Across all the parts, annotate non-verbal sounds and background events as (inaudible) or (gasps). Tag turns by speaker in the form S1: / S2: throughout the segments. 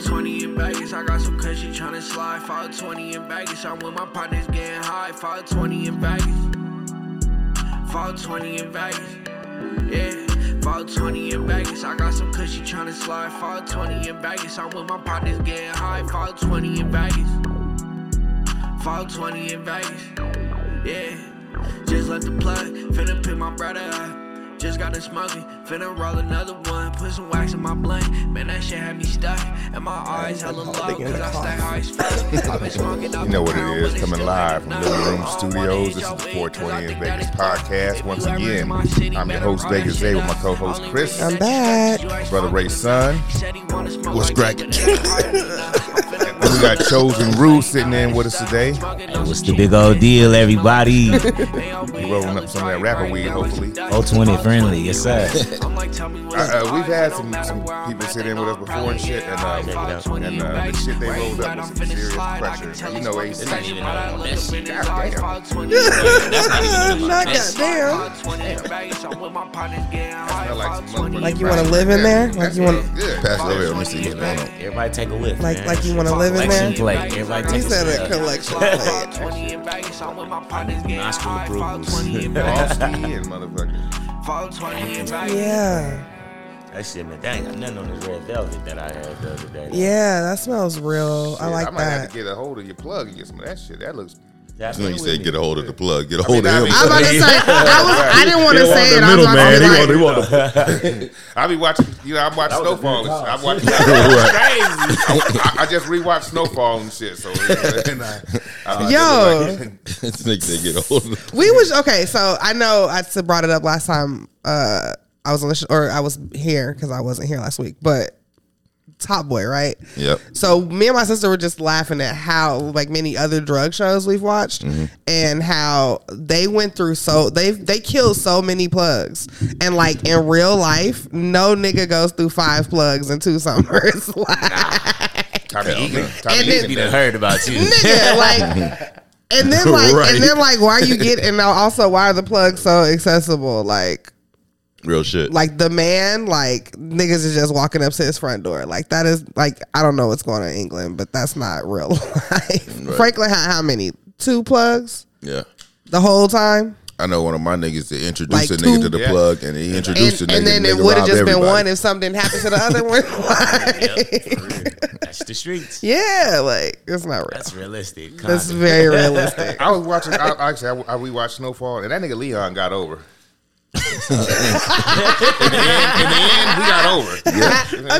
S1: 20 in baggage, I got some cushy tryna slide. 520 in baggage, I'm with my partners getting high. 520 in baggage. 520 in baggage. Yeah. 520 in baggage, I got some cushy tryna slide. 520 in baggage, I'm with my partners getting high. 520 in baggage. 420 in Vegas. Yeah, just left the plug, finna pick my brother up. Just got a smoking, finna roll another one. Put some wax in my blunt, man, that shit had me stuck. And my eyes hella low,
S2: they get
S1: cause I
S2: caught.
S1: stay high as
S3: (laughs)
S1: fuck. Been smoking out
S3: You know
S1: the
S3: what it
S1: pound,
S3: is,
S1: but
S3: coming
S1: still
S3: live
S1: ain't
S3: from Living Room
S1: enough.
S3: Studios.
S1: All I
S3: This is
S1: want
S3: the
S1: is
S3: 420
S1: your
S3: in
S1: weed, 'cause I
S3: Vegas
S1: think that
S3: podcast
S1: it's
S3: once
S1: fun. If you
S3: again.
S1: ever in my city,
S3: I'm your
S1: better
S3: host,
S1: roll that
S3: Vegas
S1: shit
S3: Zay, with
S1: up.
S3: my co-host,
S1: Only
S3: Chris.
S1: reason that you
S2: I'm
S1: got
S2: back.
S1: is you ain't
S3: Brother
S1: smoking
S3: Ray
S1: enough.
S3: Sun.
S1: He said he wanna smoke
S4: What's
S1: like
S4: cracking?
S3: (laughs) And we got Chosen Rue sitting in with us today.
S1: Hey,
S4: what's the big old deal, everybody?
S1: you
S3: rolling up some of that rapper weed, hopefully.
S4: 020 friendly, yes,
S1: (laughs)
S4: sir.
S1: uh, uh, we've had some, some people sit in with us before and shit, and uh, and uh, the shit they rolled up was some serious pressure. You know, AC.
S3: Not
S5: even on that
S1: (laughs)
S5: shit.
S2: (laughs) Not goddamn.
S1: Goddamn.
S2: Like you want to live in there? Like you want to?
S3: Pass it over here.
S1: Let me see what's going on.
S5: Everybody take a whiff.
S2: Like
S5: man.
S2: like you want to live in
S5: Collection
S2: there?
S5: plate. Everybody
S2: He
S5: take a
S2: said
S5: sip.
S2: a collection (laughs) plate.
S5: Nostril approvals.
S2: (laughs)
S3: Frosty and motherfucker.
S2: Yeah,
S5: That shit, man. That ain't got nothing on this red velvet that I had the other day.
S2: yeah, that smells real. I
S3: Shit,
S2: like
S3: I might have
S2: that.
S3: to get a hold of your plug and get some of that shit. That looks.
S5: That's
S4: You know, you said get a hold of the plug. Get a
S3: I
S4: hold
S3: mean,
S4: of
S3: I
S4: him.
S3: mean,
S2: I'm about to
S3: (laughs)
S2: say I was I didn't want to say it. I
S4: middleman. He
S2: was about
S4: want-
S2: to
S4: he
S2: be like,
S4: want to-
S3: I be watching. You know, I watch Snowfall. and shit. I watch. I, I just rewatched Snowfall and shit. So. And I, I,
S2: Yo.
S4: This nigga said get a hold of the
S6: (laughs)
S4: plug.
S2: we was okay. So I know I s- brought it up last time. Uh, I was on the sh- or I was here because I wasn't here last week. But Top Boy, right?
S4: Yep.
S2: So me and my sister were just laughing at how like many other drug shows we've watched and how they went through so they they killed so many plugs and like in real life no nigga goes through five plugs in two (laughs) summers like
S3: Tommy Egan. Tommy
S2: And
S3: Egan.
S2: then-
S3: (laughs)
S5: You done heard about you.
S2: (laughs) nigga like and then like
S4: Right.
S2: and then like why you get and now also why are the plugs so accessible like
S4: Real shit.
S2: like the man like niggas is just walking up to his front door like that is like I don't know what's going on in England but that's not real (laughs) life Franklin had how many two plugs
S6: Yeah.
S2: the whole time,
S6: I know one of my niggas to
S2: Like
S6: introduce a
S2: two-
S6: nigga to the
S3: Yeah.
S6: plug, and he
S2: and,
S6: introduced a nigga.
S2: and then it
S6: nigga
S2: would have
S6: robbed
S2: just been
S6: everybody.
S2: one if something happened to the other one.
S5: (laughs)
S2: Like,
S5: That's the streets.
S2: yeah, like it's not real.
S5: That's realistic.
S2: That's
S5: kinda.
S2: very
S5: (laughs)
S2: realistic.
S3: I was watching. I, actually, I, I rewatched Snowfall, and that nigga Leon got (laughs) over. in, the end, in the end, we got over.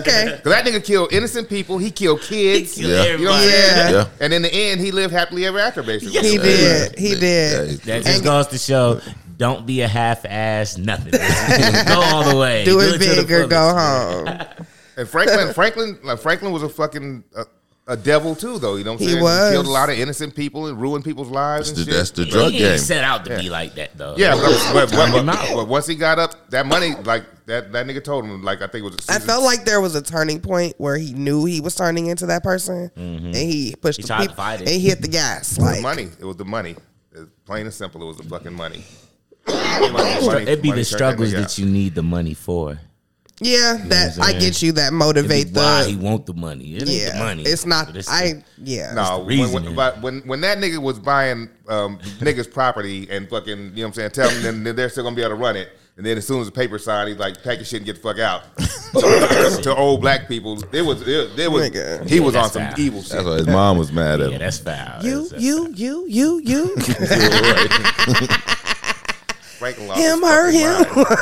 S2: okay,
S3: Cause that nigga killed innocent people. He killed kids.
S5: Kill
S6: Yeah.
S3: You know what
S5: everybody.
S3: I'm saying?
S6: Yeah.
S3: And in the end, he lived happily ever after, basically.
S2: he
S6: Yeah,
S2: did,
S6: right.
S2: he
S6: Yeah,
S2: did.
S6: yeah,
S5: That just goes to show don't be a half ass
S2: (laughs)
S5: nothing. go all the way.
S2: Do
S5: to
S2: it
S5: the
S2: big or go
S5: fullest.
S2: home.
S3: And Franklin, Franklin, like Franklin was a fucking a, a devil too, though. You know what I'm
S2: He
S3: saying?
S2: was.
S3: killed a lot of innocent people and ruined people's lives
S6: That's
S3: and
S6: the,
S3: shit.
S6: that's the
S5: He
S6: drug
S5: didn't
S6: game.
S5: set out to be like that though.
S3: yeah, but, but, but,
S5: Time him
S3: but-
S5: out.
S3: but once he got up, that money, like that, that nigga told him, like I think it was. A
S2: I felt like there was a turning point where he knew he was turning into that person, and he pushed
S5: Mm-hmm. He tried to
S2: the people
S5: fight
S2: and
S5: it.
S2: he hit the gas.
S3: the
S2: Like
S3: money. It was the money. It was plain and simple, it was the fucking money.
S5: It'd be the struggles that you need the money for.
S2: yeah, that
S5: what I'm
S2: I
S5: saying?
S2: get you. That
S5: It'd
S2: motivate
S5: be why he
S2: the
S5: want the money. It ain't
S2: yeah.
S5: the money.
S2: It's not.
S5: But it's
S2: I yeah.
S3: No,
S5: the
S3: when, when,
S5: reasoning.
S3: but when when that nigga was buying um, niggas property and fucking, you know what I'm saying, tell them then they're still gonna be able to run it. And then as soon as the paper signed, he's like, pack your shit and get the fuck
S5: (laughs)
S3: out. to, to old black people, it was it, it was
S2: Nigga.
S3: he was
S5: Yeah,
S3: on
S5: that's
S3: some
S5: foul.
S3: evil shit.
S6: That's why his mom was mad at
S5: Yeah,
S6: him.
S5: that's foul.
S2: You,
S5: That's-
S2: you, you, you, you. (laughs)
S6: (laughs)
S3: Franklin lost his
S2: him, her,
S3: fucking
S2: him.
S3: mind.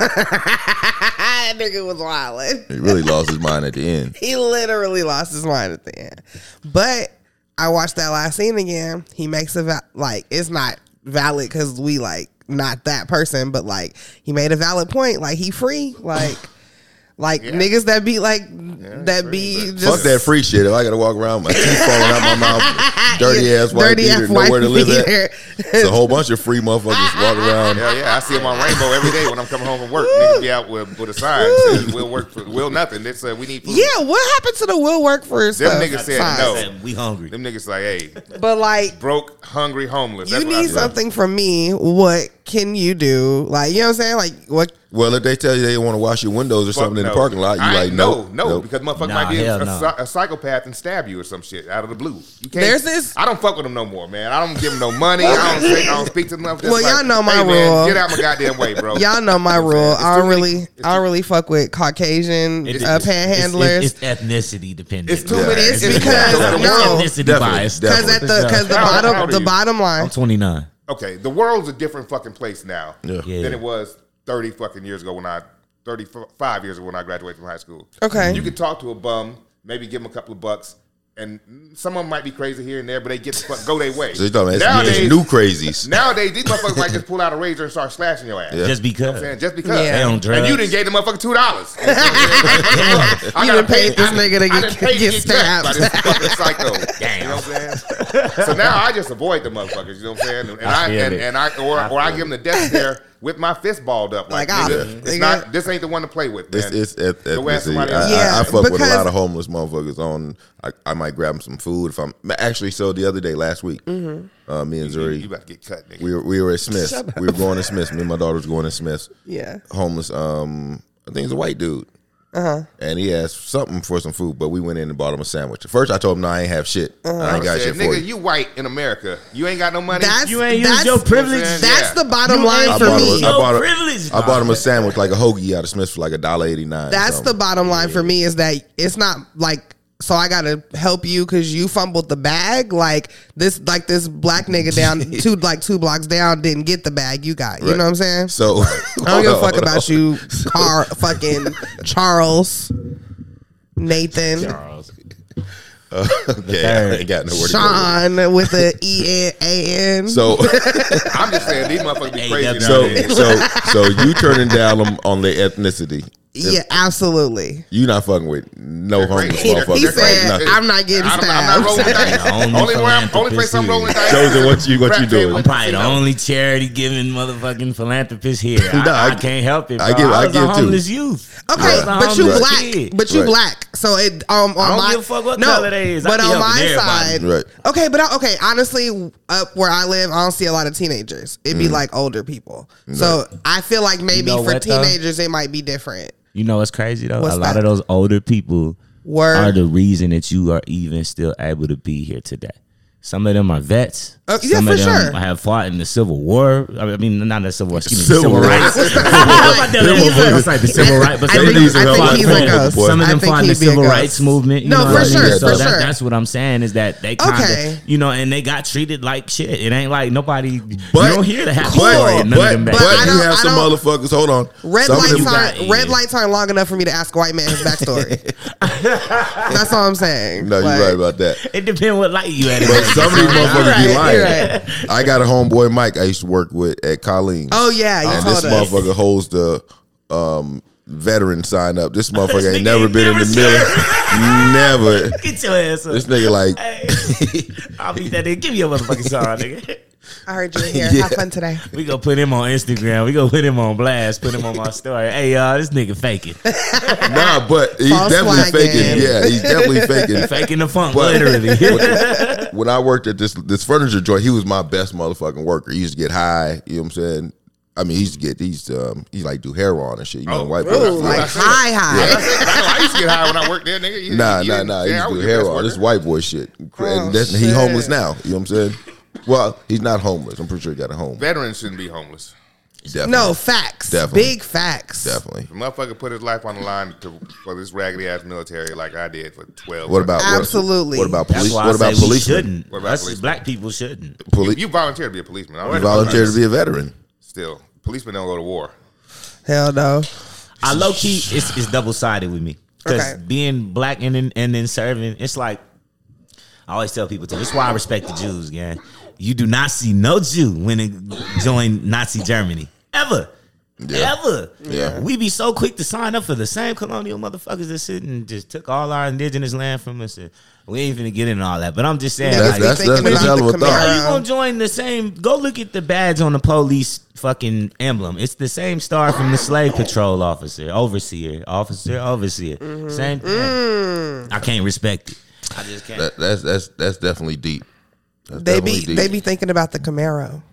S2: that nigga was wildin'.
S6: He really lost his mind at the end.
S2: He literally lost his mind at the end. But I watched that last scene again. He makes a va- like it's not valid because we like not that person, but like he made a valid point. Like he free. Like like niggas that be like that be just
S6: Fuck that free shit. If I gotta walk around, my teeth falling out my
S2: (laughs)
S6: mouth, dirty ass white
S2: dirty
S6: dirty
S2: ass
S6: beater,
S2: white
S6: nowhere to
S2: (laughs)
S6: live at.
S2: beater.
S6: It's a whole bunch of free motherfuckers walking around.
S3: Hell yeah, I see him on Rainbow every day when I'm coming home from work. Niggas be out with, with a sign saying we'll work for we'll nothing. They said we need food.
S2: yeah, what happened to the will work for
S3: Them
S2: stuff?
S3: niggas said
S2: Fine.
S3: no.
S5: Said, we hungry.
S3: Them niggas like, hey,
S2: But like
S3: broke, hungry, homeless.
S2: you
S3: That's what I
S2: need
S3: said.
S2: something from me. What can you do? Like, you know what I'm saying? Like, what?
S6: Well, if they tell you they want to wash your windows or
S3: Fuck
S6: something in
S3: no.
S6: the parking lot, you
S3: I
S6: like
S3: ain't-
S6: no,
S3: no, no, because motherfucker
S5: Nah,
S3: might be a,
S5: hell
S3: a
S5: no.
S3: psy- a psychopath and stab you or some shit out of the blue. You can't,
S2: There's this-
S3: I don't fuck with them no more, man. I don't give them no money. I don't. Say, I don't speak to them. Just
S2: Well, y'all know my
S3: hey, man,
S2: rule.
S3: Get out my goddamn way, bro.
S2: Y'all know my
S3: what I'm
S2: rule.
S3: saying? Oh, It's
S2: I don't
S3: too many-
S2: really,
S3: it's
S2: I don't really fuck with Caucasian
S3: It's-
S2: uh,
S3: it's-
S5: It's,
S2: panhandlers.
S5: it's, it's ethnicity dependent.
S3: It's too
S5: Yeah.
S3: many.
S2: It's
S3: it's-
S2: because-
S3: the
S2: no.
S3: world,
S5: ethnicity
S6: Definitely,
S5: bias.
S2: Because at the because the
S3: How-
S2: bottom
S3: how old are
S2: the
S3: you?
S2: bottom line.
S5: I'm 29.
S3: okay, the world's a different fucking place now
S5: Yeah.
S3: than it was thirty fucking years ago when I thirty five years ago when I graduated from high school.
S2: Okay.
S3: you could talk to a bum, maybe give them a couple of bucks. And some of them might be crazy here and there, but they get the fuck, go their way.
S6: So you talking about it's-
S3: Nowadays,
S6: it's new crazies?
S3: Nowadays, these motherfuckers might just pull out a razor and start slashing your ass.
S6: Yeah.
S5: Just because.
S3: Man, just because.
S2: Yeah. They
S5: on
S3: And
S5: drugs.
S3: you didn't gave the motherfucker two
S2: (laughs)
S3: dollars. I
S2: You done paid this nigga to get- get
S3: By
S2: stabbed.
S3: this fucking
S2: (laughs)
S3: psycho. Damn. You know what I'm saying? So now I just avoid the motherfuckers. You know what I'm saying? And I,
S5: feel
S3: and,
S5: it.
S3: and I or I, or I give them the death stare with my fist balled up. Like,
S2: Like, ah,
S3: nigga, it's
S2: nigga.
S3: not. This ain't the one to play with. Man.
S6: It's, it's eth-
S3: Go ask
S6: ethnicity.
S3: somebody
S6: I,
S3: else.
S6: I,
S2: Yeah,
S6: I fuck with a
S2: because-
S6: lot of homeless motherfuckers. On, I, I might grab them some food if I'm actually. So the other day, last week,
S2: Mm-hmm.
S6: uh, me and Zuri,
S3: You about to get cut, nigga.
S6: we were, we were at Smith's. We were going to Smith's. Me and my daughter was going to Smith's.
S2: Yeah.
S6: Homeless. Um, I think it's a white dude.
S2: Uh-huh.
S6: Uh huh. And he asked something for some food, but we went in and bought him a sandwich. At first, I told him, "No, I ain't have shit.
S2: Uh-huh.
S6: I ain't got
S3: Said,
S6: shit for
S3: nigga,
S6: you."
S3: you white in America. You ain't got no money.
S2: That's
S5: You ain't use
S2: that's,
S5: your privilege.
S2: That's
S3: Yeah.
S2: the bottom line
S6: I
S2: for
S6: bought, him,
S2: me.
S6: a- I,
S5: No
S6: bought him,
S5: privilege,
S6: I bought him
S5: nah.
S6: a sandwich like a hoagie out of Smith's for like a dollar eighty nine.
S2: That's the bottom line for me is that it's not like so I gotta help you because you fumbled the bag. Like this, like this black nigga down two like two blocks down didn't get the bag you got. You
S6: Right.
S2: know what I'm saying?
S6: So (laughs)
S2: I don't give a fuck about you, Car fucking Charles, Nathan,
S5: Charles.
S6: Yeah, I ain't got nowhere to go.
S2: Sean with
S6: with it.
S2: the E N A N. (laughs)
S6: So,
S3: I'm just saying these motherfuckers be
S5: Hey,
S3: crazy.
S5: that's-
S6: so,
S3: So,
S6: so, so you turning down them on their ethnicity?
S2: yeah, absolutely.
S6: You not fucking with no homeless
S3: He- he
S6: motherfucker.
S2: He
S3: they're
S2: said,
S3: crazy.
S2: "I'm not getting
S3: I'm,
S2: stabbed."
S3: I'm not
S2: (laughs)
S3: rolling dice.
S5: Only
S3: only where I'm, only
S5: philanthropist
S3: place I'm
S5: here.
S3: rolling dice.
S6: Chosen, what you- what
S3: Crap
S6: you doing?
S3: table.
S6: I'm
S5: Probably the
S3: You know,
S5: only charity giving motherfucking philanthropist
S6: (laughs)
S5: here. I,
S6: Nah, I-
S5: I, can't help it. Bro.
S6: I
S5: I,
S6: give- I
S5: was
S6: give
S5: a
S6: too.
S5: homeless youth. I
S2: Okay,
S5: was a
S2: but you
S5: homeless
S2: black,
S5: kid.
S2: but you
S6: Right.
S2: black. So it um on
S5: don't
S2: my
S5: give a fuck what color they is. I
S2: But
S5: be
S2: on
S5: helping
S2: my
S5: everybody.
S2: side,
S6: Right.
S2: Okay, but I, okay, honestly, up where I live, I don't see a lot of teenagers. It'd
S5: Mm.
S2: be like older people. So I feel like maybe
S5: know
S2: for
S5: what, though?
S2: teenagers it might be different.
S5: you know what's crazy though?
S2: What's
S5: a lot
S2: that?
S5: of those older people are
S2: (laughs)
S5: (laughs)
S2: Word.
S5: the reason that you are even still able to be here today. Some of them are vets.
S2: Uh, yeah,
S5: Some
S2: for
S5: of them
S2: sure.
S5: have fought in the Civil War. I mean, not the Civil War. Excuse me,
S6: Civil
S5: Civil,
S6: War.
S2: (laughs)
S5: rights. (laughs)
S2: What's the-
S5: About that
S2: He's
S5: little
S2: a-
S5: word, it's like the civil right, but
S2: (laughs) I
S5: some
S2: think-
S5: of these
S2: I
S5: are
S2: think
S5: fought-
S2: he's a ghost.
S5: Some of
S2: I
S5: them
S2: think
S5: fought in the
S2: he'd be a
S5: civil
S2: ghost.
S5: rights movement. You
S2: No,
S5: know what
S2: for
S5: I mean? So
S2: sure, for
S5: that-
S2: sure.
S5: that's what I'm saying is that they kind of,
S2: Okay.
S5: you know, and they got treated like shit. It ain't like nobody.
S6: But-
S5: you don't hear the happy
S2: Cool,
S5: story. in None of them
S6: but,
S5: back.
S6: but
S2: I
S6: you
S2: don't-
S6: have
S2: I
S6: some
S2: don't-
S6: motherfuckers. Hold on.
S2: Red
S6: some of
S2: lights
S6: them-
S5: got-
S2: aren't red lights aren't long enough for me to ask a white man his backstory.
S5: (laughs)
S2: That's all I'm saying.
S6: (laughs) No, you're
S2: Like,
S6: right about that.
S5: it depends what light you had.
S2: (laughs)
S6: But some of these motherfuckers
S2: right,
S6: be
S2: you're
S6: lying.
S2: right.
S6: I got a homeboy Mike I used to work with at Colleen's.
S2: Oh yeah, you
S6: and
S2: told
S6: this
S2: us.
S6: motherfucker holds the um, veteran sign up. This motherfucker ain't
S5: nigga
S6: never
S5: ain't
S6: been in
S5: never
S6: the middle. never.
S5: Get your ass up.
S6: This nigga like
S5: Hey, (laughs) I'll beat that nigga. Give me your motherfucking sorry, nigga.
S2: I heard you were here.
S6: (laughs) Yeah.
S2: Have fun today.
S5: We gonna put him on Instagram. We gonna put him on blast. Put him on my story. Hey y'all, this nigga faking,
S6: nah, but he's
S2: False
S6: definitely
S2: flag game.
S6: faking. Yeah, he's definitely
S5: (laughs)
S6: faking.
S5: faking the funk,
S6: But-
S5: literally.
S6: when, (laughs) when I worked at this this furniture joint, he was my best motherfucking worker. He used to get high. You know what I'm saying? I mean, he used to get these. Um, he like do hair on and shit. You know,
S3: Oh,
S6: white
S3: really?
S6: boys.
S2: Like
S3: I said-
S2: high, high.
S3: I know, I used to get high when I worked there, nigga. You-
S6: Nah,
S3: you
S6: nah,
S3: didn't-
S6: nah.
S3: yeah, I was
S6: he used to do
S3: your
S6: hair
S3: best
S6: on. This
S3: worker.
S6: white boy shit.
S2: Oh,
S6: and that's, he
S2: shit.
S6: homeless now. You know what I'm saying? Well, he's not homeless. I'm pretty sure he got a home.
S3: Veterans shouldn't be homeless.
S6: Definitely.
S2: No facts.
S6: Definitely.
S2: Big facts.
S6: definitely.
S3: The motherfucker put his life on the line to, for this raggedy ass military like I did for 12
S6: What about what-
S2: Absolutely.
S6: What,
S5: (laughs)
S6: about
S5: That's
S6: police?
S5: why
S6: What
S5: I
S6: about
S5: say we
S6: policemen?
S5: shouldn't.
S3: What about
S5: Us
S3: policemen?
S5: black people shouldn't.
S6: Police
S3: You volunteer to be a policeman. I
S6: volunteer to be a veteran.
S3: Still, policemen don't go to war.
S2: Hell no.
S5: I low key, it's, it's double sided with me because
S2: Okay.
S5: being black and then, and then serving, it's like I always tell people too. It's why I respect the Jews, gang. You do not see no Jew when it join Nazi Germany ever. Ever,
S6: Yeah.
S5: we be so quick to sign up for the same colonial motherfuckers that sit and just took all our indigenous land from us. And we ain't finna get into all that, but I'm just saying,
S2: Niggas
S5: like,
S2: be
S6: that's-
S2: thinking
S6: that's
S2: about
S6: a hell of a
S2: the
S6: thought.
S5: how you
S2: Camaro.
S5: gonna join the same? Go look at the badge on the police fucking emblem. It's the same star from the slave patrol officer, overseer, officer, overseer. Same thing. I can't respect it. I just can't.
S6: That, that's that's that's definitely deep. That's
S2: They
S6: definitely
S2: be they be thinking about the Camaro. (laughs)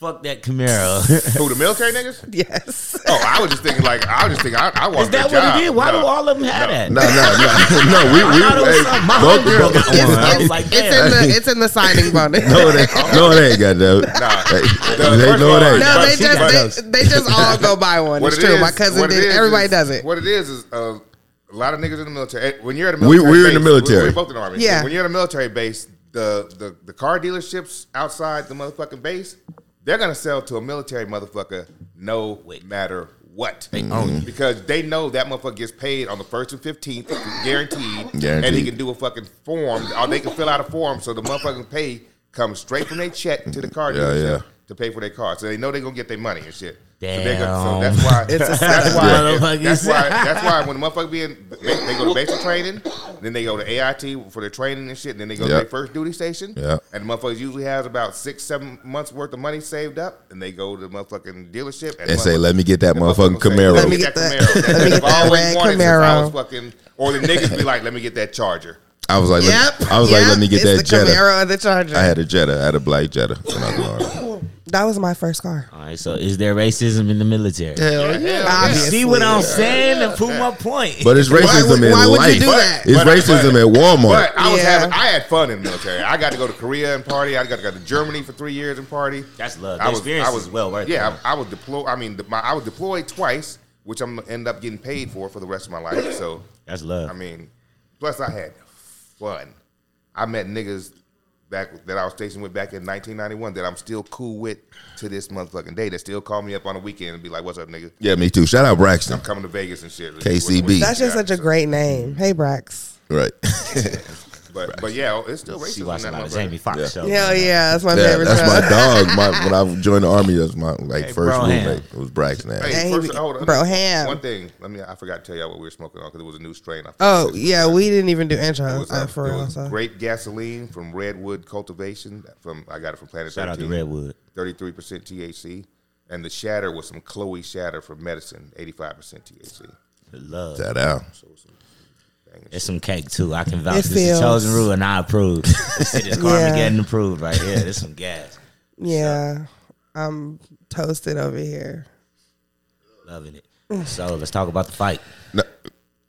S5: Fuck that Camaro.
S3: Who the military niggas?
S2: Yes.
S3: Oh, I was just thinking like I was just thinking I, I want
S5: (laughs) Is that
S3: their
S5: what
S3: job.
S5: it is? Why
S3: No.
S5: do all of them have that?
S6: No, no, no, (laughs) no. We, we,
S5: I don't
S6: hey,
S5: suck. My
S6: both
S5: homie
S6: of
S5: broke out one. I
S6: them-
S5: was like,
S2: It's
S5: damn.
S2: in the it's in the signing bonus.
S6: (laughs) No, it ain't. No, it ain't. Goddamn.
S3: Nah.
S6: Nah, they
S3: First
S6: know
S3: of all,
S6: it ain't.
S2: No, they
S5: She got
S2: just they, they just all go buy one.
S3: What
S2: it's
S3: it
S2: true.
S3: is-
S2: My cousin
S3: what it
S2: did.
S3: is
S2: everybody
S3: is-
S2: does it.
S3: What it is is uh, a lot of niggas in the military. eh, When you're at a
S6: We-
S3: military,
S6: we're
S3: base-
S6: in the military.
S3: we- We're both in the army.
S2: Yeah.
S3: When you're in a military base, the, the the car dealerships outside the motherfucking base, they're gonna sell to a military motherfucker no matter what. They
S6: Mm-hmm.
S3: own it because they know that motherfucker gets paid on the first and fifteenth, (laughs) guaranteed, and he
S6: Guaranteed.
S3: can do a fucking form or they can fill out a form so the motherfucking pay comes straight from their check to the car
S6: Yeah,
S3: dealership.
S6: yeah.
S3: To pay for their car, so they know they're gonna get their money and shit. So, they're
S5: Damn.
S3: gonna, so that's why
S2: It's a
S3: that's
S2: setup.
S3: why,
S5: Motherfuckers.
S3: that's why. That's why when motherfucker be in, they, they go to basic training, then they go to AIT for their training and shit, and then they go
S6: Yep.
S3: to their first duty station.
S6: Yeah.
S3: And the motherfuckers usually has about six, seven months worth of money saved up, and they go to the motherfucking dealership and,
S6: And say,
S3: motherfucker-
S6: let me get that
S3: the
S6: motherfucking
S3: motherfucker say,
S6: Camaro.
S2: Let me get that-
S3: Camaro.
S2: let me get
S3: I've
S2: that
S3: always
S2: red
S3: wanted since I
S2: Camaro.
S3: was fucking, or the niggas be like, let me get that Charger.
S6: I was like, let me,
S2: Yep.
S6: I was like,
S2: Yep.
S6: let me get
S2: It's
S6: that
S2: the
S6: Jetta.
S2: Camaro and the Charger.
S6: I had a Jetta. I had a black Jetta. When I was in the army.
S2: that was my first car.
S5: All right, so is there racism in the military?
S3: Hell yeah.
S2: Obviously.
S5: See what I'm saying and prove my point.
S6: But it's racism
S2: would-
S6: in
S2: why would you
S6: life.
S2: do that?
S6: It's
S3: But-
S6: racism
S3: but-
S6: at Walmart.
S3: But I was
S2: Yeah.
S3: having, I had fun in the military. I got to go to Korea and party. I got to go to Germany for three years and party.
S5: That's love. The experience is well worth it.
S3: Yeah, I, I was deployed. I mean, the, my, I was deployed twice, which I'm end up getting paid for for the rest of my life. So
S5: That's love.
S3: I mean, plus I had fun. I met niggas back that I was stationed with back in 1991 that I'm still cool with to this motherfucking day. That still call me up on the weekend and be like, "What's up, nigga?
S6: yeah, me too. Shout out Braxton.
S3: Coming to Vegas and shit."
S6: KCB.
S2: That's just
S3: Yeah,
S2: such a
S3: so-
S2: great name. Hey, Brax.
S6: Right. (laughs)
S3: But, but yeah, it's still racism.
S5: she watched a
S3: in that
S5: lot of
S3: motherfucker.
S5: Jamie Foxx shows.
S2: Hell yeah, that's my
S6: Oh, Yeah,
S2: favorite
S6: that's
S2: show.
S6: my dog. My, when I joined the army, that's my like first
S5: bro,
S6: roommate.
S5: ham.
S6: It was Braxton.
S3: Hey,
S2: Hey,
S3: first,
S2: we-
S3: hold on.
S2: bro, ham.
S3: One thing, let me. I forgot to tell y'all what we were smoking on because it was a new strain. I
S2: Oh
S3: forgot.
S2: yeah, we didn't even do
S3: It
S2: intro
S3: was,
S2: uh,
S3: uh,
S2: for
S3: it
S2: real.
S3: was
S2: So.
S3: grape gasoline from Redwood Cultivation. From I got it from Planet.
S5: Shout out to Redwood.
S3: Thirty-three percent THC, and the shatter was some Chloe shatter from Medicine, eighty-five percent THC.
S5: Love.
S6: Shout out.
S5: It's some cake too. I can vouch.
S2: It
S5: this is
S2: feels-
S5: chosen rule, and I
S3: (laughs)
S5: approve. this shit is Carmageddon approved right here. This some gas.
S2: Yeah, I'm toasted over here.
S5: Loving it. So let's talk about the fight.
S6: No,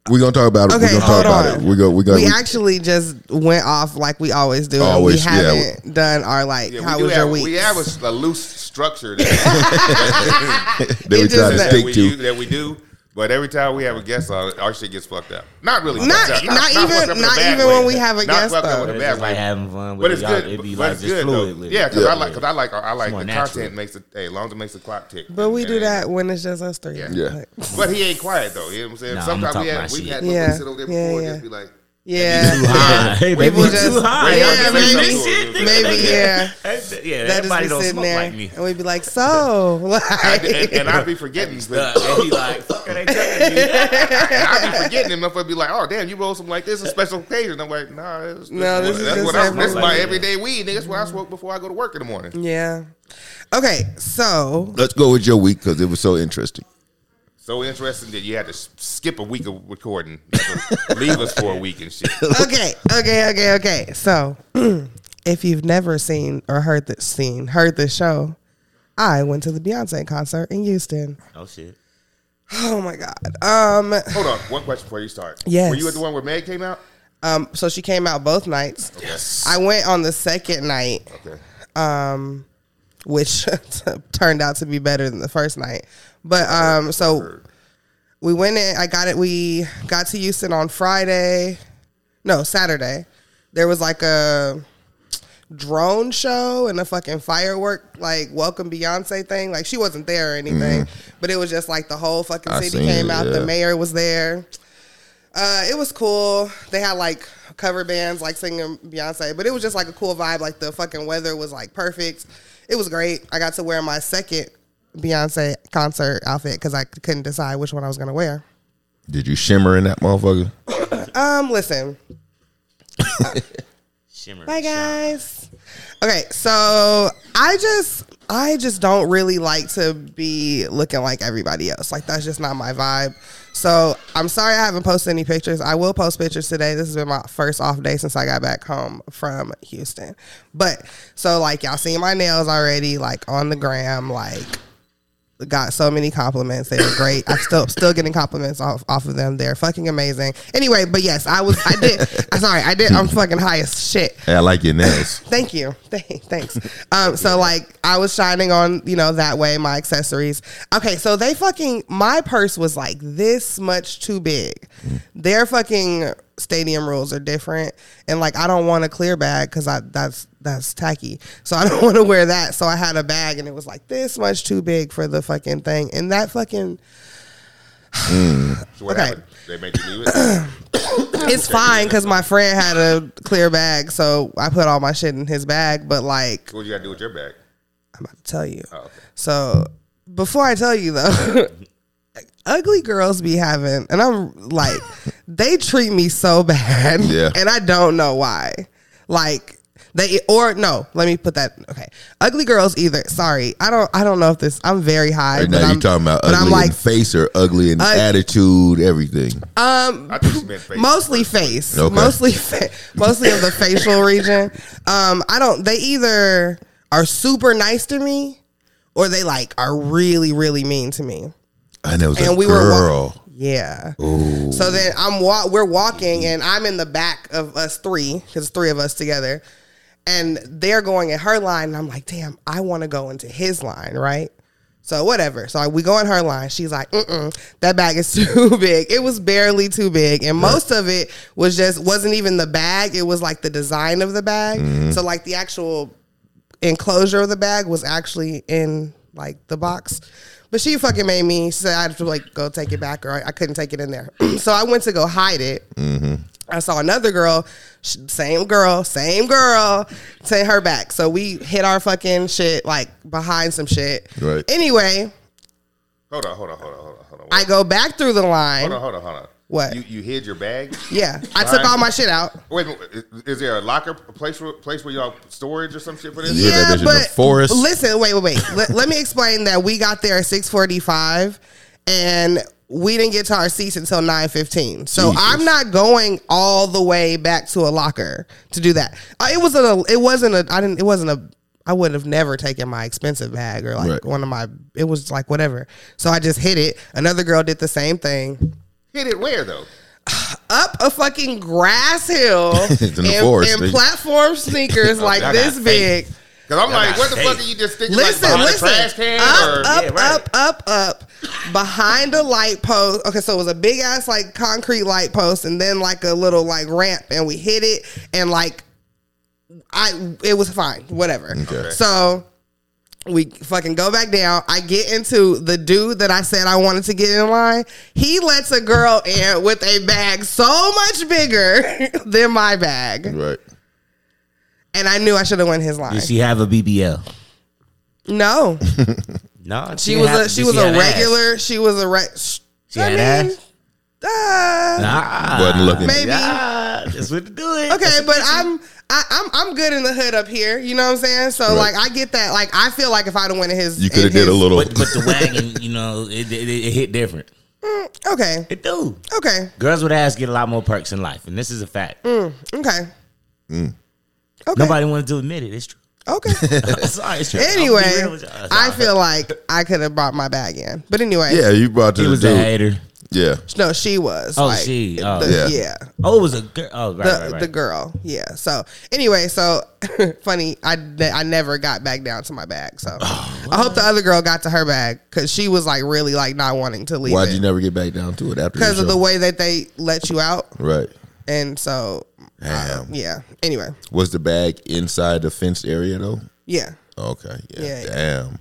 S6: we're gonna talk about it.
S2: Okay,
S6: we're gonna
S2: hold
S6: talk about
S2: on.
S6: it. We're gonna we're gonna
S2: we
S6: we-
S2: actually just went off like we always do.
S6: Always,
S2: we
S6: yeah,
S2: haven't done our like.
S3: Yeah,
S2: how
S3: we do
S2: was
S3: have,
S2: your week?
S3: We have a, s- a loose structure (laughs) that,
S6: that we
S2: it
S6: try
S2: just-
S6: to
S3: that,
S6: stick
S3: we,
S6: to.
S3: u- that we do. But every time we have a guest on, our shit gets fucked up. Not really.
S2: Not-
S3: fucked up.
S2: not even-
S3: fucked up in a
S2: not
S3: bad
S2: even
S3: way.
S2: when we have a
S3: Not
S2: guest
S3: fucked up in
S2: on.
S3: a
S5: It's
S3: bad
S5: just like
S3: way.
S5: having fun with
S3: But it's
S5: it. Y'all-
S3: good.
S5: It be
S3: but
S5: like
S3: it's
S5: just
S3: good
S5: fluid.
S3: though.
S5: with it.
S3: Yeah, because
S6: Yeah.
S3: I like, cause I like, I like
S5: more
S3: the
S5: natural.
S3: content makes it. Hey, as long as it makes the clock tick.
S2: but we
S3: And-
S2: do
S3: and-
S2: that when it's just us
S3: (laughs)
S2: three.
S6: Yeah.
S2: Like, (laughs)
S3: But he ain't quiet though. You know what I'm saying?
S5: Nah, I'ma
S3: Sometimes
S5: talk
S3: we
S5: my
S3: had, we
S5: shit.
S3: had,
S2: Yeah.
S3: we sit over there
S2: Yeah,
S3: before and
S2: yeah.
S3: just be like,
S2: yeah.
S5: Ah, (laughs) hey,
S2: We
S5: baby,
S2: was
S5: you
S2: just-
S5: too high.
S2: Yeah,
S5: Y'all just
S2: maybe-
S5: say something.
S2: maybe,
S3: (laughs)
S2: yeah.
S5: yeah.
S2: That just
S5: everybody
S2: be
S5: don't
S2: sitting
S5: smoke
S2: there,
S5: like me.
S2: and we'd be like, "So, (laughs) like,
S3: I, and, and I'd be forgetting.
S5: Uh,
S3: but-
S5: and he like, fuck it, ain't telling you.
S3: (laughs) and I'd be forgetting, and motherfucker be like, "Oh damn, you rolled something like this a special occasion." I'm like, "Nah, it's,
S2: No, this
S3: that's
S2: is
S3: what- that's
S2: just
S3: what I, that's
S2: every-
S3: my everyday weed, nigga. That's what I smoke before I go to work in the morning."
S2: yeah." Okay, so
S6: Let's go with your week because it was so interesting.
S3: So interesting that you had to s- skip a week of recording, to (laughs) leave us for a week and shit.
S2: okay, okay, okay, okay. So, (clears throat) if you've never seen or heard this scene, heard this show, I went to the Beyonce concert in Houston.
S5: Oh shit.
S2: Oh my god. Um,
S3: Hold on, one question before you start.
S2: Yes.
S3: were you at the one where Meg came out?
S2: um. So she came out both nights.
S3: Yes.
S2: I went on the second night,
S3: Okay.
S2: which (laughs) turned out to be better than the first night. But um, so we went in. I got it. We got to Houston on Friday. No, Saturday. There was like a drone show and a fucking firework like welcome Beyonce thing. Like she wasn't there or anything, but it was just like the whole fucking
S6: Mm-hmm. I
S2: city
S6: seen
S2: came
S6: it,
S2: out.
S6: yeah.
S2: The mayor was there. Uh, it was cool. They had like cover bands like singing Beyonce, but it was just like a cool vibe. Like the fucking weather was like perfect. It was great. I got to wear my second Beyonce concert outfit because I couldn't decide which one I was gonna wear.
S6: Did you shimmer in that motherfucker?
S2: Um, listen.
S5: Shimmer.
S2: Bye guys. Okay, so I just I just don't really like to be looking like everybody else. Like that's just not my vibe. So I'm sorry I haven't posted any pictures. I will post pictures today. This has been my first off day since I got back home from Houston. But so like y'all seen my nails already, like on the gram, like got so many compliments. They were great. I'm still still getting compliments off, off of them. They're fucking amazing. Anyway, but yes, I was I did I'm sorry, I did I'm fucking high as shit.
S4: Hey, I like your nails.
S2: Thank you. (laughs) Thank- Thanks. Um, so like I was shining on, you know, that way my accessories. Okay, so they fucking my purse was like this much too big. Their fucking stadium rules are different, and like I don't want a clear bag because I that's that's tacky. So I don't (laughs) want to wear that. So I had a bag and it was like this much too big for the fucking thing, and that fucking
S3: So what
S2: Okay.
S3: happened? They make you
S2: (clears throat)
S3: leave it.
S2: it's fine because my friend had a clear bag, so I put all my shit in his bag. But like
S3: what you got to do with your bag?
S2: I'm about to tell you.
S3: Oh, okay.
S2: So before I tell you though, (laughs) ugly girls be having, and I'm like, they treat me so bad,
S4: Yeah.
S2: and I don't know why. Like they or no, let me put that. Okay, ugly girls either. Sorry, I don't. I don't know if this. I'm very high.
S4: Right
S2: but
S4: now,
S2: I'm,
S4: you talking about
S2: but
S4: ugly
S2: I'm like
S4: in
S2: Uh,
S4: face or ugly in
S2: Ug-
S4: attitude, everything.
S3: I think she meant face.
S2: mostly face,
S4: Okay.
S2: mostly fa- mostly of the facial region. Um, I don't. They either are super nice to me, or they like are really really mean to me.
S4: I know, it was a
S2: and we were wa-
S4: girl.
S2: Yeah. So then I'm wa- we're walking and I'm in the back of us three because three of us together, and they're going in her line and I'm like, damn, I want to go into his line, right? So whatever. So we go in her line. She's like, Mm-mm, that bag is (laughs) too big. It was barely too big, and most of it was just wasn't even the bag. It was like the design of the bag. So like the actual enclosure of the bag was actually in like the box. But she fucking made me. She said I had to like go take it back, or I, I couldn't take it in there. (clears throat) so I went to go hide it. I saw another girl, sh- same girl, same girl, to her back. So we hid our fucking shit like behind some shit.
S4: Right.
S2: Anyway,
S3: Hold on, hold on, hold on, hold on, hold on.
S2: I go back through the line.
S3: hold on, hold on, hold on.
S2: What?
S3: You you hid your bag?
S2: Yeah, I took
S3: Behind-
S2: all my shit out.
S3: Wait, a minute, is, is there a locker a place where, place where y'all storage or some shit for this?
S4: Yeah. that bitch in the forest.
S2: Listen, wait, wait, wait. let, let
S4: (laughs)
S2: me explain that we got there at six forty five, and we didn't get to our seats until nine fifteen. So
S4: Jesus.
S2: I'm not going all the way back to a locker to do that. Uh, it wasn't a. It wasn't a. I didn't. It wasn't a. I would have never taken my expensive bag or like
S4: Right.
S2: one of my. It was like whatever. So I just hit it. Another girl did the same thing
S3: Hid it where though?
S2: up a fucking grass hill
S4: (laughs) It's in the
S2: in,
S4: forest, Oh,
S2: in
S4: nigga. (laughs)
S2: platform sneakers like
S3: I got
S2: this big.
S3: Because I'm like, what the
S5: safe.
S3: fuck are you just thinking?
S2: Listen,
S3: like behind
S2: listen.
S3: a trash can
S2: up,
S3: or
S2: up,
S5: Yeah, right.
S2: up, up, up, behind a light post. Okay, so it was a big ass like concrete light post, and then like a little like ramp, and we hit it, and like I, it was fine, whatever. So we fucking go back down. I get into the dude that I said I wanted to get in line. He lets a girl in with a bag so much bigger (laughs) than my bag,
S4: Right.
S2: and I knew I should have went his line.
S5: Did she have a BBL?
S2: no.
S5: No,
S2: She was
S5: had-
S2: a she
S5: did
S2: was
S5: had
S2: a
S5: an ass?
S2: regular. She was a re- sh-
S5: She
S2: I
S5: had
S2: mean,
S5: ass?
S2: uh,
S5: Nah,
S4: Wasn't looking.
S2: maybe.
S5: Nah, that's what to do it.
S2: Okay, but I'm I, I'm I'm good in the hood up here. You know what I'm saying? So
S4: Right.
S2: like I get that. Like I feel like if I'd have went in his,
S4: You could have
S2: in
S4: did a
S2: his-
S4: little.
S5: But but
S6: (laughs)
S5: the wagon, you know, it, it, it hit different.
S2: Okay,
S5: It do.
S2: okay,
S5: Girls with ass get a lot more perks in life, and this is a fact.
S2: Mm. okay,
S4: Mm.
S2: okay,
S5: Nobody wants to admit it. It's true.
S2: okay.
S5: Sorry, (laughs) it's true. I'll be real
S2: anyway,
S5: with y'all.
S2: I feel like I could have brought my bag in, but anyway,
S4: yeah, you brought to
S5: he
S4: the
S5: was a
S4: dude.
S5: hater.
S4: Yeah.
S2: no, she was.
S5: Oh,
S2: like,
S5: she. Oh.
S2: the-
S4: Yeah.
S2: yeah.
S5: Oh, it was a girl. Oh, right,
S2: the,
S5: right, right.
S2: the girl. Yeah. So anyway, so (laughs) funny. I ne- I never got back down to my bag. So
S4: Oh,
S2: I hope the other girl got to her bag because she was like really like not wanting to leave
S4: Why'd you
S2: it
S4: never get back down to it after
S2: because of the
S4: show?
S2: way that they let you out.
S4: Right.
S2: And so uh,
S4: Damn.
S2: yeah. Anyway,
S4: Was the bag inside the fenced area though?
S2: yeah.
S4: Okay. Yeah.
S2: Yeah, yeah.
S4: Damn.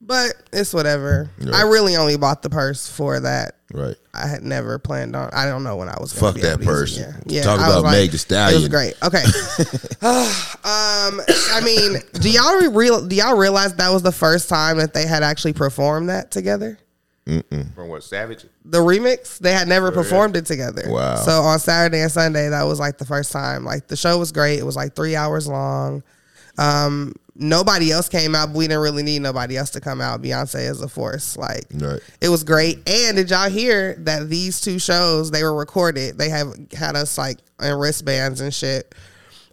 S2: But it's whatever.
S4: Right.
S2: I really only bought the purse for that.
S4: Right.
S2: I had never planned on. I don't know when I was. gonna
S4: Fuck
S2: be
S4: that
S2: able to use it.
S4: person.
S2: Yeah, yeah.
S4: Talk
S2: I was
S4: about Meg Thee
S2: It was
S4: Stallion.
S2: great.
S4: (laughs)
S2: Okay. (sighs) um, I mean, do y'all re- real? Do y'all realize that was the first time that they had actually performed that together?
S3: from what Savage?
S2: The remix they had never performed it together.
S4: Wow.
S2: So on Saturday and Sunday, that was like the first time. Like the show was great. It was like three hours long. Um, nobody else came out, but we didn't really need nobody else to come out. Beyonce is a force. Like
S6: Right.
S2: it was great. And did y'all hear that these two shows they were recorded? They have had us like in wristbands and shit,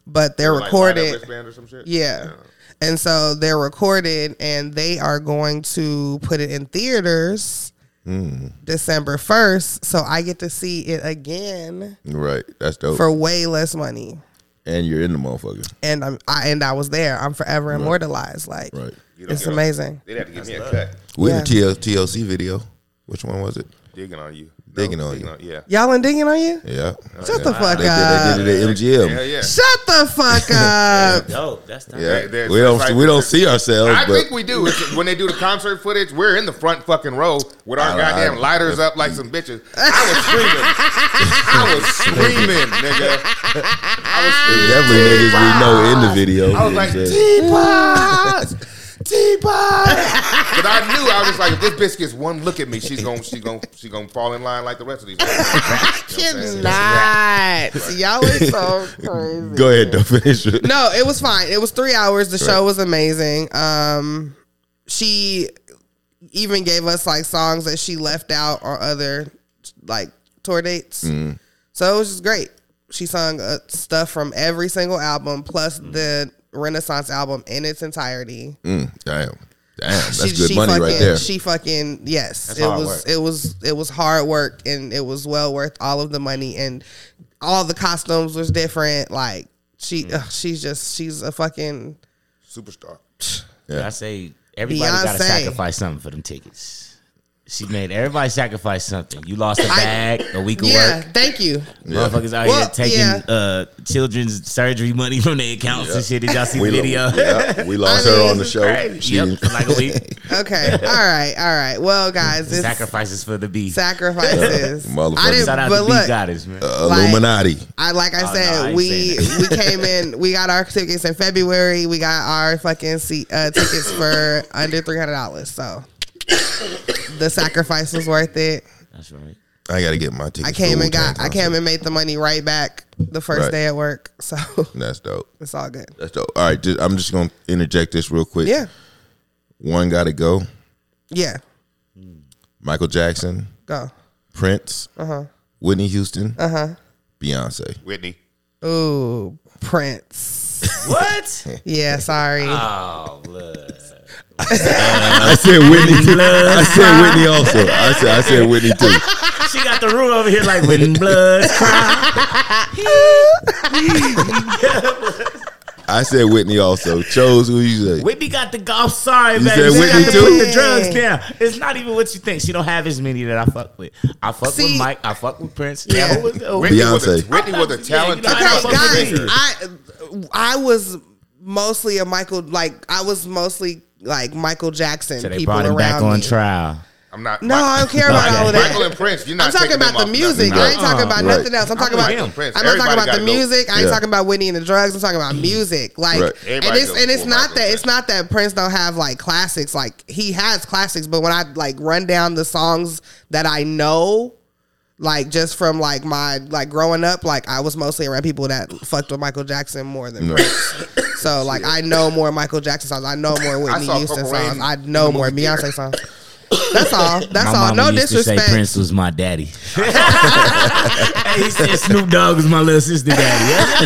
S2: but they're
S3: Like, buy that
S2: recorded.
S3: wristband or some shit?
S2: Yeah. And so they're recorded and they are going to put it in theaters December 1st. So I get to see it again
S6: Right. That's dope.
S2: for way less money.
S6: and you're in the motherfucker.
S2: And I'm, I and I was there. I'm forever immortalized. Like
S6: Right.
S3: You don't
S2: it's
S3: get a-
S2: amazing.
S3: They'd have to give me a cut.
S6: We had
S2: Yeah.
S6: a TL TLC video. Which one was it?
S3: Digging on you. No,
S6: Digging on you.
S3: yeah.
S2: Y'all ain't digging on you?
S6: Yeah.
S2: Shut the fuck
S6: They did,
S2: up.
S6: they did it
S2: Um,
S6: at MGM.
S3: Yeah, yeah.
S2: Shut the fuck up.
S5: Dope. That's dope.
S6: Yeah.
S3: They- they-
S6: we
S3: it's
S6: don't
S3: like-
S6: we don't see ourselves,
S3: I
S6: but
S3: think we do. It's, when they do the concert footage, we're in the front fucking row with our
S6: I-
S3: goddamn
S6: I-
S3: lighters up like some
S2: (laughs)
S3: bitches. I was screaming. I was screaming, nigga.
S6: definitely niggas we know in the video.
S3: I was like, But I knew I was like, if this bitch gets one look at me, she's gonna she gonna she gonna fall in line like the rest of these. I
S2: Cannot. (laughs) Y'all are so crazy.
S6: Go ahead, don't finish it.
S2: No, it was fine. It was three hours. The show was amazing. Um, she even gave us like songs that she left out or other like tour dates. So it was just great. She sung uh, stuff from every single album plus the Renaissance album in its entirety.
S6: Mm, damn. Damn. That's
S2: she,
S6: good
S2: she
S6: money
S2: fucking,
S6: right there.
S2: She fucking yes. it
S3: hard
S2: was
S3: work.
S2: it was it was hard work and it was well worth all of the money and all the costumes was different. Like she
S5: Mm.
S2: ugh, she's just she's a fucking
S3: Superstar.
S5: I say everybody got to
S2: Beyonce.
S5: sacrifice something for them tickets. She made everybody sacrifice something. You lost a bag, a week of
S2: yeah.
S5: work.
S2: Thank you.
S5: Motherfuckers out
S2: Well,
S5: here taking
S2: yeah.
S5: uh, children's surgery money from their accounts and shit. Did y'all see the
S6: lo-
S5: video?
S2: (laughs)
S6: yeah, we lost
S2: I
S6: her
S2: mean,
S6: on the show.
S5: Right.
S6: She
S5: Yep, for like a week.
S6: (laughs)
S2: Okay. all right. All right. Well, guys, it's
S5: Sacrifices for the bee.
S6: (laughs)
S2: sacrifices.
S6: Motherfucker.
S2: I didn't.
S5: Shout out
S2: But
S5: to bee
S2: look,
S5: goddess, man.
S2: Like-
S6: Illuminati.
S2: I like I
S5: Oh,
S2: said,
S5: no, I ain't
S2: we
S5: saying
S2: (laughs) we came in, we got our tickets in February. We got our fucking seat, uh, tickets for under three hundred dollars. So the sacrifice was worth it.
S5: That's right.
S6: I gotta get my ticket.
S2: I came and got, I came and made the money right back the first
S6: Right.
S2: day at work. (laughs) So
S6: That's dope.
S2: it's all good.
S6: That's dope. All right, just, I'm just gonna interject this real quick.
S2: Yeah,
S6: one gotta go.
S2: yeah.
S6: Michael Jackson,
S2: Go.
S6: Prince,
S2: Uh-huh.
S6: Whitney Houston, Beyonce.
S3: Whitney.
S2: Ooh, Prince.
S5: (laughs) What?
S2: Yeah, sorry.
S5: Oh, look.
S6: I said Whitney too. I said Whitney also. I said I said Whitney too.
S5: She got the room over here like when
S2: (laughs)
S5: blood cry.
S6: I said Whitney also. Chose who you say.
S5: Whitney got the golf. Sorry,
S6: You
S5: baby.
S6: said
S5: She
S6: Whitney
S5: got to
S6: too?
S5: put the drugs down. It's not even what you think. She don't have as many that I fuck with. I fuck
S2: See-
S5: with Mike. I fuck with Prince.
S2: Yeah.
S5: Yeah. who was- oh,
S3: Whitney was a,
S6: Beyonce.
S3: Whitney was a
S5: Yeah, you know,
S3: talented.
S5: I
S2: Okay,
S5: know
S3: fucking
S2: guys,
S3: singer.
S2: I I was mostly a Michael like I was mostly like Michael Jackson
S5: So they
S2: people
S5: brought him
S2: around
S5: back on
S2: me.
S5: trial.
S3: I'm not.
S2: No, I don't care about
S5: Okay.
S2: all of that.
S3: Michael and Prince. You're not.
S2: I'm talking
S3: taking
S2: about
S3: them off
S2: the music.
S3: nothing.
S2: I ain't talking about
S6: Right.
S2: nothing else. I'm talking
S5: Right.
S2: about.
S5: Damn,
S3: Prince.
S2: I'm not talking
S3: Everybody
S2: about the
S3: gotta go.
S2: music. I ain't
S6: Yeah.
S2: talking about Whitney and the drugs. I'm talking about
S5: Mm-hmm.
S2: music. Like,
S6: Right.
S2: and
S3: Everybody
S2: it's
S3: goes
S2: and it's
S3: full
S2: not
S3: Michael
S2: that it's
S3: Jackson.
S2: not that Prince don't have like classics. Like he has classics, but when I like run down the songs that I know. Like just from like my like growing up, like I was mostly around people that fucked with Michael Jackson more than
S6: No.
S2: Prince. So like I know more Michael Jackson songs, I know more Whitney
S3: saw
S2: Houston
S3: Purple Rain
S2: songs, I
S3: in the
S2: know more
S3: movie theater.
S2: Beyonce songs. That's all. That's
S5: My
S2: all.
S5: mama
S2: No
S5: used
S2: disrespect.
S5: to say Prince was my daddy. (laughs) he said Snoop Dogg was my little sister daddy.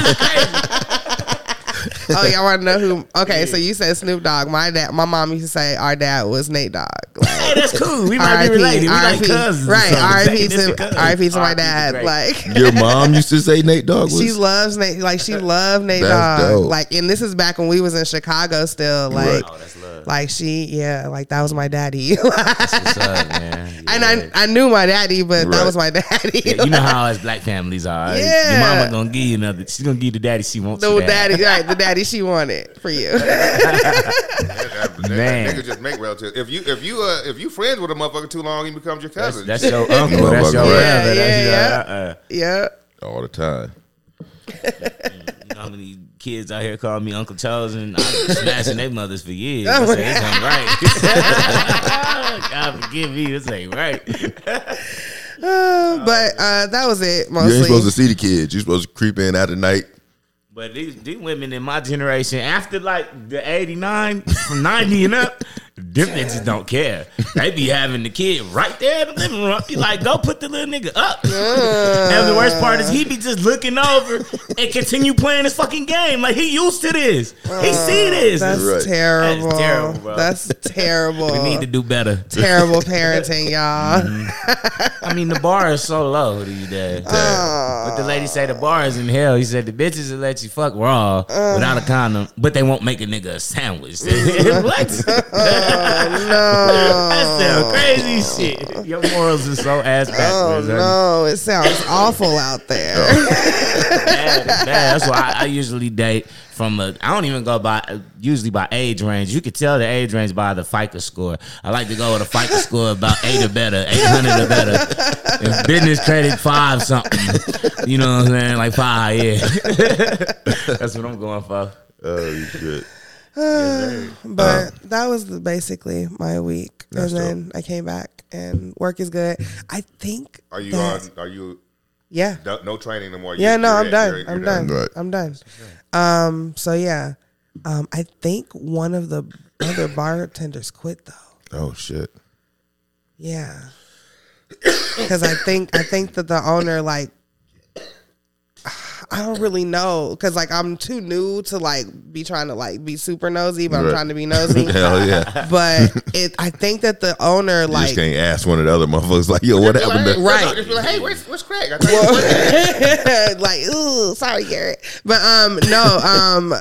S2: Oh, y'all want to know who? Okay, so you said Snoop Dogg. My dad, my mom used to say our dad was Nate Dogg. Like,
S5: hey, that's cool. We might be
S2: R.I.P.
S5: related. We like
S2: R.P.
S5: cousins. or something.
S2: Right, R.I.P.
S5: It's the
S2: to
S5: cousins.
S2: R.I.P. to my
S5: R.I.P.
S2: dad.
S5: great.
S2: Like
S5: (laughs)
S2: (laughs)
S6: Your mom used to say Nate Dogg was
S2: she loves Nate. Like she loved Nate
S6: That's
S2: Dogg.
S6: dope.
S2: Like, and this is back when we was in Chicago still. Like,
S5: Oh, that's love.
S2: like she, yeah, like that was my daddy. (laughs)
S5: What's up, man?
S2: and
S5: Yeah.
S2: (laughs) I, I knew my daddy, but that
S6: Right.
S2: was my daddy.
S5: Yeah, you know how us black families are. right?
S2: Yeah.
S5: Your mama gonna give you another. She's gonna give you the daddy she wants.
S2: (laughs) the
S5: you to have.
S2: daddy, right? The daddy she wanted for you. (laughs)
S3: That- that-
S5: Man.
S3: Nigga just make relatives. If you if you uh, if you friends with a motherfucker too long, he becomes your
S5: That's,
S3: cousin.
S5: that's
S2: (laughs)
S5: your uncle. that's your
S6: Yeah,
S5: brother.
S2: yeah,
S5: that's your, uh, uh,
S6: (laughs)
S2: yeah.
S6: all the time.
S5: you know how many kids out here call me Uncle Charles and I'm smashing their mothers for
S2: (laughs)
S5: years.
S2: Oh
S5: I
S2: my
S5: say, this ain't right. (laughs) God forgive me. This ain't right.
S2: Uh, but uh, that was it
S6: You ain't
S2: mostly.
S6: supposed to see the kids. You're supposed to creep in out at night.
S5: But these, these women in my generation, after like the 89, from 90 and up, them niggas don't care. They be having the kid right there in the living room. Be like, go put the little nigga up. and the worst part is he be just looking over and continue playing his fucking game. Like he used to this. He see this.
S2: That's
S6: Right.
S2: terrible.
S5: That is terrible, bro.
S2: That's terrible.
S5: we need to do better.
S2: terrible parenting, y'all.
S5: I mean, the bar is so low these days. But the lady say the bar is in hell. He said the bitches will let you fuck raw without a condom, but they won't make a nigga a sandwich. (laughs) what?
S2: (laughs)
S5: (laughs) That's some crazy shit. Your morals are so ass
S2: Oh
S5: backwards. honey.
S2: no, it sounds awful out there.
S5: Bad, bad. That's why I, I usually date from a. I don't even go by usually by age range. You could tell the age range by the FICA score. I like to go with a FICA score about eight or better, eight hundred or better. And business credit five something. You know what I'm saying? Like five, yeah. (laughs) That's what I'm going for.
S6: Oh shit.
S2: (laughs) But that was the, basically my week, and then I came back and work is good. I think.
S3: Are you
S2: that-
S3: on? Are you
S2: Yeah.
S3: do- no training no more? You-
S2: Yeah, no,
S3: you're
S2: I'm
S3: at-
S2: done.
S3: you're-
S2: I'm
S3: you're
S2: done.
S6: Right.
S2: I'm done. Um, so yeah. Um, I think one of the other bartenders quit though.
S6: Oh shit. (laughs)
S2: Yeah. Cause I think I think that the owner like I don't really know. Cause like I'm too new to like be trying to like be super nosy, but I'm
S6: Right.
S2: trying to be
S6: (laughs)
S2: nosy.
S6: Hell yeah.
S2: but it I think that the owner
S6: You just
S2: like
S6: can't ask one of the other motherfuckers like, yo, what happened to
S2: Right.
S3: Just be like, hey, where's, where's Craig? I thought you were-
S2: (laughs) like, ooh, sorry, Garrett. But um, no, um,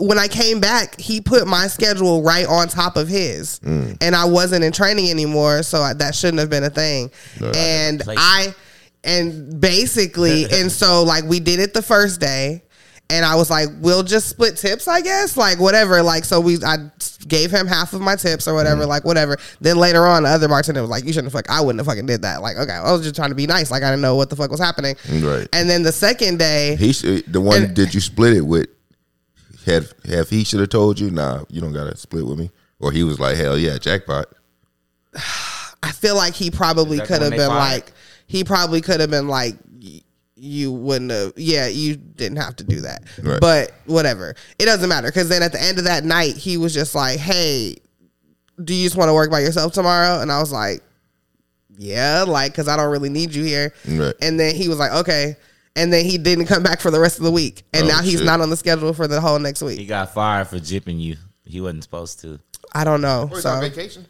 S2: when I came back, he put my schedule right on top of his, and I wasn't in training anymore, so I, that shouldn't have been a thing. And I, and basically, and so like we did it the first day. And I was like, we'll just split tips, I guess, like whatever. Like, so we, I gave him half of my tips or whatever, like whatever. Then later on, the other bartender was like, you shouldn't have fuck, I wouldn't have fucking did that. Like, okay, I was just trying to be nice. Like, I didn't know what the fuck was happening.
S6: Right.
S2: And then the second day,
S6: He should, the one
S2: And-
S6: that you split it with. Have have he should have told you, nah, you don't gotta split with me. Or he was like, hell yeah, jackpot.
S2: I feel like he probably
S5: Is that
S2: could
S5: the
S2: have
S5: one they
S2: been
S5: fired?
S2: like, he probably could have been like, y- you wouldn't have, yeah, you didn't have to do that.
S6: Right.
S2: But whatever. It doesn't matter. Cause then at the end of that night, he was just like, hey, do you just want to work by yourself tomorrow? And I was like, yeah, like, cause I don't really need you here.
S6: Right.
S2: And then he was like, okay. And then he didn't come back for the rest of the week. And
S6: Oh,
S2: now he's
S6: shit.
S2: not on the schedule for the whole next
S5: He
S2: week.
S5: got fired for jipping you. He wasn't supposed to.
S2: I don't know.
S3: Or he's on
S2: So,
S3: vacation.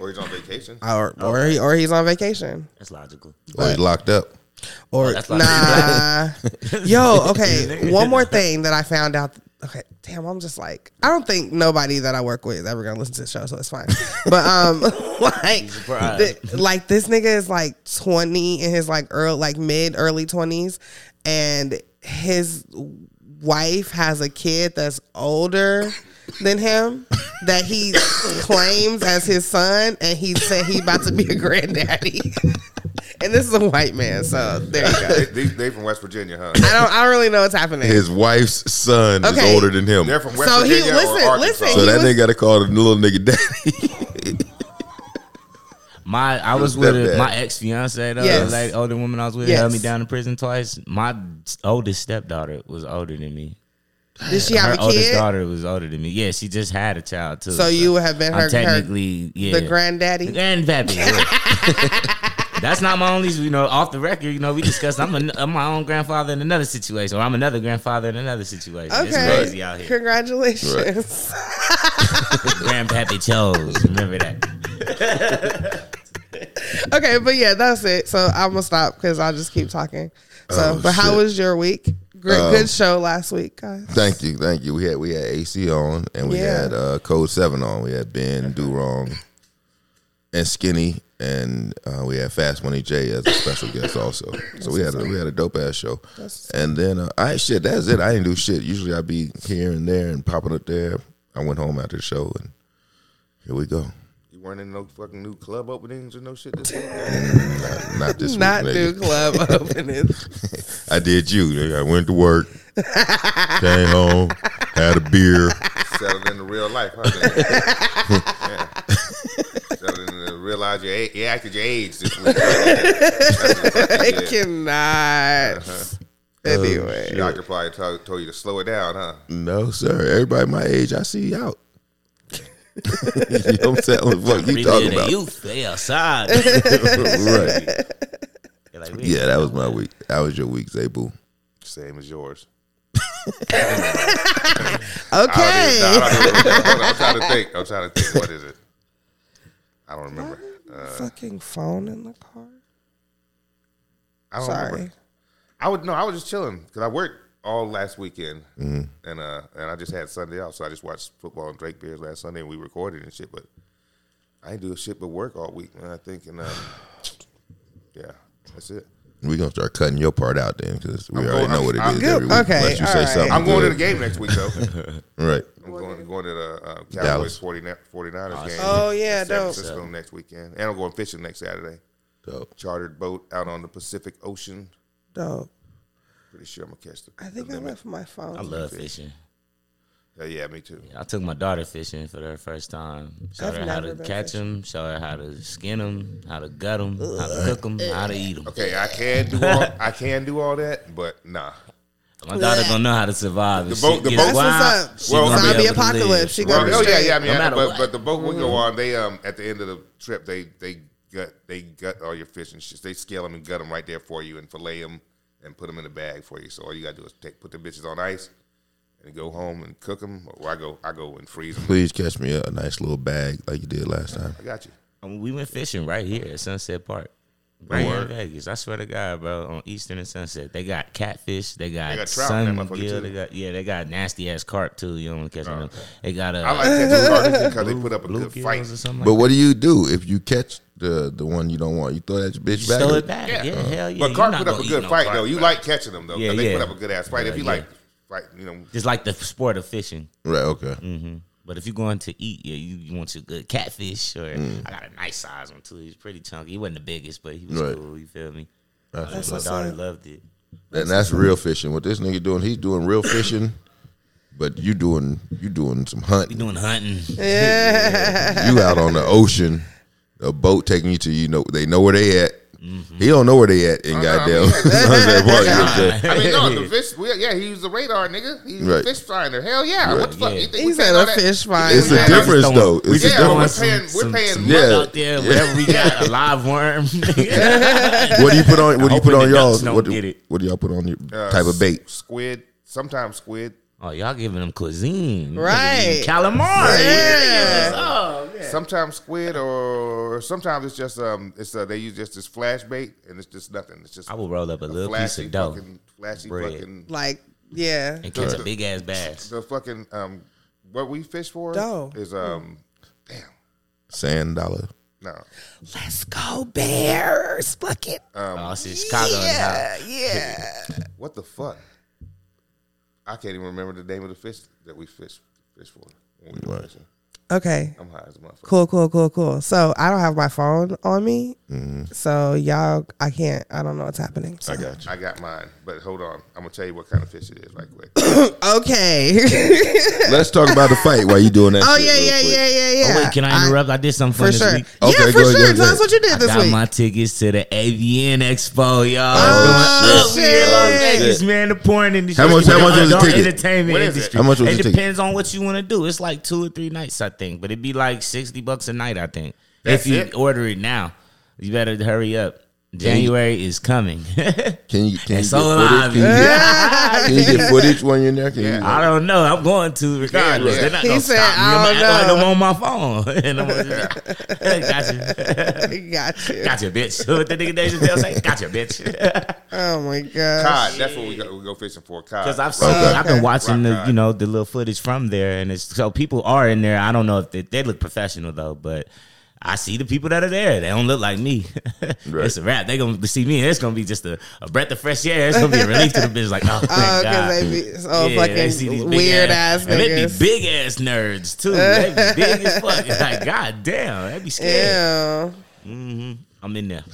S3: Or he's on vacation.
S2: or, or, he, or he's on vacation.
S5: That's logical.
S6: Or he's locked up.
S2: Or
S5: that's like-
S2: nah. (laughs) Yo, okay. One more thing that I found out. Okay, damn, I'm just like I don't think nobody that I work with is ever gonna listen to the show, so it's fine. But (laughs) um, like, (laughs)
S5: surprised.
S2: th- like this nigga is like 20 in his like early, like mid early 20s, and his wife has a kid that's older than him that (laughs) he claims as his son, and he said he about to be a granddaddy. (laughs) and this is a white man, so there you go.
S3: They, they, they from West Virginia, huh?
S2: I don't. I don't really know what's happening.
S6: His wife's son
S2: Okay.
S6: is older than him.
S3: They're from West
S2: So he-
S3: Virginia
S2: listen,
S3: or Arkansas.
S2: listen,
S6: so
S2: he
S6: that
S2: was-
S6: nigga gotta call the little nigga daddy.
S5: My I was
S6: was
S5: with
S6: that
S5: a,
S6: bad.
S5: my ex fiance though,
S2: Yes.
S5: the like older woman I was with,
S2: Yes.
S5: held me down in prison twice. My oldest stepdaughter was older than me.
S2: Did she have
S5: Her
S2: a
S5: oldest
S2: kid?
S5: daughter was older than me. Yeah, she just had a child too.
S2: So you would have been
S5: I'm
S2: her, her
S5: technically yeah
S2: the granddaddy.
S5: grandpappy.
S2: (laughs)
S5: yeah. That's not my only, you know, off the record. You know, we discussed. I'm, a, I'm my own grandfather in another situation, or I'm another grandfather in another situation. It's crazy out
S2: Okay,
S5: here.
S2: congratulations.
S5: Grandpappy chose. Remember that.
S2: okay, but yeah, that's it. So I'm gonna stop because I'll just keep talking. So,
S6: Oh,
S2: but how
S6: shit.
S2: was your week? Great,
S6: Um,
S2: good show last week, guys.
S6: thank you, thank you. We had we had AC on and we
S2: Yeah.
S6: had uh, Code Seven on. We had Ben Durong and Skinny and uh, we had Fast Money J as a special guest also. So we had a, we had a dope ass show. And then uh, I shit that's it. I didn't do shit. Usually I be here and there and popping up there. I went home after the show and here we go.
S3: You weren't in no fucking new club openings or no shit this week.
S6: (laughs) Not, not this week,
S2: Not
S6: nigga.
S2: new club opening.
S6: I did you. nigga. I went
S2: (laughs)
S6: to work, came home, had a beer.
S3: Settled into real life, huh? man? yeah.
S2: (laughs)
S3: Settled into realize your age. You acted your age this week.
S2: I cannot. Anyway.
S3: Doctor probably told, told you to slow it down, huh?
S6: Oh, No, sir. Everybody my age, I see you out. (laughs) you know what I'm telling fuck you talking about.
S5: youth, they outside. (laughs)
S2: (laughs)
S6: (laughs) right.
S5: They're like, we
S6: Yeah, that was my week. That was your week, Zabu.
S3: Same as yours. I
S2: okay.
S3: don't even- hold on, I'm trying to think. I'm trying to think. What is it? I don't remember. Uh,
S2: Fucking phone in the car.
S3: I don't
S2: Sorry.
S3: remember. I would no. I was just chilling because I worked all last weekend,
S2: Mm-hmm.
S3: and uh, and I just had Sunday off, so I just watched football and Drake beers last Sunday, and we recorded and shit. But I ain't do shit but work all week, man. I think, and um, yeah, that's it.
S6: We're gonna start cutting your part out then, because we already
S3: going-
S6: know
S3: I'm-
S6: what it
S3: I'm
S6: is
S2: good.
S6: every week.
S2: Okay,
S6: unless you
S2: all
S6: say
S2: right.
S6: something.
S3: I'm going to the
S6: good.
S3: game next week
S2: (laughs)
S3: though.
S6: Right.
S3: I'm going, going to the uh,
S6: Dallas.
S3: Cowboys 49 49ers game.
S2: Oh, yeah,
S3: in San
S2: dope.
S3: Francisco next weekend, and I'm going fishing next Saturday.
S6: So,
S3: Chartered boat out on the Pacific Ocean.
S2: Dope.
S3: Pretty sure I'm gonna catch the.
S2: I think
S3: the
S2: I
S3: limit.
S2: left my phone.
S5: I love fishing.
S3: Yeah, Oh, yeah, me too.
S5: I took my daughter fishing for the first time. Showed
S2: I've
S5: her how
S2: never
S5: to
S2: been
S5: catch them, showed her how to skin them, how to gut them, how to cook them, how to eat them.
S3: Okay, I can do all I can do all that, but nah.
S5: My daughter gonna know how to survive. If
S3: The boat-
S5: shit
S3: the
S5: gets
S3: boat-
S2: That's
S5: wild,
S2: what's up.
S5: she
S3: Well,
S5: gonna be
S2: Zombie
S5: able to live.
S2: apocalypse. She
S3: Well,
S2: gonna be
S3: oh yeah, yeah. I
S2: straight.
S3: mean,
S5: No
S3: I-
S5: matter
S3: but
S5: what.
S3: but the boat we go on, they um at the end of the trip, they they gut they gut all your fish and shit. They scale them and gut them right there for you and fillet them and put them in a bag for you. So all you gotta do is take put the bitches on ice and go home and cook them. Or I go I go and freeze them.
S6: please catch me a, a nice little bag like you did last time.
S3: I got you.
S5: I mean, we went fishing right here at Sunset Park. Right here in Vegas. I swear to God, bro, on Eastern and Sunset. They got catfish. They got,
S3: got trout in
S5: sun
S3: that motherfucker, too.
S5: gill. They got yeah, they got nasty ass carp too. You don't want to catch them. They got
S3: I
S5: uh,
S3: like that because they put up a good
S5: bluegills
S3: fight.
S5: or something
S6: But
S5: like
S6: what do you do if you catch the the one you don't want? You throw that
S5: that.
S6: bitch
S5: You
S6: back.
S5: stole it back.
S3: Yeah.
S5: Yeah, hell yeah.
S3: But
S5: you
S3: Carp
S5: not
S3: put up a
S5: gonna eat
S3: good
S5: no
S3: fight
S5: carp,
S3: though. You
S5: bro.
S3: like catching them though. 'cause
S5: Yeah,
S3: they
S5: yeah.
S3: put up a good ass fight. If you
S5: Yeah,
S3: like
S5: yeah.
S3: fight, you know,
S5: Just like the sport of fishing.
S6: Right. Okay.
S5: But if you're going to eat, yeah, you, you want your good catfish or
S6: Mm.
S5: I got a nice size one too. He's pretty chunky. He wasn't the biggest, but he was
S6: Right.
S5: cool. You feel me?
S6: That's
S5: My
S2: what's
S5: daughter
S2: up.
S5: loved it.
S6: And that's real fishing. What this nigga doing? He's doing real fishing, (coughs) but you doing you doing some
S5: We
S6: hunting.
S5: doing hunting.
S6: You out on the ocean, a boat taking you to you know they know where they at.
S5: Mm-hmm.
S6: He don't know where they at
S5: Uh-huh.
S6: in
S5: (laughs)
S6: goddamn. (laughs) Sunset Park, you know what I'm saying?
S3: I mean, no, the fish. We, yeah, he was a radar nigga. He was a
S6: Right.
S3: fish finder. Hell yeah! What the fuck?
S5: Yeah.
S3: You think we
S2: He
S3: paying
S2: said
S3: all
S2: a
S3: that-
S2: fish find.
S6: It's a
S3: Yeah.
S6: difference
S5: Throwing-
S6: though. It's
S3: Yeah,
S6: a
S3: but we're
S6: difference.
S3: paying. We're
S5: some-
S3: paying.
S5: some
S3: money.
S6: Yeah.
S5: out there, whatever we got,
S6: (laughs)
S5: a live worm. (laughs)
S6: What do you put on? What do you
S5: Hoping
S6: put on
S5: the
S6: y'all?
S5: ducks don't
S6: What, do-
S5: get it.
S6: what do y'all put on your
S3: Uh,
S6: type of bait?
S3: Squid. Sometimes squid.
S5: oh, y'all giving them cuisine,
S2: Right.
S5: Calamari.
S2: Yeah.
S3: Sometimes squid, or sometimes it's just um, it's uh, they use just this flash bait, and it's just nothing. It's just
S5: I will roll up a
S3: a
S5: little piece
S3: flashy
S5: of dough
S3: fucking flashy
S5: Bread.
S3: fucking
S2: Like, yeah.
S5: and catch a big ass bass.
S3: the fucking um, what we fish for
S2: Dough.
S3: is um, damn
S6: Sand dollar.
S3: no
S2: Let's go, Bears. Fuck it.
S5: oh, it's just Chicago.
S2: Yeah, yeah.
S3: what the fuck. I can't even remember the name of the fish that we fish fish for. When we were fishing.
S2: Okay.
S3: I'm high as a motherfucker.
S2: Cool, cool, cool, cool. So I don't have my phone on me.
S5: Mm-hmm.
S2: So y'all, I can't, I don't know what's happening. So.
S3: I got mine, but hold on. I'm gonna tell you what kind of fish it is, right
S2: (coughs)
S3: quick.
S5: (laughs)
S2: Okay.
S6: Let's talk about the fight while you doing that.
S2: (laughs) oh,
S6: shit
S2: yeah,
S6: real
S2: yeah,
S6: quick.
S2: yeah, yeah, yeah.
S5: Oh, wait, can I interrupt? I, did something fun
S2: for
S5: this
S2: sure.
S5: week.
S6: Okay,
S2: yeah, for
S6: go ahead,
S2: sure.
S6: go ahead,
S2: Tell
S6: go
S2: us what you did
S5: I
S2: this
S5: got
S2: week. (laughs)
S5: my tickets to the AVN Expo, y'all.
S2: Oh,
S5: Oh,
S2: shit.
S5: Vegas, man. The porn industry.
S6: How much- how much was the
S5: Adult
S6: ticket?
S5: Entertainment
S3: What is it?
S5: industry.
S6: How much was
S5: it
S6: the ticket?
S5: depends on what you want to do. It's like two or three nights, I think, but it'd be like sixty bucks a night, I think,
S3: That's
S5: if you
S3: it?
S5: order it now. You better hurry up. January is coming. (laughs)
S6: Can you can you, get
S5: It's all
S6: footage?
S5: live.
S6: Can, you get, can you
S5: (laughs)
S6: get footage when you're in there? Can you,
S5: I don't know. I'm going to regardless.
S3: yeah.
S5: They're not
S2: He
S5: gonna
S2: said,
S5: stop me.
S2: "I
S5: I'm
S2: don't
S5: acting like
S2: know."
S5: I'm on my phone. (laughs) and I'm gonna- gotcha.
S2: (laughs)
S5: (laughs)
S2: Got you.
S5: Gotcha, bitch. What the nigga Deja Dale say? Gotcha, bitch. (laughs)
S2: Oh my god.
S3: Cod. That's what we go, we go fishing for. Cod.
S5: Because I've seen, I've been watching the,
S3: Rock
S5: you know, the little footage from there, and it's so people are in there. I don't know if they, they look professional though, but I see the people that are there. They don't look like me. (laughs) It's a wrap. They gonna see me, and it's gonna be just a, a breath of fresh air. It's gonna be a relief to the bitch. Like, oh, thank
S2: (laughs)
S5: God.
S2: Oh, because they be so
S5: they see these
S2: fucking
S5: big
S2: weird ass,
S5: and they be
S2: niggas.
S5: big ass nerds too. They
S2: (laughs)
S5: be big as fuck. Like, god damn, they be scared.
S2: Ew.
S5: I'm in there.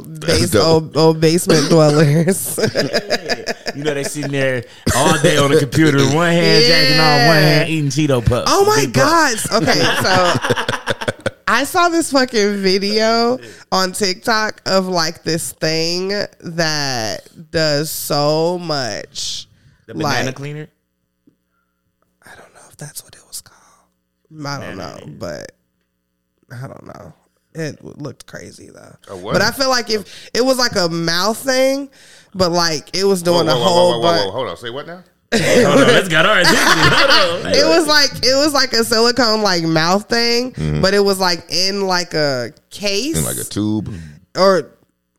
S5: (laughs)
S2: base,
S6: dope.
S2: old, old basement dwellers.
S5: You know, they sitting there all day on the computer, one hand jacking off, one hand eating Cheeto puffs.
S2: oh my
S5: Big puffs. (laughs)
S2: god. Okay, so I I saw this fucking video on TikTok of like this thing that does so much.
S5: The banana
S2: Like-
S5: cleaner.
S2: I don't know if that's what it was called. I don't know, but I don't know. It w- looked crazy though.
S3: Oh, what?
S2: but I feel like if it was like a mouth thing, but like it was doing a whole bunch.
S3: Hold on. Say what now?
S5: Hold on, let's get our attention.
S2: (laughs)
S5: Hold on.
S2: It was like it was like a silicone like mouth thing,
S3: Mm-hmm.
S2: but it was like in like a case
S6: like a tube.
S2: or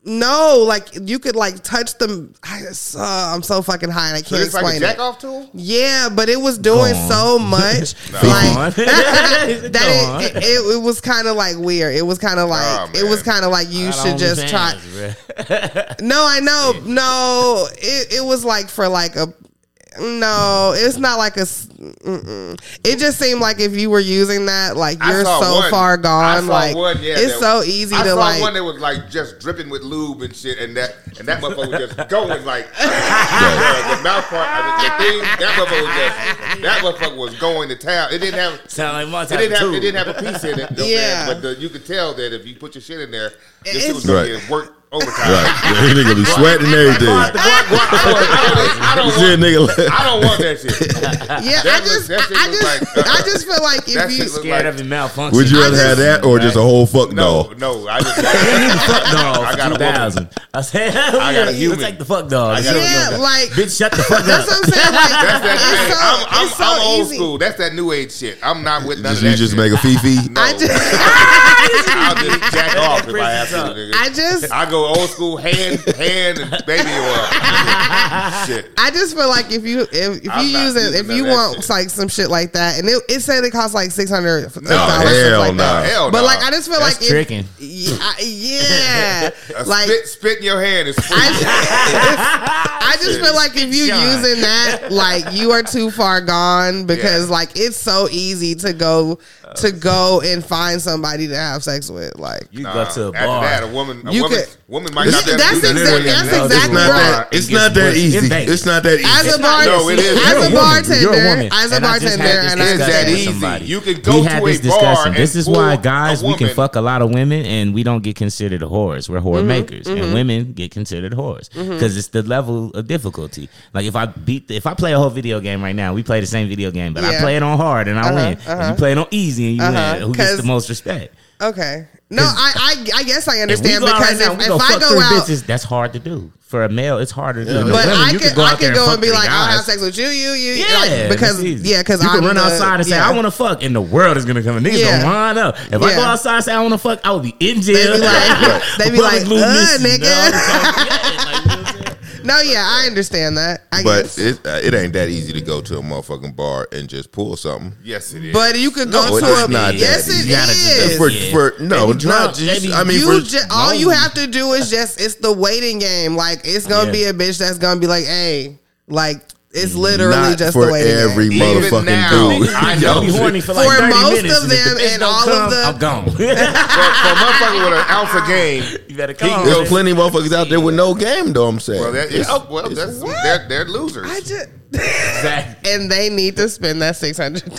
S2: no, like you could like touch them. I just, uh, I'm so fucking high and I
S3: So
S2: can't
S3: it's like a
S2: explain
S3: jack
S2: it.
S3: off tool.
S2: Yeah, but it was doing so much
S3: (laughs)
S2: like that. It, it, it, it was kind of like weird. It was kind of like
S3: Oh,
S2: it was
S3: man.
S2: kind of like you should just try. No, I know. No, it, it was like for like a. No, it's not like a. s- Mm-mm. It just seemed like if you were using that, like
S3: I
S2: you're
S3: saw
S2: so
S3: one.
S2: far
S3: I
S2: gone.
S3: saw
S2: Like
S3: one, yeah,
S2: it's
S3: that-
S2: so easy
S3: I
S2: to
S3: saw
S2: like.
S3: one that was like just dripping with lube and shit, and that and that motherfucker was
S2: (laughs)
S3: just going like (laughs) the, the mouth part. I mean, the thing, that motherfucker was just that motherfucker was going to town. It didn't have.
S5: Sound like my
S3: It
S5: type
S3: didn't have.
S5: too.
S3: It didn't have a piece in it. you know what I'm saying?
S2: Yeah.
S3: But the, you could tell that if you put your shit in there, this
S2: It's-
S3: shit was gonna
S6: Right.
S3: get work overtime.
S6: Right. (laughs) Yeah, he nigga be sweating and everything.
S2: (laughs)
S3: I don't, I
S6: You
S3: don't,
S6: see a
S3: want,
S6: nigga
S3: I don't want that shit.
S2: yeah, I
S3: That was-
S2: just,
S3: that shit
S2: I
S3: was
S2: just,
S3: like- uh,
S2: I just feel like
S3: That
S2: if
S3: shit
S2: you,
S3: looked
S5: scared
S3: like-
S5: of it malfunction.
S6: Would you rather
S2: just-
S6: have
S5: (laughs)
S6: that or just a whole fuck
S3: No,
S6: doll?
S3: no. I just like,
S5: fuck
S3: I
S5: dog? I
S3: got a
S5: got
S3: woman.
S5: 2000. I said,
S3: got
S5: I
S3: a
S5: got
S3: human.
S5: Let's take the fuck dog.
S3: I got a
S2: yeah, like
S5: Bitch, shut the fuck up.
S2: that's what I'm saying. Like
S3: that's
S2: (laughs)
S3: that thing. I'm, I'm,
S2: it's so,
S3: I'm old
S2: it's so easy.
S3: school. That's that new age shit. I'm not with none
S6: Just,
S3: of that.
S6: you just
S3: shit.
S6: make a fifi.
S3: No.
S2: I just,
S3: (laughs) I'll just
S2: (laughs)
S3: jack off if I have to.
S5: Princess
S3: Nigga.
S2: I just,
S3: I go old school hand, hand, and baby
S2: (laughs)
S3: oil. Shit.
S2: I just feel like if you if, if
S3: I'm
S2: you
S3: not
S2: use it,
S3: using
S2: if you
S3: none of that
S2: want
S3: shit.
S2: like some shit like that, and it, it said it costs like six hundred uh, dollars.
S6: hell
S2: like
S6: nah.
S2: that.
S3: Hell
S2: But
S3: Oh, nah.
S2: like I just feel
S5: That's
S2: like
S5: tricking.
S2: It, yeah,
S3: (laughs)
S2: I-
S3: A
S2: yeah. like
S3: spit, spit in your hand is free.
S2: (laughs) I just feel like if you
S5: John.
S2: using that, like you are too far gone because
S3: Yeah. Oh,
S2: like it's so easy to go to go and find somebody to have sex with. Like
S5: You
S3: Nah,
S5: go to a
S3: after that, a
S5: bar.
S3: woman, a
S2: You
S3: woman,
S2: could-
S3: woman might
S2: This-
S3: not be able to
S2: that's
S3: do that.
S2: exactly- that's
S3: No,
S2: exactly
S6: It's not
S2: right.
S6: that. It's not that easy. It's not that easy.
S2: as a bar,
S3: No, it is.
S2: as a
S5: You're a woman. You're a
S2: bartender,
S5: woman.
S2: as a
S5: And I just
S2: bartender,
S5: had this
S2: and
S3: It's
S5: discussion.
S3: that
S5: Discuss it with
S3: easy.
S5: somebody.
S3: You can go
S5: we
S3: to
S5: had
S3: a
S5: this
S3: bar.
S5: discussion. This
S3: and
S5: is why,
S3: pull
S5: guys,
S3: a
S5: we can
S3: woman.
S5: fuck a lot of women and we don't get considered whores. We're
S2: Mm-hmm,
S5: whore makers, and women get considered whores because it's the level of difficulty. Like if I beat, the, if I play a whole video game right now, we play the same video game, but I
S2: Yeah.
S5: play it on hard and I
S2: Uh-huh,
S5: win. And
S2: uh-huh.
S5: you play it on easy and you
S2: Uh-huh,
S5: win. Who gets
S2: 'cause-
S5: the most respect?
S2: Okay. No, I, I I guess I
S5: If we
S2: understand
S5: go out
S2: because
S5: right now,
S2: if,
S5: we
S2: if
S5: go
S2: I
S5: fuck
S2: go
S5: three
S2: out,
S5: bitches, that's hard to do for a male. It's hard to do.
S2: but
S5: women,
S2: I
S5: you
S2: could
S5: go
S2: I
S5: out there and
S2: could go
S5: fuck
S2: and be
S5: three
S2: like, "Oh, I'll
S5: guys.
S2: have sex with you, you, you,
S5: Yeah,
S2: like, because
S5: that's easy.
S2: yeah, because
S5: you
S2: I
S5: can run outside and say I want to fuck, and the world is gonna come and niggas
S2: Yeah.
S5: gonna line up. If I
S2: Yeah.
S5: go outside and say I want to fuck, I will be in
S2: They
S5: (laughs) jail.
S2: be like, (laughs) they be
S5: Public
S2: like,
S5: lewd
S2: uh, (laughs)
S5: missing, dog.
S2: nigga. No, yeah, I understand that. I
S6: But
S2: guess.
S6: it uh, it ain't that easy to go to a motherfucking bar and just pull something.
S3: Yes, it is.
S2: But you could go
S6: No,
S2: to
S6: it's
S2: a
S6: not that
S2: yes,
S6: easy.
S2: it
S5: You gotta just-
S2: is.
S6: For,
S5: Yeah.
S6: for no,
S5: They be
S6: not
S5: drunk.
S6: just.
S5: They be-
S6: I mean,
S2: you
S6: for,
S2: ju- all you have to do is just it's the waiting game. Like it's gonna
S5: Yeah.
S2: be a bitch that's gonna be like, hey, like it's literally
S6: not
S2: just
S6: for
S2: the waiting
S6: every
S2: game.
S3: Even
S6: motherfucking
S3: now,
S6: dude.
S5: (laughs)
S3: I know.
S5: Be
S3: (laughs)
S5: horny for like
S2: For
S5: 30
S2: most
S5: minutes,
S2: of
S5: and if
S2: them
S5: the bitch
S2: and
S5: don't
S2: all of
S5: come,
S2: the-
S5: I'm
S2: (laughs)
S5: gone.
S3: for,
S5: (laughs)
S3: for a motherfucker with an ounce of game,
S5: you (laughs) better come.
S6: There's plenty of motherfuckers out there with no game, though. I'm saying.
S3: well, that,
S6: It's-
S3: oh, well
S6: it's-
S3: that's,
S2: What?
S3: they're, they're losers.
S2: I just
S5: Exactly.
S2: and they need to spend that six hundred dollars.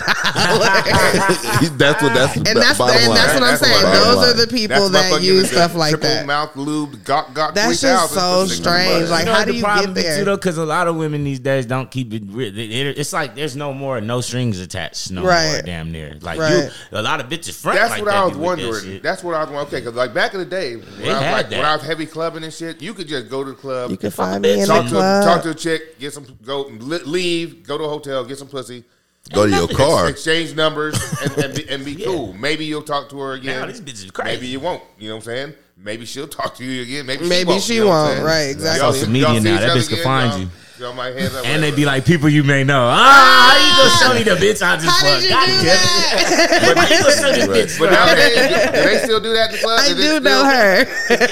S2: (laughs)
S6: (laughs) that's what that's.
S2: And that's,
S6: bottom
S2: and
S6: line.
S2: that's what I'm
S3: That's
S2: saying.
S3: bottom
S2: Those
S6: line.
S2: are the people
S3: That's
S2: that
S3: motherfucking
S2: use
S3: the
S2: stuff like
S3: triple
S2: that.
S3: mouth lube, got got.
S2: That's
S3: 3000
S2: just so
S3: for six
S2: strange.
S3: bucks.
S2: Like,
S5: You know
S2: how
S5: what
S2: do
S5: the
S2: you
S5: problem
S2: get
S5: be,
S2: there?
S5: too, though, because a lot of women these days don't keep it. real. They- they- It's like there's no more no strings attached, no more
S2: Right.
S5: damn near. Like
S2: Right.
S5: you, a lot of bitches. front
S3: That's
S5: like
S3: what
S5: that
S3: I was
S5: be with that
S3: wondering.
S5: shit.
S3: That's what I was wondering. Okay, because like back in the day, when, I was,
S5: had
S3: like, when
S5: that.
S3: I was heavy clubbing and shit, you could just go to the club,
S2: You can find me in the
S3: talk to
S2: club.
S3: talk to a chick, get some go li- leave, go to a hotel, get some pussy,
S6: Go to
S2: (laughs)
S6: your car.
S3: exchange numbers, and, and be, and be cool. Maybe you'll talk to her again.
S5: Now this bitch is crazy.
S3: Maybe you won't. You know what I'm saying? Maybe she'll talk to you again. Maybe she
S2: Maybe
S3: won't.
S2: she
S3: you know what I'm
S2: won't.
S3: saying?
S2: Right, exactly.
S3: Y'all
S2: Social
S3: see-
S5: media
S3: y'all see
S5: now.
S3: each
S5: That
S3: other
S5: bitch can
S3: again,
S5: find
S3: y'all-
S5: you.
S3: y'all might have that
S5: And they
S3: whatever.
S5: be like, people you may know. Ah, how you gonna show me the bitch I just fucked?
S2: How did you do
S5: God damn it.
S2: that?
S5: (laughs) How you gonna show me the bitch?
S3: But nowadays, do they still do that in the club?
S2: (laughs) I
S3: Is it
S2: do
S3: still-
S2: know her.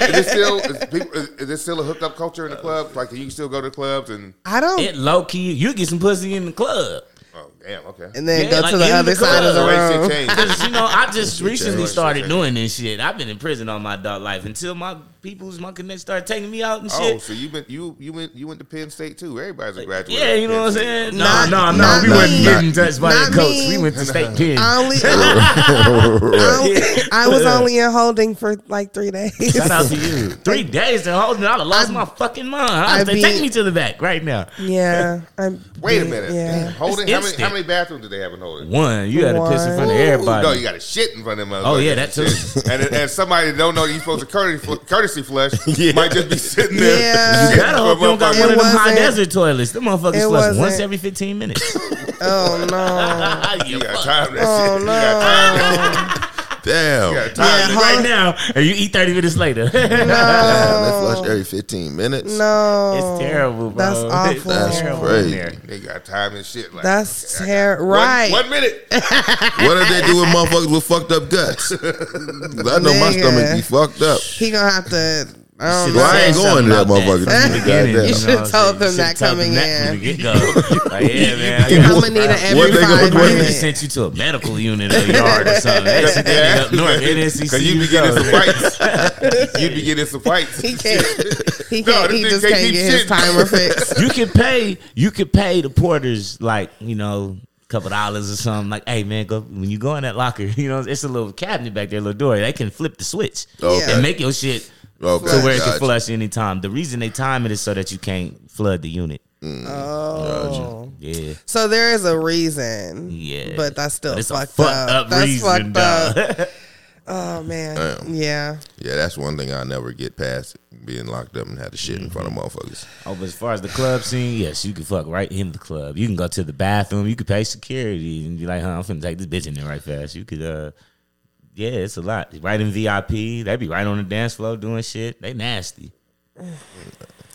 S3: Is it still is, people, is, is there still a hookup culture in the club? Like you can still go to clubs and
S2: I don't.
S5: It low key, you get some pussy in the club.
S3: oh Damn. Okay.
S2: and then
S5: Yeah,
S2: go
S5: like
S2: to the
S5: in the
S2: other side of the
S5: club. (laughs)
S2: room.
S3: Race
S2: (laughs)
S3: it changes.
S5: Cause you know, I just recently
S3: change.
S5: started doing this shit. I've been in prison all my adult life until my people's my connect started taking me out and
S3: Oh,
S5: shit.
S3: so you went you you went you went to Penn State too. Everybody's a graduate.
S5: yeah,
S3: of
S5: you know what I'm
S3: Penn State.
S5: saying?
S2: Not- not me.
S5: touched
S2: Not me. Um,
S5: went to state pen.
S2: I only, I, only- I was only in holding for like three days. (laughs)
S5: Shout out to you. Three days and holding, I'd have lost my fucking mind. I'd
S2: I
S5: say, take
S2: beat-
S5: me to the back right now.
S2: Yeah. I'm,
S3: Wait a minute.
S2: Yeah.
S3: Holding how many,
S5: It's
S3: how
S5: instant.
S3: many bathrooms do they have in Holding?
S5: One, you had to piss in front of
S2: One.
S3: Ooh,
S5: everybody.
S3: no, you got to shit in front of them.
S5: Oh, yeah,
S3: motherfuckers.
S5: that
S2: (laughs)
S5: too.
S3: and and somebody that don't know you're supposed to courtesy, courtesy
S5: (laughs)
S3: flush might just be sitting there.
S2: Yeah.
S3: shitting
S2: You
S5: Gotta
S3: for
S5: hope you don't got
S3: motherfuckers.
S5: one of them
S2: Uh, It
S5: high
S2: wasn't-
S5: desert toilets. Them
S2: It
S5: motherfuckers flush once
S2: wasn't-
S5: every 15
S2: (laughs)
S5: minutes.
S2: Oh
S3: (laughs)
S2: no.
S3: You
S5: You
S3: got
S5: fuck
S3: time for that
S2: Oh
S6: (laughs)
S3: shit. You got time. (laughs)
S2: no.
S6: Damn.
S3: You got time.
S2: Yeah,
S3: for that.
S5: right now, and you eat 30 minutes (laughs) later.
S6: Damn, they flush every 15 minutes.
S2: No.
S5: it's terrible, bro.
S2: That's
S5: It's
S2: awful.
S6: That's
S5: terrible.
S6: crazy.
S3: Yeah, they got time and shit. Like
S2: That's
S3: okay, I got
S2: terrible.
S3: one-
S2: Right.
S3: One
S5: (laughs)
S3: minute.
S6: What if they do with motherfuckers with fucked up guts? 'Cause I know my
S2: Nigga.
S6: stomach be fucked up.
S2: He gonna have to. I don't
S5: Should've
S2: know.
S6: Well, I ain't
S5: said
S6: going to that
S5: something about
S6: motherfucker.
S5: from the
S6: You
S5: beginning.
S6: goddamn. You
S2: should've
S5: know,
S2: told them
S5: should've
S2: that
S5: told
S2: coming
S5: that
S2: in. (laughs)
S5: from the get-go. Like, yeah, man. I
S2: I'm
S5: got-
S2: gonna need an
S6: What
S2: every five
S6: they gonna do?
S5: They would've
S2: minutes.
S5: sent you to a medical unit or yard or something. They sent that nigga up
S2: (laughs)
S5: north. E NCC.
S3: Because you be getting some fights.
S5: (laughs)
S3: you be getting some fights.
S2: He
S3: (laughs)
S2: can't. He
S3: No, this
S2: can't. he
S3: dude
S2: just
S3: can't
S2: can't
S3: keep
S2: get his
S3: shitting.
S2: timer fixed.
S3: (laughs)
S5: you could pay you could pay the porters like you know a couple dollars or something like hey man go when you go in that locker (laughs) you know it's a little cabinet back there little door they can flip the switch
S6: Okay.
S5: and make your shit
S6: Okay,
S5: to where it can
S6: gotcha.
S5: flush anytime the reason they time it is so that you can't flood the unit
S2: Oh.
S5: yeah
S2: So there is a reason.
S5: Yeah.
S2: But that's still
S5: But it's a
S2: fucked,
S5: fucked
S2: up.
S5: up,
S2: That's
S5: reason
S2: fucked up.
S5: dog. (laughs)
S2: Oh man. Yeah.
S6: Yeah, that's one thing I never get past being locked up and had to shit in front of motherfuckers.
S5: oh but as far as the club scene yes you can fuck right in the club you can go to the bathroom you could pay security and be like huh I'm finna take this bitch in there right fast you could uh yeah, it's a lot. Right in VIP, they be right on the dance floor doing shit. They nasty.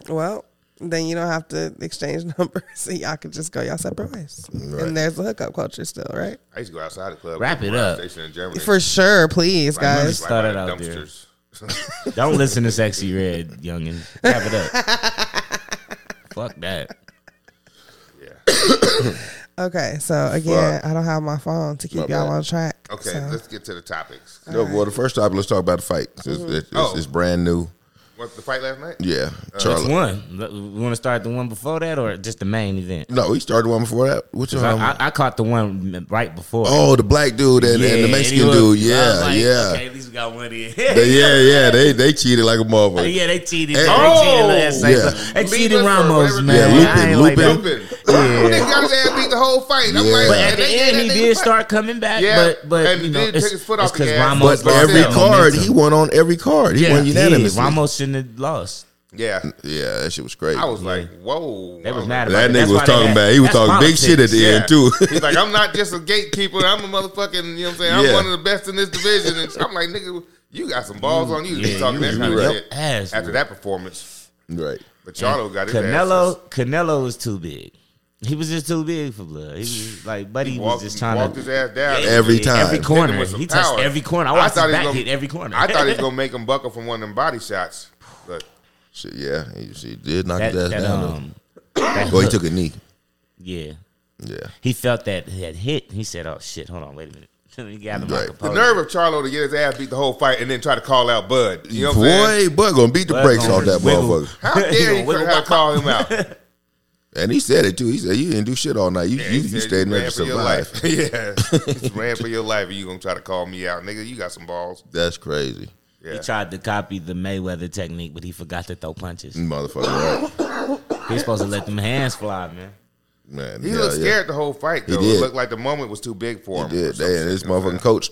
S2: Well, then you don't have to exchange (laughs) numbers. Y'all can just go y'all separate ways. And there's a hookup culture still, right?
S3: I used to go outside the club.
S5: Wrap it up.
S3: Station in Germany.
S2: For sure, please, guys.
S5: Right. Started out there. Don't listen to Sexy Red, youngin. Wrap it up.
S6: (laughs)
S5: Fuck that.
S2: Okay, so again, I don't have my phone to keep
S6: My
S2: y'all
S6: bad.
S2: on track.
S3: Okay,
S2: so.
S3: let's get to the topics.
S6: No, well, the first topic, let's talk about the fight. It's, it's-
S5: Mm-hmm.
S3: Oh.
S6: it's brand new.
S3: What the fight last night?
S6: Yeah,
S5: Which
S6: Charlie.
S5: Uh, one? We want to start the one before that or just the main event?
S6: No, he started one before that. Which one?
S5: I, I, I caught the one right before.
S6: oh, the black dude and, and the Mexican
S5: and he
S6: dude.
S5: looked- I
S6: Yeah,
S5: was like,
S6: yeah.
S5: Okay, at least we got one in. (laughs)
S6: They- yeah, yeah. They they cheated like a motherfucker.
S5: yeah, they cheated.
S6: Hey.
S5: They
S3: Oh!
S5: cheated. last night. They
S3: Leave
S5: cheated
S3: us or whatever.
S5: Ramos, man.
S6: Yeah, Lupin,
S5: I ain't like
S6: Lupin.
S5: that.
S3: Stupid. (laughs) Nigga got his ass beat the whole fight. I'm
S6: Yeah.
S3: like,
S5: But
S6: Yeah,
S5: at the
S3: they-
S5: end,
S3: they-
S5: he
S3: they-
S5: did
S3: they-
S5: start coming back.
S3: Yeah,
S5: but but
S3: and
S5: you
S3: he
S5: know,
S3: did
S5: it's
S3: take his foot off
S5: it's
S3: the gas.
S5: Ramos
S6: But
S5: lost
S6: every
S5: that
S6: card,
S5: momentum.
S6: he won on every card. He
S5: Yeah,
S6: won
S5: he did.
S6: unanimously.
S5: Ramos shouldn't have lost.
S3: Yeah,
S6: Yeah, that shit was crazy.
S3: I was like, whoa.
S5: They
S3: I
S5: was mad about
S6: that
S5: it.
S6: nigga
S5: That's
S6: was
S5: why they
S6: talking
S5: had-
S6: about. He was
S5: that's
S6: talking big shit at
S5: politics.
S6: the
S3: Yeah.
S6: end too.
S3: He's like, I'm not just a gatekeeper. I'm a motherfucking, you know what I'm saying? I'm
S6: Yeah.
S3: one of the best in this division. And I'm like, nigga, you got some balls on you to be
S5: Yeah,
S3: talking
S5: you-
S3: that
S5: you
S3: kind of
S5: right.
S3: shit
S5: Ass
S3: after
S5: whooped.
S3: that performance.
S6: (laughs)
S5: (laughs)
S6: right.
S3: But Charlo got his ass.
S5: Canelo, Canelo was too big. He was just too big for blood. He was like, buddy
S3: He
S5: was
S3: walked,
S5: just
S3: he
S5: trying
S3: walked
S5: to
S3: his ass down.
S6: Every
S5: Yeah,
S6: time.
S5: every
S6: Hit
S3: him
S5: corner.
S3: with some
S5: He touched
S3: power.
S5: every corner. I
S3: I
S5: watched
S3: thought he
S5: his
S3: was
S5: back
S3: gonna-
S5: hit every corner.
S3: I thought he was going to make him buckle from one of them body shots. But
S6: Shit, yeah, he, she did knock
S5: (laughs) that,
S6: his ass
S5: that,
S6: down. though.
S5: um, that
S6: well, he
S5: hook.
S6: took a knee.
S5: yeah.
S6: Yeah.
S5: He felt that that hit. He said, "Oh shit, hold on, wait a minute." (laughs) he got him
S6: Right.
S5: like a
S6: The
S3: the
S5: pole.
S3: nerve of Charlo to get his ass beat the whole fight and then try to call out Bud. You know what I'm saying?
S6: Boy, boy, gonna beat the
S5: Bud
S6: brakes
S5: gonna
S6: off that
S5: wiggle.
S6: motherfucker. (laughs)
S3: How
S5: (laughs) He
S3: dare
S5: gonna
S3: you
S5: wiggle
S3: couldn't have called him out?
S6: And he said it too. He said, You didn't do shit all night. You, you,
S3: He
S6: you
S3: said,
S6: stayed in there
S3: ran
S6: to
S3: for your
S6: survive.
S3: life. (laughs) yeah, you
S6: (laughs)
S3: just ran for your life, and you gonna try to call me out, nigga? You got some balls.
S6: That's crazy.
S5: He
S3: Yeah,
S5: tried to copy the Mayweather technique, but he forgot to throw punches.
S3: Mm.
S6: Motherfucker,
S5: (laughs)
S6: right?
S5: He's supposed to let them hands fly, man.
S6: Man,
S3: he
S6: yeah,
S3: looked
S6: yeah.
S3: scared the whole fight. Though
S6: did.
S3: it looked like the moment was too big for him.
S6: He
S3: or
S6: did.
S3: some
S6: They,
S3: shit,
S6: and this
S3: you know what I'm
S6: motherfucking coach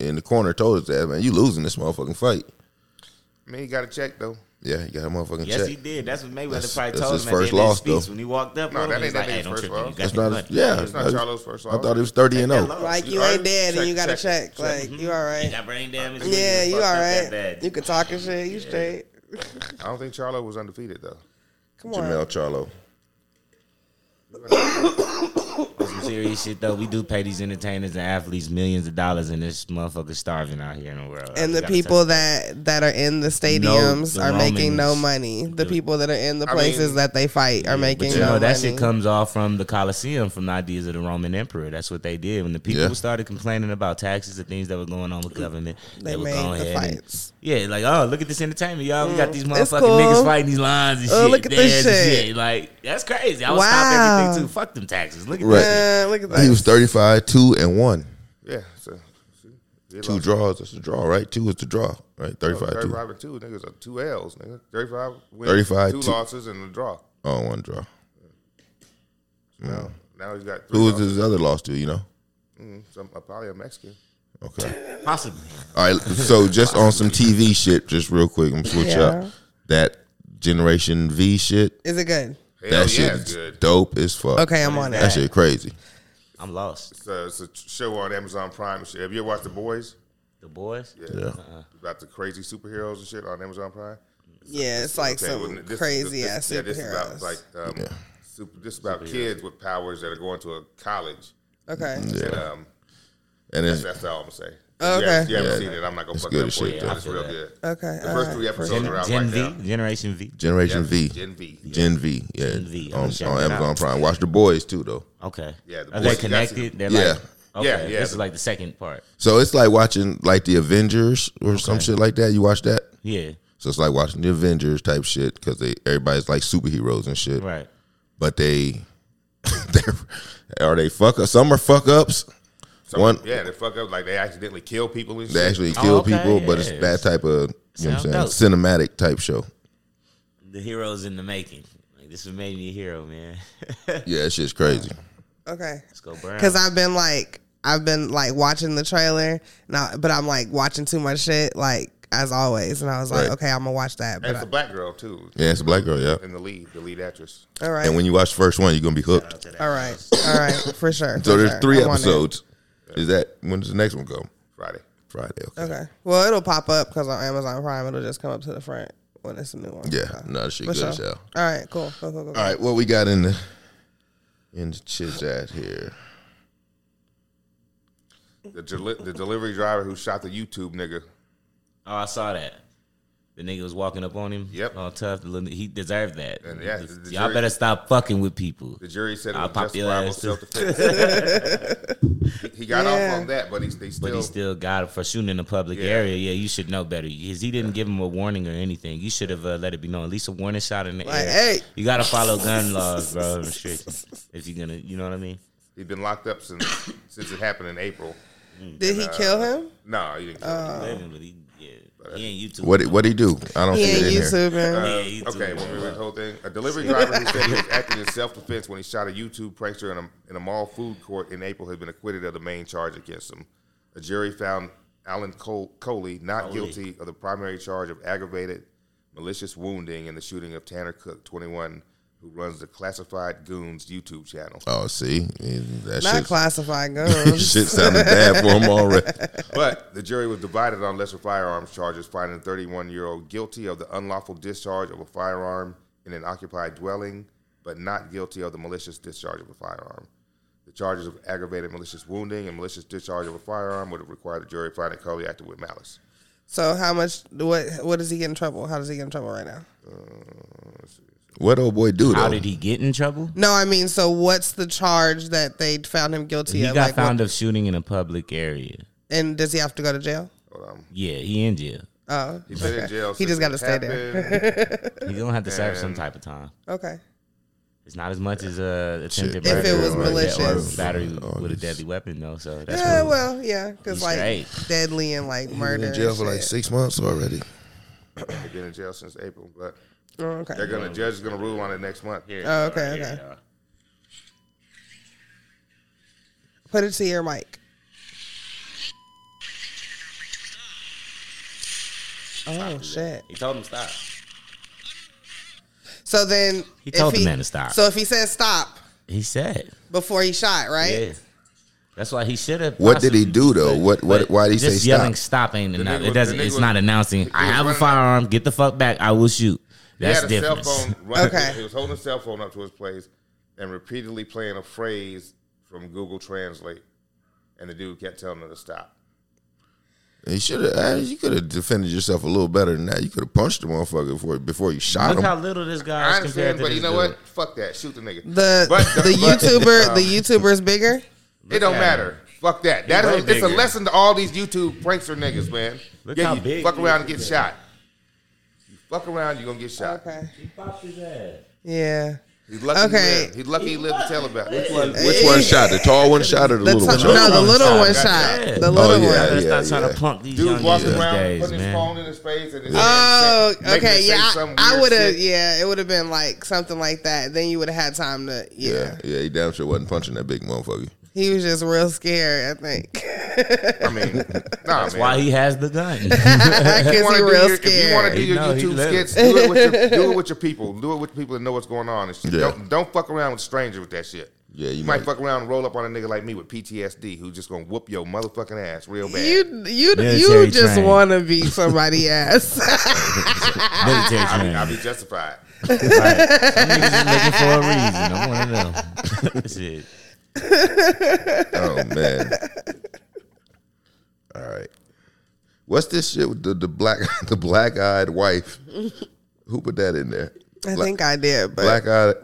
S6: in the corner told us that, man, you losing this motherfucking fight.
S3: saying? I mean, he got a check though.
S6: Yeah, you got a motherfucking
S5: Yes,
S6: check.
S5: he did. That's what Mayweather
S6: That's-
S5: probably
S6: that's
S5: told
S6: his
S5: him at the
S6: first
S5: end of his
S6: loss,
S5: speech
S6: though.
S5: when he walked up.
S3: No,
S5: on
S3: that
S5: him,
S3: ain't
S5: he's
S3: that
S5: like,
S3: nigga's
S5: "Hey, don't
S3: first
S5: trip.
S3: loss.
S5: You got
S6: That's
S5: your
S6: not
S5: money."
S6: yeah.
S3: It's not
S6: I-
S3: Charlo's first
S6: I
S3: loss.
S6: thought he was thirty and oh.
S5: Ain't that
S6: zero.
S5: low?
S2: Like
S3: You
S2: you
S3: alright?
S2: ain't dead and
S3: Check,
S2: you got a
S3: check,
S2: check. Like you all
S5: He
S2: right.
S5: got brain damage.
S2: Yeah, you all
S5: Fucked up that
S2: right.
S5: bad.
S2: You can talk and shit. You straight.
S3: I don't think Charlo was undefeated though.
S2: Come on.
S6: Jamel Charlo.
S5: Some serious shit though. We do pay these entertainers and athletes millions of dollars, and this motherfucker starving out here in the world.
S2: and the
S5: Gotta
S2: people that that are in the stadiums
S5: the
S2: are making no
S5: Romans.
S2: money. The people that are in the
S3: mean,
S2: places that they fight are
S5: But
S2: making
S5: you
S2: no
S5: know,
S2: money.
S5: that shit comes off from the Colosseum, from the ideas of the Roman emperor. That's what they did. When the people
S6: Yeah.
S5: started complaining about taxes and things that were going on with government,
S2: They
S5: they, would
S2: made
S5: go
S2: the
S5: ahead. and-
S2: fights.
S5: yeah, like, oh, look at this entertainment, y'all. We got these
S2: it's
S5: motherfucking
S2: cool.
S5: niggas fighting these lines and
S2: Oh,
S5: shit.
S2: look at this
S5: There's the
S2: shit.
S5: Like, that's crazy. I would
S2: Wow.
S5: stop everything too. Fuck them taxes. Look at
S6: Right.
S5: that.
S2: Uh, look at that.
S6: He was 35, two and one.
S3: Yeah, so they
S6: Two
S3: lost.
S6: draws. That's the draw, right? Two is the draw, right? 35, two.
S3: 35 and two niggas are two L's, nigga. 35 wins,
S6: 35,
S3: two,
S6: two.
S3: losses and a draw.
S6: Oh, one draw.
S3: No, now he's got three
S6: Mm. Who was
S3: losses.
S6: his other loss to, you know?
S3: Some, uh, probably a Mexican.
S6: Okay.
S5: Possibly.
S6: All right. So just on some TV shit, just real quick, I'm switch
S2: Yeah.
S6: up. That Generation V shit.
S2: Is it good?
S3: Hell
S6: that
S3: yeah,
S6: shit
S3: it's
S6: is
S3: good.
S6: dope as fuck.
S2: Okay, I'm on
S6: That
S2: it.
S6: shit crazy.
S5: I'm lost.
S3: It's a, it's a t- show on Amazon Prime and shit. Have you ever watched The Boys?
S5: The boys? Yeah.
S6: Yeah.
S3: About the crazy superheroes and shit on Amazon Prime?
S2: Yeah, it's like
S3: Okay, well,
S2: some
S3: this- this-
S2: crazy
S3: this-
S2: ass
S3: Yeah, this is
S2: superheroes.
S3: about like um, super, this is about kids with powers that are going to a college.
S2: okay,
S6: Mm.
S3: And, um,
S6: And it's,
S3: that's all I'm gonna say.
S2: Okay.
S3: If you haven't, if you haven't
S6: Yeah.
S3: seen it, I'm not gonna
S6: It's
S3: fuck
S6: good
S3: it up
S6: as
S3: for
S6: shit,
S3: you.
S6: though.
S3: but It's real good.
S2: okay.
S3: The first three episodes are
S5: Gen,
S3: out
S5: Gen
S3: right
S5: V?
S3: now.
S5: Generation V.
S6: Generation V.
S3: Gen V.
S6: Gen V. Yeah.
S5: Gen V. I'm
S6: On,
S5: checking
S6: on
S5: it
S6: Amazon
S5: out.
S6: Prime. Watch The Boys, too, though.
S5: Okay.
S3: Yeah, the
S5: Are
S3: boys,
S5: they
S3: you gotta see
S5: connected? They're
S6: Yeah.
S5: like, okay,
S3: Yeah, yeah.
S5: This is like the second part.
S6: So it's like watching like the Avengers or some shit like that. You watch that?
S5: Yeah.
S6: So it's like watching the Avengers type shit because they everybody's like superheroes and shit.
S5: Right.
S6: But they (laughs) they're are they fuck up? Some are fuck ups.
S3: Some-
S6: One-
S3: yeah, they fuck up like they accidentally kill people and shit.
S6: They actually kill
S5: okay,
S6: people, but
S5: yeah.
S6: it's that type of you know what I'm saying
S5: Sound
S6: cinematic type show.
S5: The heroes in the making. Like, this what made me a hero, man. (laughs)
S6: Yeah, it's just crazy.
S2: okay.
S5: Let's go, Brown.
S2: Because I've been like, I've been like watching the trailer, now, but I'm like watching too much shit, like as always. And I was like,
S6: Right.
S2: okay, I'm gonna watch that.
S3: and
S2: But
S3: it's a
S2: I-
S3: black girl too.
S6: Yeah, it's a black girl. Yeah,
S3: In the lead, the lead actress.
S2: all right,
S6: and when you watch the first one, you're gonna be hooked.
S2: all right, all right, for sure.
S6: So
S2: for
S6: there's
S2: sure.
S6: three
S2: I'm on it.
S6: episodes. Is that when does the next one come?
S3: Friday.
S6: Friday. Okay.
S2: Okay. Well, it'll pop up because on Amazon Prime, it'll just come up to the front when it's a new one.
S6: Yeah, no, that shit
S2: For
S6: good as
S2: sure.
S6: hell.
S2: All right, cool. Cool, cool, cool, cool.
S6: All right, what we got in the in the chit chat here?
S3: The, deli- the delivery driver who shot the YouTube nigga.
S5: Oh, I saw that. The nigga was walking up on him.
S3: Yep.
S5: All tough. The little- He deserved that.
S3: And yeah,
S5: The-
S3: the- the
S5: y'all
S3: jury-
S5: better stop fucking with people.
S3: The jury said it
S5: I'll
S3: was
S5: pop your
S3: justifiable
S5: ass, too.
S3: self defense. he got
S2: Yeah.
S3: off on that, but he, they still.
S5: But he still got it for shooting in a public
S3: Yeah.
S5: area. Yeah, you should know better. Because he didn't give him a warning or anything. You should have uh, let it be known. At least a warning shot in the
S2: Like,
S5: air.
S2: hey.
S5: You got to follow gun laws, bro. and Restrictions. If you're going to, you know what I mean?
S3: he'd been locked up since since it happened in April.
S2: Did he kill him?
S3: No, he didn't. Kill him.
S5: But he, yeah, he ain't YouTube.
S6: What did, what he do? I don't
S2: He
S6: think
S2: ain't
S6: it in here.
S2: YouTubing.
S5: Yeah, YouTube.
S3: Okay, when we read the whole thing, a delivery driver who said he was acting in self-defense when he shot a YouTube prankster in a, in a mall food court in April has been acquitted of the main charge against him. A jury found Alan Cole, Coley not guilty of the primary charge of aggravated malicious wounding in the shooting of Tanner Cook, 21, who runs the Classified Goons YouTube channel.
S6: Oh, see, that
S2: Not
S6: shit, (laughs)
S2: classified guns.
S6: shit sounded bad for him already. (laughs)
S3: But the jury was divided on lesser firearms charges, finding the 31 year old guilty of the unlawful discharge of a firearm in an occupied dwelling, but not guilty of the malicious discharge of a firearm. The charges of aggravated malicious wounding and malicious discharge of a firearm would have required the jury to find that Coley acted with malice.
S2: so how much? What? What does he get in trouble? How does he get in trouble right now?
S6: What old boy do
S5: How
S6: though?
S5: did he get in trouble?
S2: No, I mean, so what's the charge that they found him guilty
S5: He
S2: of?
S5: got
S2: Like,
S5: found
S2: what-
S5: of shooting in a public area.
S2: and does he have to go to jail?
S5: Yeah, he in jail.
S2: Oh,
S3: He's been in jail.
S2: (laughs) He just
S3: got to
S2: gotta stay there.
S5: He's gonna have to serve some
S3: And-
S5: type of time.
S2: okay.
S5: It's not as much as uh, attempted
S6: If
S5: murder.
S6: it was
S5: or-
S2: malicious.
S5: or battery
S6: Oh,
S5: with a
S6: this-
S5: deadly weapon, though. So that's
S2: Yeah,
S5: what-
S2: well, yeah, because
S5: He's
S2: like
S5: straight.
S2: deadly and like murder.
S6: in jail
S2: and
S6: for like
S2: shit.
S6: six months already?
S3: He's been in jail since April, but
S2: Oh, okay.
S3: they're gonna judge is gonna rule on it next month.
S5: Here,
S2: Oh,
S5: all
S2: okay,
S5: right,
S2: okay.
S5: y'all.
S2: Put it to your mic. Oh shit!
S5: He told him stop.
S2: So then
S5: He
S2: if
S5: told the man to stop.
S2: So if he said stop
S5: He said,
S2: before he shot, right?
S5: "Yeah." That's why he should have.
S6: What did he do though? What what? Why did he say
S5: just
S6: stop?
S5: yelling stop ain't enough.
S3: nigga
S5: It
S3: was-
S5: doesn't.
S3: the nigga
S5: It's
S3: was-
S5: not announcing. I
S3: was
S5: have a
S3: running-
S5: firearm. Get the fuck back. I will shoot.
S3: He
S5: That's
S3: had a
S5: different. (laughs)
S3: cell phone running.
S2: Okay.
S3: He was holding his cell phone up to his place and repeatedly playing a phrase from Google Translate, and the dude kept telling her to stop.
S6: You should have. uh, You could have defended yourself a little better than that. You could have punched the motherfucker before before you shot
S5: Look
S6: him.
S5: how little this guy
S3: I
S5: is compared
S3: understand,
S5: to
S3: but you
S5: this
S3: know
S5: dude.
S3: what? Fuck that. Shoot the nigga.
S2: The
S3: But-
S2: the
S3: but,
S2: YouTuber
S3: um,
S2: the YouTuber's bigger.
S3: It don't
S5: at
S3: matter. Fuck that. That
S5: way
S3: is, it's a
S5: bigger.
S3: lesson to all these YouTube prankster niggas, man.
S5: Look
S3: yeah,
S5: how
S3: you
S5: big
S3: fuck
S5: he
S3: around
S5: is.
S3: and get shot. You fuck around, you're gonna get shot.
S2: Okay.
S5: He popped his ass.
S2: Yeah.
S3: He's lucky
S2: Okay.
S3: he lived. He's lucky he lived to tell about it.
S6: Which one shot? The tall one shot or
S2: The
S6: the little one?
S2: t-
S6: shot?
S2: no, the little one
S3: Gotcha.
S2: shot. The
S6: Oh,
S2: little
S6: yeah.
S2: one.
S5: Let's not try
S6: yeah.
S5: to punk these young
S3: Dude walking
S5: niggas
S3: around
S5: days,
S3: putting his
S5: man.
S3: phone in his face and his
S2: Oh,
S3: making it
S2: okay.
S3: say
S2: Yeah,
S3: some
S2: I, I
S3: weird
S2: would have.
S3: shit.
S2: Yeah, it would have been like something like that. Then you would have had time to. Yeah.
S6: Yeah, yeah. He damn sure wasn't punching that big motherfucker.
S2: he was just real scared. I think.
S3: I mean, (laughs) nah, man.
S5: Why he has the (laughs) gun?
S2: Cause he
S3: wanna do
S2: real
S3: your- If you want
S2: scared.
S3: to do your
S5: No, he
S3: YouTube
S5: little.
S3: skits, do it, with
S2: (laughs)
S3: your, do it with your people. Do it with people that know what's going on. And shit.
S6: Yeah.
S3: Don't don't fuck around with strangers with that shit.
S6: Yeah, you
S3: you might,
S6: might-
S3: fuck around and roll up on a nigga like me with PTSD who's just gonna whoop your motherfucking ass real bad.
S2: You you you
S5: Military
S2: just
S5: train.
S2: want to be somebody (laughs)
S6: (laughs)
S2: ass.
S5: Military
S3: I
S5: training.
S3: mean, I'll be justified.
S5: Right. Some niggas is looking for a reason. I'm one of them. (laughs) Shit.
S6: Oh man. All right. What's this shit with the, the black (laughs) the black eyed wife? Who put that in there?
S2: I think I did, but
S6: Black eyed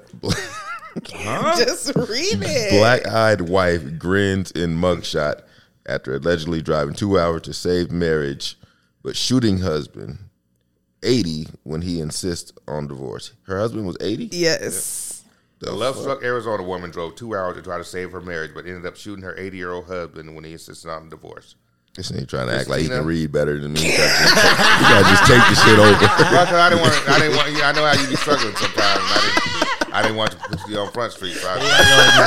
S2: just read it.
S6: black eyed wife grins in mugshot after allegedly driving two hours to save marriage, but shooting husband eighty when he insists on divorce. Her husband was eighty.
S2: Yes.
S3: The love struck Arizona woman drove two hours to try to save her marriage, but ended up shooting her 80 year old husband when he insisted on a divorce.
S6: This ain't trying to act like he
S3: Christina.
S6: can read better than me. (laughs) You gotta just take the shit over.
S3: (laughs) Well, 'cause I didn't want. I didn't want. I know how you be struggling sometimes. and I didn't, I didn't want to put you on Front Street. So I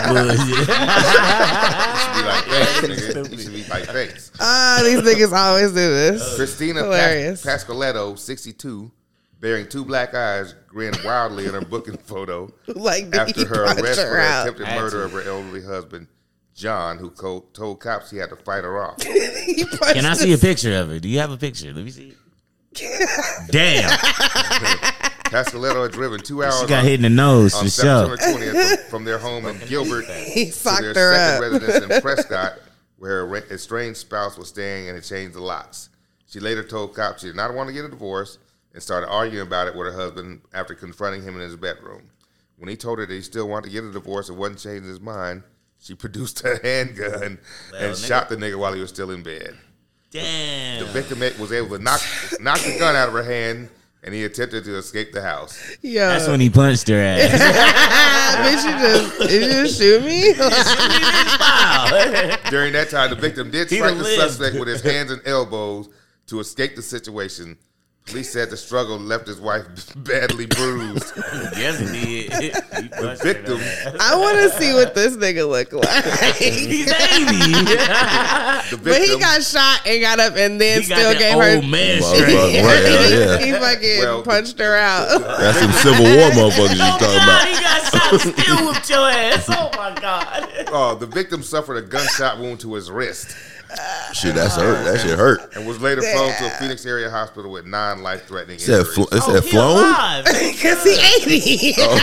S3: was like, (laughs) be like, thanks, nigga. You should be like, thanks.
S2: Ah, these niggas always do this.
S3: Christina
S2: Hilarious.
S3: Pas- Pasqualetto, 62, bearing two black eyes, grinned wildly in her booking (laughs) photo
S2: Like did he
S3: after her
S2: punch
S3: arrest
S2: her
S3: for the
S2: out?
S3: attempted murder of her elderly husband, John, who co- told cops he had to fight her off.
S2: He punched
S5: Can I see a picture of it? Do you have a picture? Let
S3: (laughs)
S5: me see. Damn.
S3: Pasqualetto had driven two
S5: She
S3: hours
S5: got
S3: on,
S5: hit in the nose
S3: on
S5: for sure.
S3: September 20th from, from their home in Gilbert to
S2: He socked
S3: their
S2: her
S3: second
S2: up.
S3: residence
S5: (laughs)
S3: in Prescott, where her ra- estranged spouse was staying and had changed the locks. She later told cops she did not want to get a divorce and started arguing about it with her husband after confronting him in his bedroom. When he told her that he still wanted to get a divorce and wasn't changing his mind, she (laughs) produced a handgun and
S5: nigga.
S3: shot the nigga while he was still in bed.
S5: Damn.
S3: Victim was able to knock knock the gun out of her hand, and he attempted to escape the house.
S2: Yo,
S5: That's when he punched her ass. (laughs)
S2: bitch, you just did you just shoot me? (laughs)
S3: During that time, the victim did
S5: He
S3: strike the
S5: done lived.
S3: suspect with his hands and elbows to escape the situation. Police said the struggle left his wife (laughs) badly bruised.
S5: yes, he did. (laughs) He punched her
S3: Victim,
S2: I want to see what this nigga look like.
S5: He's (laughs) 80.
S3: the
S2: (laughs) But he
S3: victim,
S2: got shot and got up and then
S5: He got
S2: still
S5: that
S2: gave
S5: old
S2: her. (laughs)
S5: man
S6: Well,
S5: strength.
S6: fuck, well, yeah.
S2: he fucking
S3: Well,
S2: punched her (laughs) out.
S6: That's some Civil War motherfuckers you talking about.
S5: he got shot still with your ass. Oh my god.
S3: uh, the victim suffered a gunshot wound to his wrist
S6: Shit, that's hurt. That shit hurt.
S3: and was later flown to a Phoenix area hospital with non-life-threatening
S6: It said,
S3: injuries.
S6: fl- it
S5: Oh,
S6: said flown.
S2: Cause
S3: Uh,
S2: he 80.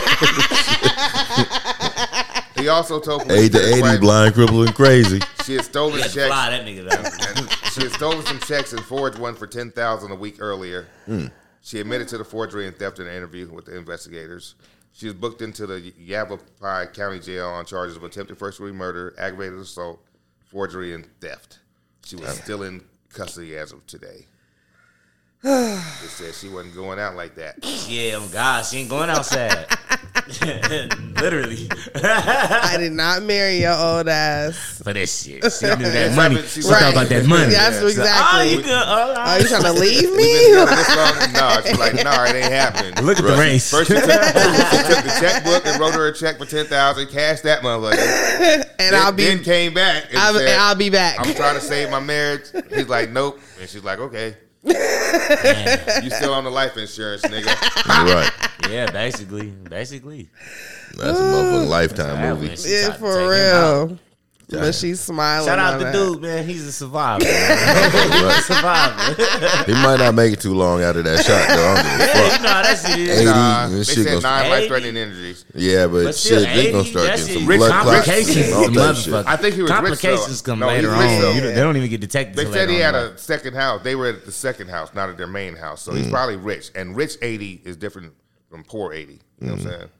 S3: oh. he also told police
S6: Eight to
S3: that his
S6: eighty,
S3: wife-
S6: blind, crippled, and crazy.
S3: she had stolen checks
S5: Fly that nigga down. (laughs)
S3: and she had stolen some checks and forged one for ten thousand a week earlier.
S2: Hmm.
S3: She admitted to the forgery and theft in an interview with the investigators. She was booked into the Yavapai County Jail on charges of attempted first degree murder, aggravated assault, forgery, and theft. She was still in custody as of
S2: (sighs)
S3: today. it said she wasn't going out like
S2: (laughs)
S3: that.
S5: Yeah, oh god, she ain't going outside. (laughs) Literally.
S2: (laughs) I did not marry your
S3: (laughs)
S2: old ass.
S5: (laughs) For this shit. She knew that money.
S3: She
S5: She thought
S2: right.
S5: about that money.
S2: That's
S5: Oh, you
S2: exactly.
S5: good. All
S2: Are
S5: right.
S2: you
S3: (laughs)
S2: trying to leave
S3: Been
S2: me?
S3: together this long? No, she's like, no, it ain't happening.
S5: Look at the race.
S3: First, she took, she took the checkbook and wrote her a check for ten thousand, cashed that motherfucker,
S2: And
S3: then,
S2: I'll be,
S3: then came back. And
S2: I'll,
S3: said,
S2: and I'll be back.
S3: I'm trying to save my marriage. He's like, nope. And she's like, okay. you still on the life insurance, nigga.
S6: You're right.
S5: (laughs) yeah, basically. Basically.
S6: That's a motherfucking lifetime
S5: That
S6: movie.
S5: one, she
S2: (laughs) Yeah,
S5: tried to
S2: for
S5: take him out.
S2: real. but she's smiling.
S5: Shout out
S2: on
S5: the
S2: that.
S5: dude, man. He's a survivor. man. He's
S3: (laughs)
S5: a survivor. (laughs)
S6: He might not make it too long out of that shot, though. I don't give a fuck.
S5: Hey, nah, that's it.
S6: Eighty,
S3: Nah,
S6: and
S3: they
S6: shit
S3: said
S6: gonna-
S3: nine
S5: Eighty?
S3: life-threatening injuries.
S6: yeah, but,
S5: still,
S6: shit, they
S5: 80,
S6: gonna start
S5: that's
S6: getting
S5: it.
S6: some
S3: Rick-
S6: blood clots.
S5: Complications,
S6: and all that shit.
S5: motherfucker.
S3: I think he was rich,
S5: Complications
S3: though.
S5: come
S3: No, he
S5: later
S3: was
S5: on.
S3: rich, though.
S5: You don't- they don't even get detected.
S3: They
S5: till
S3: said
S5: later
S3: he had
S5: on.
S3: a second house. They were at the second house, not at their main house. So
S5: Mm.
S3: he's probably rich. And rich 80 is different from poor 80. You know
S5: Mm.
S3: what I'm saying?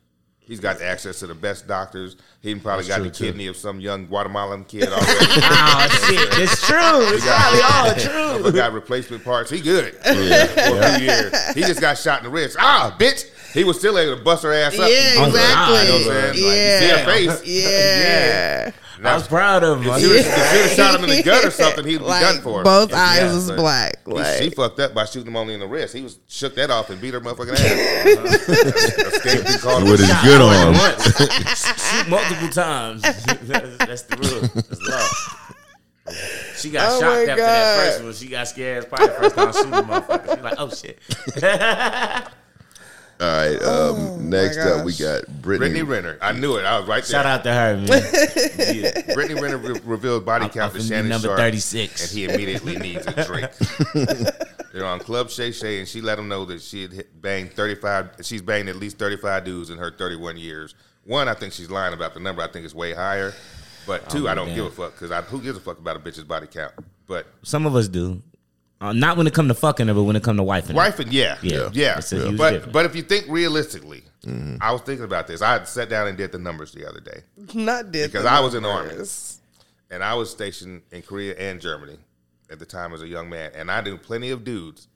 S3: He's got access to the best doctors. He even probably got the
S5: true, too.
S3: kidney of some young Guatemalan kid already.
S5: (laughs) Oh
S3: (laughs)
S5: shit! It's true. It's probably all true.
S3: Motherfucker got replacement parts. He good
S2: (laughs)
S3: for a few years. He just got shot in the wrist. Ah, bitch. He was still able to bust her ass up.
S2: Yeah,
S5: Oh, God,
S2: exactly.
S5: you
S3: know what I'm
S2: yeah.
S3: saying? Like, you see her face.
S2: (laughs) Yeah.
S5: I was proud of him.
S3: If
S5: I
S3: she
S5: was-
S3: would have shot him in the
S2: (laughs)
S3: gut or something, he'd be
S2: Like,
S3: done for.
S2: Both
S3: Yeah,
S2: eyes was
S3: but-
S2: black.
S3: He-
S2: Like,
S3: she fucked up by shooting him only in the wrist. He was shook that off and beat her motherfucking
S2: (laughs)
S3: ass. Escaped and called
S6: With
S3: him.
S6: his good arm.
S5: Shoot multiple times. (laughs) that's, that's the rule. That's law. She got
S2: Oh
S5: shocked
S2: my
S5: after that
S2: God.
S5: first one. She got scared. It's probably the first time shooting motherfucker. She's like, oh shit.
S6: All right. Um, next up, we
S2: Oh gosh.
S6: got
S3: Brittany Renner. I knew it. I was right there.
S5: Shout out to her,
S3: (laughs)
S5: man. Yeah.
S3: Brittany Renner re- revealed body count
S5: I'm
S3: to Shannon
S5: number
S3: Sharp,
S5: 36.
S3: and he immediately needs a
S5: (laughs)
S3: drink. They're on Club Shay Shay, and she let him know that she had hit, banged 35. She's banged at least 35 dudes in her 31 years. One, I think she's lying about the number. I think it's way higher.
S5: Oh
S3: But two, I don't
S5: damn.
S3: give a fuck because who gives a fuck about a bitch's body count? But
S5: Some of us do. Uh, not when it come to fucking her, but when it come to wifing her.
S3: Wife and yeah,
S5: Yeah.
S3: yeah,
S5: It's a huge
S3: But
S5: difference.
S3: but if you think realistically,
S5: Mm-hmm.
S3: I was thinking about this. I had sat down and did the numbers the other day
S2: not did
S3: because
S2: the
S3: I was in the army
S2: numbers.
S3: and I was stationed in Korea and Germany at the time as a young man, and I knew plenty of dudes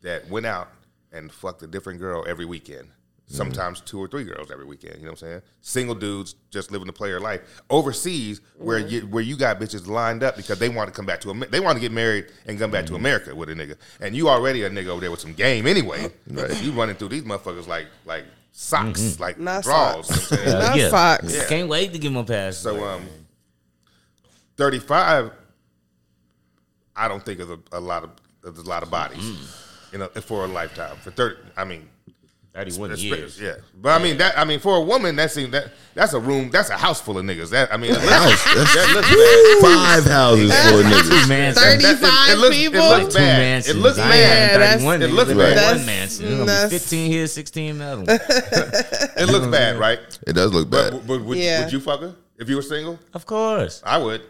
S3: that went out and fucked a different girl every weekend. Sometimes two or three girls every weekend. You know what I'm saying? Single dudes just living the player life overseas, where you where you got bitches lined up because they want to come back to Amer- they want to get married and come back to America with a nigga, and you already a nigga over there with some game anyway. You running through these motherfuckers like like socks, like
S2: Not
S3: draws.
S2: socks.
S3: You know what I'm saying?
S5: Uh,
S2: Not socks.
S5: I can't wait to get my pass.
S3: So um, thirty five. I don't think is a, a lot of is a lot of bodies, you know, for a lifetime. For thirty, I mean,
S5: 31
S3: that's-
S5: years.
S3: yeah. But I mean that. I mean for a woman, that seems that that's a room, that's a house full of niggas. That I
S5: (laughs)
S3: mean, unless- that looks bad.
S6: Five houses for a nigga.
S5: Two man
S2: Thirty-
S3: That- it, it
S2: 35
S3: looks,
S2: people?
S3: It looks
S5: Two
S3: bad. It
S5: mansions.
S3: looks
S5: I ain't
S3: bad.
S5: having
S2: Yeah,
S5: 31
S3: that's-
S5: niggas.
S3: it looks
S5: It's gonna be
S3: bad.
S5: One mansion. It's gonna
S2: That's-
S5: be 15 here, 16 in the
S3: (laughs)
S5: other one.
S3: It looks bad, right?
S6: It does look
S3: But,
S6: bad.
S3: but would,
S2: Yeah.
S3: would you fuck her if you were single?
S5: Of course.
S3: I would.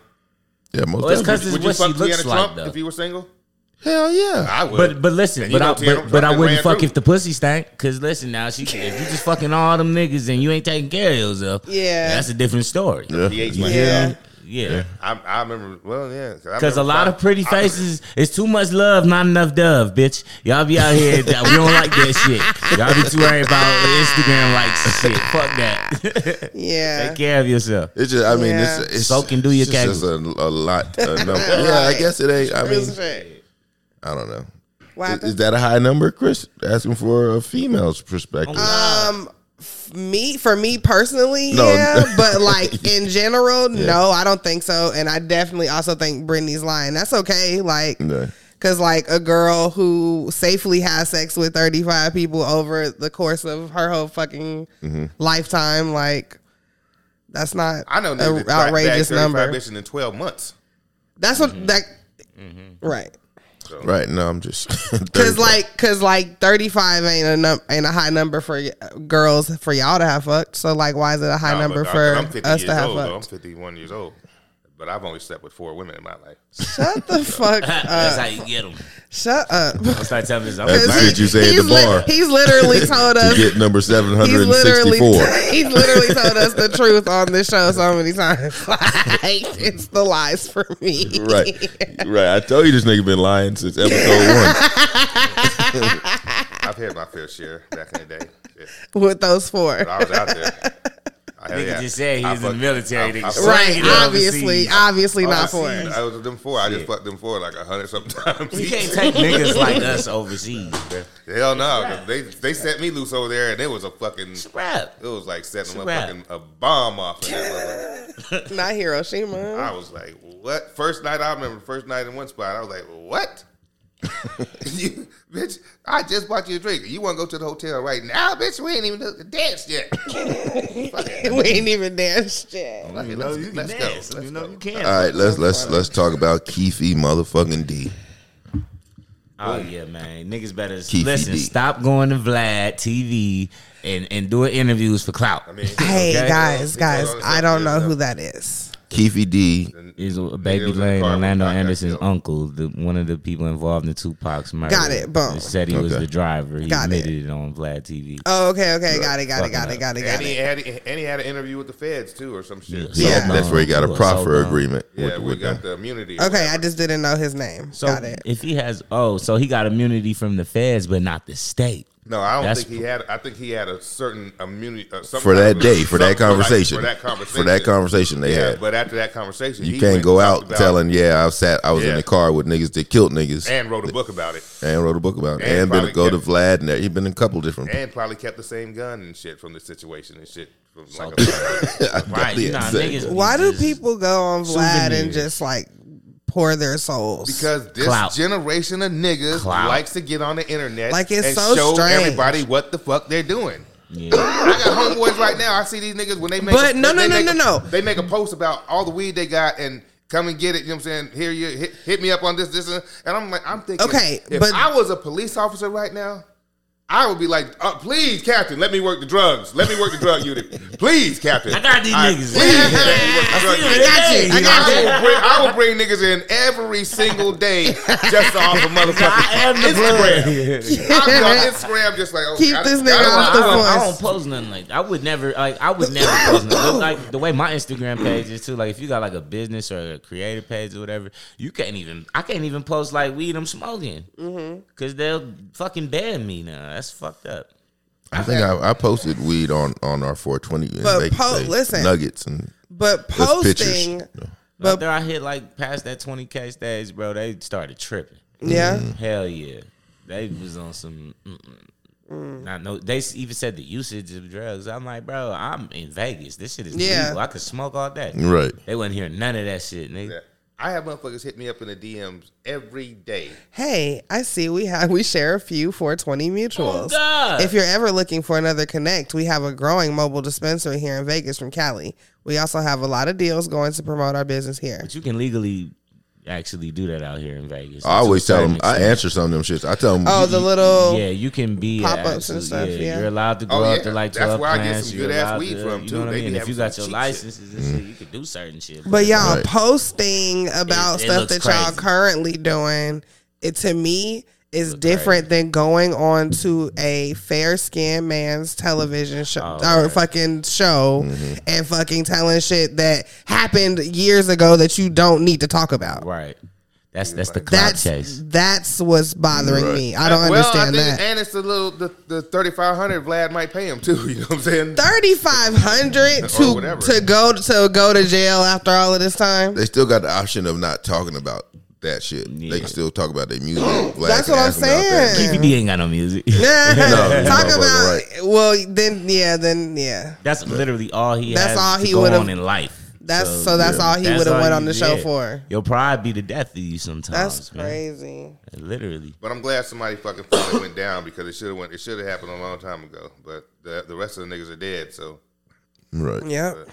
S6: Yeah, most
S5: Well, it's
S6: definitely.
S5: because it's
S3: would you
S5: what she
S3: fuck
S5: looks
S3: Deanna
S5: like,
S3: Trump
S5: though.
S3: if you were single?
S6: Hell yeah.
S3: I would.
S5: But but listen,
S3: And you
S5: but I,
S3: know Tiana
S5: but, but I
S3: fucking
S5: wouldn't
S3: ran
S5: fuck
S3: through.
S5: if the pussy stank. Cause listen now, she if you just fucking all them niggas and you ain't taking care of yourself,
S2: Yeah.
S5: that's a different story. Yeah,
S3: He hates my
S2: Yeah.
S3: dog.
S5: yeah.
S3: I, I remember. Well, yeah,
S5: Cause a lot of pretty
S3: faces.
S5: faces, it's too much love, not enough dove, bitch. Y'all be out here, that- we don't like that shit. Y'all be too worried about Instagram likes and shit. Fuck that. (laughs)
S2: Yeah.
S5: Take care of yourself.
S6: It's just, I mean,
S2: Yeah.
S6: it's, it's
S5: Soak and do your
S6: it's just a, a
S2: (laughs)
S6: lot. A number. Yeah, I guess it ain't. I mean,
S2: Respect.
S6: I don't know.
S2: What
S6: Is,
S2: happened?
S6: is that a high number, Chris? Asking for a female's perspective.
S2: Um, f- me for me personally,
S6: No.
S2: yeah, but like in general, no, I don't think so, and I definitely also think Brittany's lying. That's okay, like.
S6: Yeah.
S2: Cause like a girl who safely has sex with thirty five people over the course of her whole fucking lifetime, like that's not
S3: I know
S2: an outrageous number.
S3: Bitches Mm-hmm. in twelve months.
S2: That's what that
S3: Mm-hmm.
S2: right.
S6: Right. No, I'm just. (laughs)
S2: Cause like, cause like, thirty five ain't a num- ain't a high number for y- girls for y'all to have fucked. So like, why is it a high
S3: Nah,
S2: number
S3: but I-
S2: for
S3: I'm 50
S2: us
S3: years
S2: to have
S3: old, though. I'm
S2: fucked?
S3: fifty one years old, but I've only slept with four women in my life.
S2: Shut the fuck
S3: Uh,
S5: That's
S2: up!
S5: how you get them.
S2: Shut
S6: (laughs)
S2: up!
S5: I'll start telling this. I'm
S6: That's the shit you say at
S2: he's
S6: the
S2: lit-
S6: bar.
S2: he's literally told
S6: (laughs) to
S2: us.
S6: get
S2: (laughs)
S6: number
S2: He's literally (laughs)
S6: 764.
S2: he's literally told us the truth on this show so many times. (laughs) Like, it's the lies for me.
S6: right. Right. I told you this nigga been lying since
S3: (laughs)
S6: episode one.
S3: I've had my fair share back in the day. Shit.
S2: (laughs) with those four.
S3: But I was out
S5: (laughs)
S3: there. I, hell
S5: Nigga
S3: yeah.
S5: just said he
S3: I
S5: was in
S3: fucked-
S5: the military.
S3: I- I
S5: Nigga.
S3: fucked-
S2: Right,
S5: Overseas.
S2: obviously, obviously not four.
S3: I was them four. I just fucked them four like a hundred
S5: (laughs)
S3: sometimes.
S5: You can't take niggas like us overseas. bruh.
S3: Hell no, 'cause they they set me loose over there, and it was a fucking.
S5: It's a wrap.
S3: It was like setting them a
S5: Rap.
S3: fucking a bomb off. In that motherfucker.
S2: Not Hiroshima. (laughs)
S6: (laughs)
S3: I was like, what? First night I remember, first night in one spot, I was like, what? you, bitch, I just bought you a drink. You want to go to the hotel right now, bitch? We ain't even danced
S6: (laughs)
S3: yet.
S2: we ain't even dance shit.
S3: Let me-
S5: You know
S3: let's-
S5: you can
S3: let's go.
S5: dance.
S3: Let's
S5: You know
S3: go.
S5: you can.
S6: All right, let's let's let's talk about Keefy motherfucking D.
S5: Oh yeah, man, niggas better
S6: Keefy
S5: listen.
S6: D.
S5: Stop going to Vlad TV and and doing interviews for clout. I mean,
S2: Hey
S5: Okay.
S2: guys,
S3: He
S2: guys,
S3: told us
S2: I
S3: that
S2: don't
S3: he
S2: know
S3: was
S2: who
S3: a-
S2: that is.
S6: Keefy D
S5: is a
S3: It
S5: baby
S3: was a
S5: Lane,
S3: car
S5: Orlando
S3: with a
S5: Anderson's
S3: shotgun.
S5: uncle, the, one of the people involved in Tupac's murder.
S2: Got it, boom.
S5: They Said he was
S6: Okay.
S5: the driver. He
S2: Got it.
S5: admitted it. on Vlad TV.
S2: Oh, okay, okay, got it, got
S5: fucking
S2: it, got it,
S5: up.
S2: got it, got
S3: And he,
S2: it.
S3: had, and he had an interview with the feds too, or some shit.
S5: So
S2: Yeah.
S5: dumb.
S6: That's where he got
S5: You
S6: a
S5: are
S6: proffer
S5: so dumb.
S6: agreement.
S3: Yeah,
S6: with,
S3: we
S6: with
S3: got
S6: them.
S3: the immunity. or
S2: Okay, I
S3: whatever.
S2: just didn't know his name.
S5: So
S2: got it.
S5: if he has, oh, so he got immunity from the feds, but not the state.
S3: no, I don't
S5: That's-
S3: think he had. I think he had a certain immunity uh, some
S6: for
S3: kind
S6: that
S3: of-
S6: day, for
S3: something
S6: that
S3: like-
S6: conversation,
S3: for that conversation,
S6: for that conversation they
S3: Yeah,
S6: had.
S3: but after that conversation,
S6: You
S3: he
S6: can't
S3: went
S6: go
S3: and
S6: out
S3: talked about-
S6: telling, yeah, I sat, I was
S3: Yeah.
S6: in the car with niggas that killed niggas, and,
S3: and wrote a book about it,
S6: wrote a book about it,
S3: and
S6: and, been to go
S3: probably
S6: to
S3: kept-
S6: Vlad, and there. he been in a couple different.
S3: and probably kept the same gun and shit from the situation and shit. From like
S6: (laughs) I
S5: Right.
S6: definitely
S5: Nah,
S6: had said-
S5: niggas-
S2: Why do
S5: Jesus.
S2: people go on Vlad and
S5: Souvenirs.
S2: just like pour their souls?
S3: because this
S5: Clout.
S3: generation of niggas
S5: Clout.
S3: likes to get on the internet
S2: Like, it's
S3: and
S2: so
S3: show
S2: strange.
S3: everybody what the fuck they're doing.
S5: Yeah.
S3: (coughs) I got homeboys right now. I see these niggas when they make.
S2: But
S3: a,
S2: no,
S3: they
S2: no, no,
S3: make a-
S2: no, no.
S3: They make a post about all the weed they got and come and get it. You know what I'm saying? Here you hit, hit me up on this, this, and and I'm like, I'm thinking.
S2: Okay,
S3: if
S2: but-
S3: I was a police officer right now. I would be like, uh, please, Captain, let me work the drugs. Let me work the drug unit.
S5: (laughs)
S3: Please, Captain.
S5: I got these
S3: Please,
S5: niggas.
S3: let me work the drug unit.
S5: see what they
S2: I got
S3: I will bring, I will bring niggas in every single day just off
S2: (laughs)
S3: of
S5: I
S3: motherfucking
S5: am the
S3: (laughs)
S5: blood.
S3: I'll be on Instagram just like, oh,
S2: Keep
S3: gotta-
S2: this nigga
S3: gotta-
S2: off
S5: I
S2: the
S5: don't,
S2: voice.
S5: I don't post nothing like that. I would never like I would never post nothing. like the way my Instagram page is too. Like if you got like a business or a creative page or whatever, you can't even I can't even post like weed I'm smoking because they'll fucking ban me now. That's fucked up.
S6: I think I, I posted weed on on our 420 and
S2: But
S6: baked
S2: po-
S6: baked
S2: listen.
S6: nuggets and
S2: But
S6: That's pictures.
S2: posting,
S5: But
S2: but
S5: After I hit like past that 20k stage, bro, they started tripping.
S2: yeah,
S5: Hell yeah, they was on some. Mm-mm. I know they s- even said the usage of drugs. I'm like, bro, I'm in Vegas. This shit is
S2: Yeah.
S5: legal. I could smoke all day.
S6: right.
S5: They wouldn't hear none of that shit, nigga.
S3: Yeah. I have motherfuckers hit me up in the DMs every day.
S2: hey, I see we have we share a few 420
S5: Oh,
S2: mutuals.
S5: God.
S2: if you're ever looking for another connect, we have a growing mobile dispensary here in Vegas from Cali. We also have a lot of deals going to promote our business here.
S5: but you can legally actually do that out here in Vegas.
S6: I always
S5: To a
S6: tell them.
S5: certain
S6: I
S5: extent.
S6: answer some of them shits. I tell them.
S2: Oh, the little
S5: Yeah, you can be
S2: Pop-ups and
S5: absolute-
S2: stuff, yeah.
S5: You're allowed to go
S3: Oh,
S5: up
S3: yeah.
S5: to like
S3: That's
S5: 12
S3: where I get
S5: plants,
S3: some
S5: you're
S3: good-ass
S5: allowed
S3: weed
S5: to-
S3: from,
S5: You
S3: too.
S5: know what I
S3: They be
S5: mean? If
S3: having
S5: you got
S3: some
S5: your
S3: cheap shit.
S5: licenses and shit, you can do certain shit.
S2: But y'all
S6: Right.
S2: posting about
S5: It- it
S2: stuff
S5: looks
S2: that y'all
S5: crazy.
S2: currently doing, it to me is different than going on to a fair skinned man's television show
S5: Oh,
S2: or fucking show and fucking telling shit that happened years ago that you don't need to talk about.
S5: right. That's that's the clout
S2: That's
S5: chase.
S2: that's what's bothering me. I don't understand
S3: well, I think,
S2: that.
S3: And it's the little the, the thirty five hundred Vlad might pay him too. (laughs) You know what I'm saying?
S2: Thirty five
S3: (laughs)
S2: hundred
S3: Or
S2: to
S3: whatever.
S2: to go to go to jail after all of this time.
S6: they still got the option of not talking about that shit. They can still talk about
S2: (gasps)
S6: their music. Vlad
S2: That's
S6: can
S2: what I'm
S6: ask them about
S2: saying.
S6: that.
S5: PPD ain't got no music. (laughs)
S6: No,
S2: Talk
S6: no, but
S2: about
S6: right.
S2: well, then yeah, then yeah.
S5: That's literally all he
S2: That's
S5: has
S2: all he
S5: to go
S2: would've-
S5: on in life.
S2: That's so. That's all he
S5: That's
S2: would have
S5: all
S2: went
S5: you-
S2: on the show
S5: yeah.
S2: for.
S5: Your pride be the death of you sometimes.
S2: That's
S5: man.
S2: crazy.
S5: Literally.
S3: But I'm glad somebody fucking finally went down because it should have went. It should have happened a long time ago. But the the rest of the niggas are dead. So
S6: Right.
S2: Yep.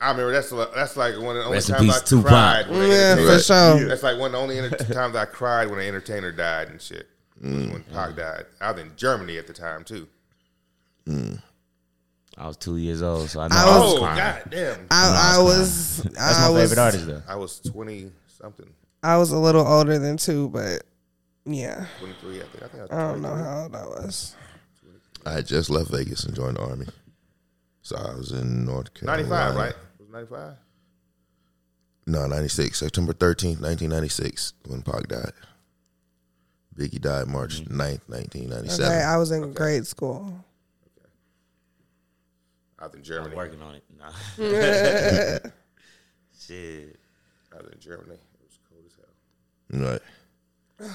S3: I remember that's li- that's like one of the only
S5: Rest in
S3: times
S5: peace,
S3: I
S5: Tupac.
S3: cried. When an
S2: Yeah,
S3: entertainer-
S2: for sure.
S3: That's like one of the only enter- times I cried when an entertainer died and shit. was When Pac
S5: Mm-hmm.
S3: died, I was in Germany at the time too.
S5: I was two years old, so I know
S2: I
S5: I
S2: was
S5: was,
S3: oh
S5: crying.
S3: god damn!
S2: I, I was.
S5: That's
S2: I
S5: my
S2: was,
S5: favorite artist though.
S3: I was twenty something,
S2: I was a little older than two, but yeah,
S3: twenty three. I think. I think I was
S5: Oh,
S2: I don't know how old I was.
S6: I had just left Vegas and joined the army, so I was in North Carolina.
S3: 95, right? Was 95?
S6: No, 96. September 13th, 1996, when Pac died. Biggie died March 9th,
S2: Mm-hmm. Okay,
S6: 1997.
S2: I was in grade school.
S3: Out in Germany. Out
S5: (laughs) Working on it. Nah. Shit. (laughs)
S3: in Germany. It was cold as hell.
S6: Right.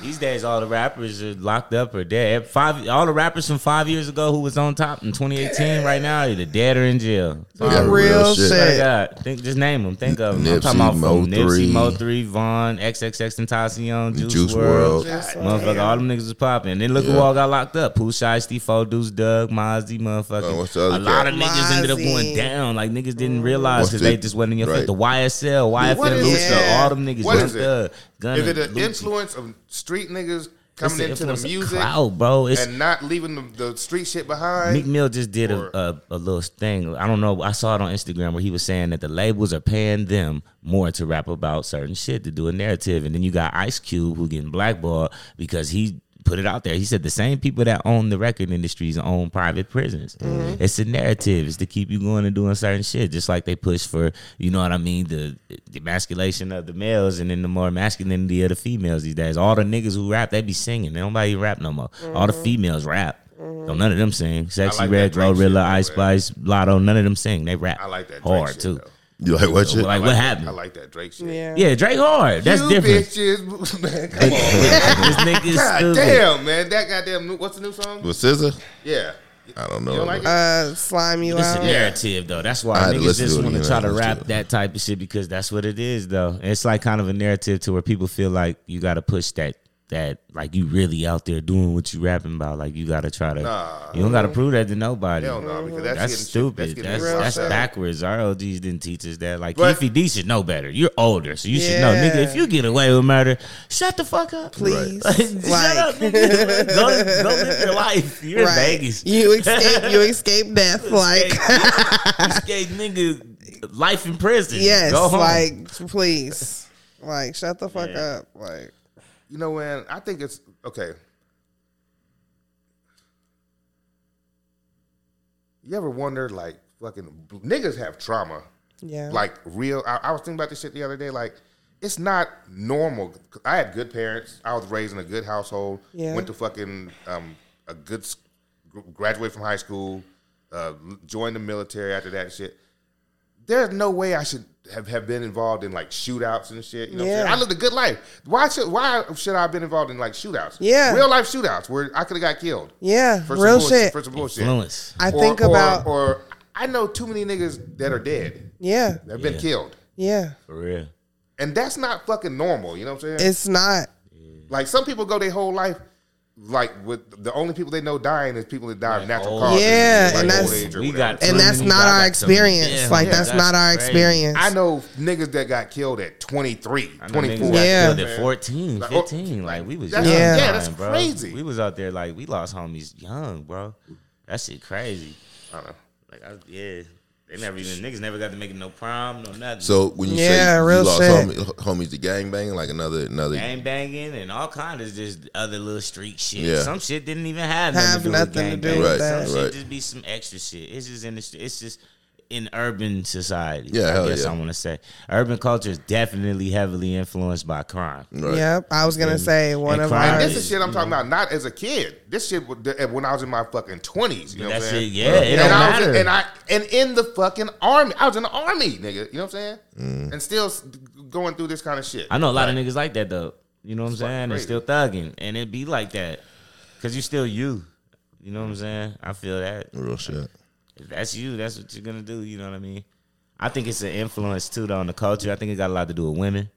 S5: These days, all the rappers are locked up or dead. Five, all the rappers from five years ago who was on top in 2018, right now, either dead or in jail. So,
S6: Yeah,
S2: real,
S6: real
S2: shit.
S6: shit.
S5: swear to God, think, just name them. Think of them. I'm
S6: Nipsey,
S5: talking about from
S6: Mo
S5: Nipsey,
S6: Three.
S5: Mo Three, Vaughn, XXX Tentacion, Juice,
S6: Juice
S5: World.
S6: World.
S5: Motherfucker, all them niggas was popping. Then look who
S6: Yeah.
S5: all got locked up. Pooh Shy, Steve Deuce, Doug, Mozzie, motherfucker.
S6: Oh, what's the other
S5: a lot
S6: cat?
S5: of niggas ended up going
S2: Mozzie.
S5: down. Like niggas didn't realize
S6: What's
S5: because they
S6: the-
S5: just wasn't in your face.
S6: right.
S5: The YSL, YFN
S3: What is
S5: Lucha,
S2: it?
S5: all them niggas.
S3: What is
S5: Young
S3: it?
S5: Thug, Gunna,
S3: Is it an
S5: Lucci.
S3: influence of street niggas
S5: It's
S3: coming into the
S5: influence of
S3: music
S5: Cloud, bro. It's
S3: and not leaving the, the street shit behind?
S5: Meek Mill just did
S3: Or-
S5: a, a, a little thing. I don't know. I saw it on Instagram where he was saying that the labels are paying them more to rap about certain shit to do a narrative, and then you got Ice Cube who getting blackballed because he put it out there. He said the same people that own the record industries own private prisons. It's a narrative. It's to keep you going and doing certain shit, just like they push for you know what I mean the, the emasculation of the males and then the more masculinity of the females these days. All the niggas who rap, they be singing. They don't nobody rap no more. All the females rap. Don't none of them sing. Sexy
S3: I like
S5: Red,
S3: that Drake shit,
S5: Glorilla, Ice
S3: though, man.
S5: Spice, Lotto. None of them sing. They rap.
S3: I like that Drake
S5: hard
S3: shit,
S5: too.
S3: though.
S6: You like what shit?
S5: Like,
S3: I
S5: what
S3: that-
S5: happened?
S3: I like that Drake shit.
S2: Yeah.
S5: yeah, Drake hard. That's
S3: you
S5: different.
S3: bitches. (laughs) man, come on.
S5: this nigga
S3: (laughs)
S5: is
S3: God
S5: stupid.
S3: damn, man. That goddamn new, what's the new song?
S6: With Scissor?
S3: Yeah.
S6: I don't know.
S3: You don't like it?
S2: Uh, slime you
S5: It's a
S2: out.
S5: narrative though. That's why
S6: I had to
S5: niggas
S6: listen
S5: just
S6: to it
S5: want to
S6: again.
S5: try
S6: I
S5: to
S6: listened to
S5: rap
S6: it.
S5: that type of shit because that's what it is though. And it's like kind of a narrative to where people feel like you got to push that that like you really out there doing what you rapping about. Like you got to try to.
S3: Nah.
S5: you don't got to prove that to nobody.
S3: Hell no, because that's,
S5: That's
S3: getting
S5: stupid.
S3: Shit,
S5: that's
S3: that's,
S5: that's,
S3: getting shit outside.
S5: backwards. Our OGs didn't teach us that. Like
S3: But-
S5: Keefy D should know better. You're older, so you should know,
S2: Yeah.
S5: nigga. If you get away with murder, shut the fuck up,
S2: Please.
S5: Like, (laughs)
S2: Like-
S5: shut up, nigga. go, go live your life. You're in Vegas.
S2: You escape. You
S5: (laughs)
S2: escape death. Like (laughs)
S5: Escape nigga life in prison.
S2: yes.
S5: Go home.
S2: Like please. Like shut the fuck up. Like
S3: You know, man, I think it's okay. You ever wonder, like, fucking niggas have trauma.
S2: yeah.
S3: Like, real. I, I was thinking about this shit the other day. Like, it's not normal. I had good parents. I was raised in a good household.
S2: Yeah.
S3: Went to fucking um, a good, s- gr- graduated from high school, uh, l- joined the military after that shit. There's no way I should have, have been involved in like shootouts and shit. You know what I'm
S2: Yeah.
S3: saying? I lived a good life. Why should why should I have been involved in like shootouts?
S2: Yeah.
S3: Real life shootouts where I could have got killed.
S2: yeah.
S3: For some
S2: Real
S3: bullshit-
S2: shit.
S3: For some bullshit.
S5: Influence.
S2: I
S3: Or-
S2: think
S3: or-
S2: about
S3: or I know too many niggas that are dead.
S2: yeah.
S3: They've been killed.
S2: Yeah.
S5: For real.
S3: And that's not fucking normal. You know what I'm saying?
S2: It's not.
S3: like some people go their whole life like with the only people they know dying is people that die of natural causes.
S2: Yeah,
S3: like
S2: and
S3: old
S2: that's-
S3: age or
S5: Oh, We
S3: whatever.
S5: got
S2: And that's not our experience. like that's, not our experience.
S3: I know niggas that got killed at 23,
S5: Twenty
S3: 24.
S5: four.
S2: Yeah.
S5: Yeah, at 14,
S3: Like, oh,
S5: 15. Like we was
S3: that's-
S5: young,
S2: yeah,
S5: dying,
S3: that's
S5: bro.
S3: crazy.
S5: We was out there like we lost homies young, bro. That shit crazy.
S3: I don't know.
S5: Like I, yeah, they never even niggas never got to make it no prom, no nothing.
S6: So when you
S2: Yeah,
S6: say you
S2: real
S6: lost
S2: shit.
S6: homie, homies to gang banging, like another another
S5: gang banging and all kind of just other little street shit.
S6: Yeah.
S5: Some shit didn't even have,
S2: Have nothing to
S5: nothing
S2: do
S5: to do with gang
S6: with
S5: banging. Some
S6: that. Right,
S5: shit
S6: right.
S5: just be some extra shit. It's just in the str- it's just in urban society.
S6: Yeah,
S5: I
S6: hell
S5: guess
S6: yeah.
S5: I want to say urban culture is definitely heavily influenced by crime.
S6: right.
S2: Yep. I was gonna say one
S5: and
S2: of
S5: crime
S2: our.
S3: This is shit I'm
S5: Mm-hmm.
S3: talking about, not as a kid. This shit was- when I was in my fucking 20s. You know what I'm
S5: That's
S3: saying?
S5: it. Yeah, it don't
S3: and I was
S5: matter.
S3: in, and I and in the fucking army. I was in the army, nigga. You know what I'm saying?
S2: Mm.
S3: And still s- going through this kind of shit.
S5: I know a lot of niggas like that though. You know what I'm saying? They're
S3: crazy.
S5: still thugging, and it be like that because you still you. You know what I'm saying? I feel that.
S6: Real shit.
S5: If that's you, that's what you're gonna do. You know what I mean? I think it's an influence too, though, on the culture. I think it got a lot to do with women.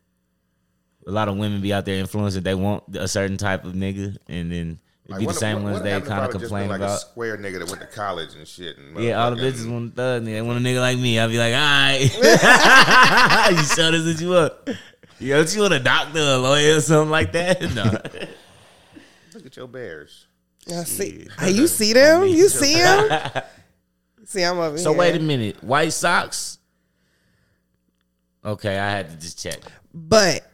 S5: A lot of women be out there influencing. They want a certain type of nigga, and then it
S3: Like,
S5: be
S3: what-
S5: the same
S3: what-
S5: ones
S3: what
S5: they
S3: happened if
S5: kind
S3: I'd
S5: of
S3: have just been
S5: complain
S3: like A
S5: about.
S3: square nigga that went to college and shit. And
S5: Yeah, all the
S3: motherfucking-
S5: bitches want a thug nigga. They want a nigga like me. I'd be like, all
S3: (laughs)
S5: right, (laughs) you show this what you want. You know, what you want a doctor, a lawyer, or something like that. (laughs) No.
S3: Look at your
S5: (laughs)
S3: bears.
S2: I see. Hey, you see them? You see
S5: (laughs)
S2: them? see, I'm over
S5: so
S2: here.
S5: wait a minute, White Sox. Okay, I had to just check.
S2: But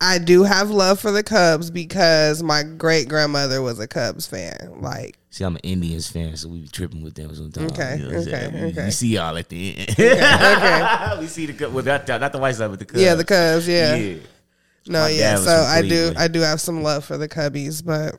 S2: I do have love for the Cubs because my great grandmother was a Cubs fan. Like,
S5: See, I'm an Indians fan, so we be tripping with them sometimes.
S2: Okay,
S5: what I'm saying?
S2: okay,
S5: We-
S2: okay.
S5: We see y'all at the end.
S2: okay,
S5: (laughs) we see the cu- well, not, not the white side, but the Cubs.
S2: yeah, the Cubs, yeah,
S5: Yeah.
S2: no,
S5: My
S2: yeah.
S5: dad was
S2: So I do,
S5: completely-
S2: I do have some love for the Cubbies, but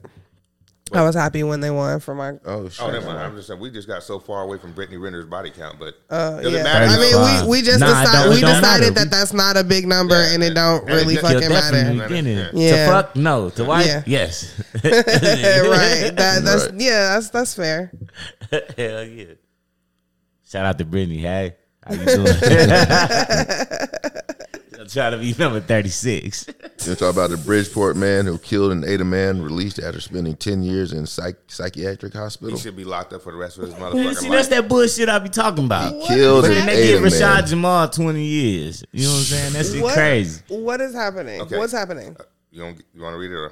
S2: I was happy when they won for my.
S6: Oh, shit.
S3: Oh, never mind. I'm just saying we just got so far away from Brittany Renner's body count, but
S5: Oh.
S2: Uh,
S3: does
S2: yeah.
S3: it matter?
S2: I mean,
S5: Thirty-five.
S2: we, we just
S5: Nah, it
S2: decided
S5: don't-
S2: we
S5: it don't
S2: decided
S5: matter.
S2: that that's not a big number
S3: Yeah.
S2: and it don't
S3: And it
S2: really
S3: just-
S5: You're
S2: fucking matter. (laughs)
S5: definitely getting it.
S2: Yeah.
S5: To fuck, no. To wife,
S2: Yeah.
S5: yes. (laughs)
S2: right. That, that's
S6: Right.
S2: yeah. That's that's fair.
S5: Hell yeah. Shout out to Brittany. Hey, how you
S2: (laughs)
S5: doing? I'm trying to be number 36.
S6: You're talking about a Bridgeport man who killed and ate a man released after spending 10 years in psych- psychiatric
S3: he
S6: hospital.
S3: should be locked up for the rest of his
S5: (laughs) See,
S3: motherfucking
S5: that's
S3: life.
S5: that bullshit I be talking about.
S6: He killed
S5: But
S6: and
S5: then they
S6: ate
S5: give
S6: a man.
S5: Rashad Jamal 20 years. You know what I'm saying? That shit
S2: What-
S5: crazy.
S2: What is happening?
S3: Okay.
S2: What's happening?
S3: You don't, you want to read it or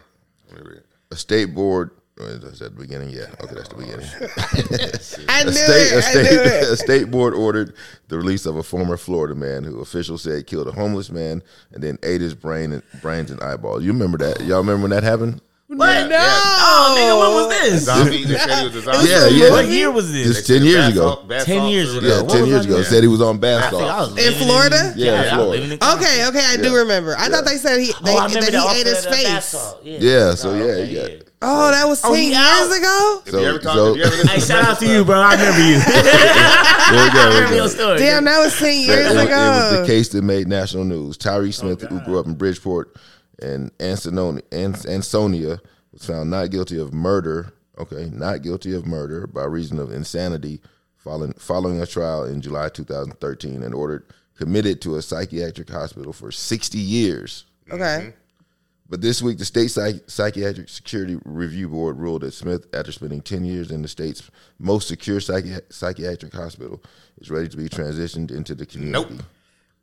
S3: let me read it?
S6: A state board. oh, Is that the beginning? Yeah. Okay, that's the beginning.
S5: Oh,
S2: I knew
S6: (laughs) A state, a
S2: it. I knew
S6: state,
S2: it.
S6: (laughs) a state board ordered the release of a former Florida man who officials said killed a homeless man and then ate his brain and brains and eyeballs. You remember that? Y'all remember when that happened?
S5: What?
S3: Yeah.
S5: Oh, nigga, what was this?
S3: Zombie. They said he was a zombie.
S6: Yeah, yeah.
S5: What year was this?
S6: It's 10 years
S3: Bath
S6: ago.
S3: salt- bath
S5: 10
S3: salts
S5: years
S3: or
S5: ago.
S6: Yeah,
S3: whatever.
S5: What
S6: ten
S5: was
S6: years
S5: I
S6: ago.
S5: doing?
S6: Said he was on
S5: I
S6: bath
S5: think I
S6: salts.
S5: was
S2: In
S5: living
S2: Florida?
S6: Yeah, in
S5: I was living in Cali.
S2: Okay, okay, Oh, I do remember. I thought they said he they,
S5: Oh, I remember
S2: that
S5: the
S2: he
S5: officer
S2: ate his
S5: of the bath
S2: face.
S5: salt.
S6: Yeah, so yeah, he got-
S2: Oh, that was ten
S5: Oh, he out? Oh,
S2: years ago.
S3: If you ever talk,
S6: So-
S3: if you
S6: (laughs)
S3: ever
S5: Hey,
S3: listen
S5: shout out to you, bro. I remember you.
S6: There we go.
S5: I
S6: there we
S5: remember
S6: go.
S5: your story.
S2: Damn, that was oh. ten years
S6: it, was- it was
S2: ago.
S6: the case that made national news. Tyree Smith, who grew up in Bridgeport, and Ansonia, Ans- Ansonia was found not guilty of murder. Okay, not guilty of murder by reason of insanity following following a trial in July 2013 and ordered committed to a psychiatric hospital for 60 years.
S2: okay,
S6: But this week, the state psych- psychiatric security review board ruled that Smith, after spending ten years in the state's most secure psychi- psychiatric hospital, is ready to be transitioned into the community.
S3: Nope.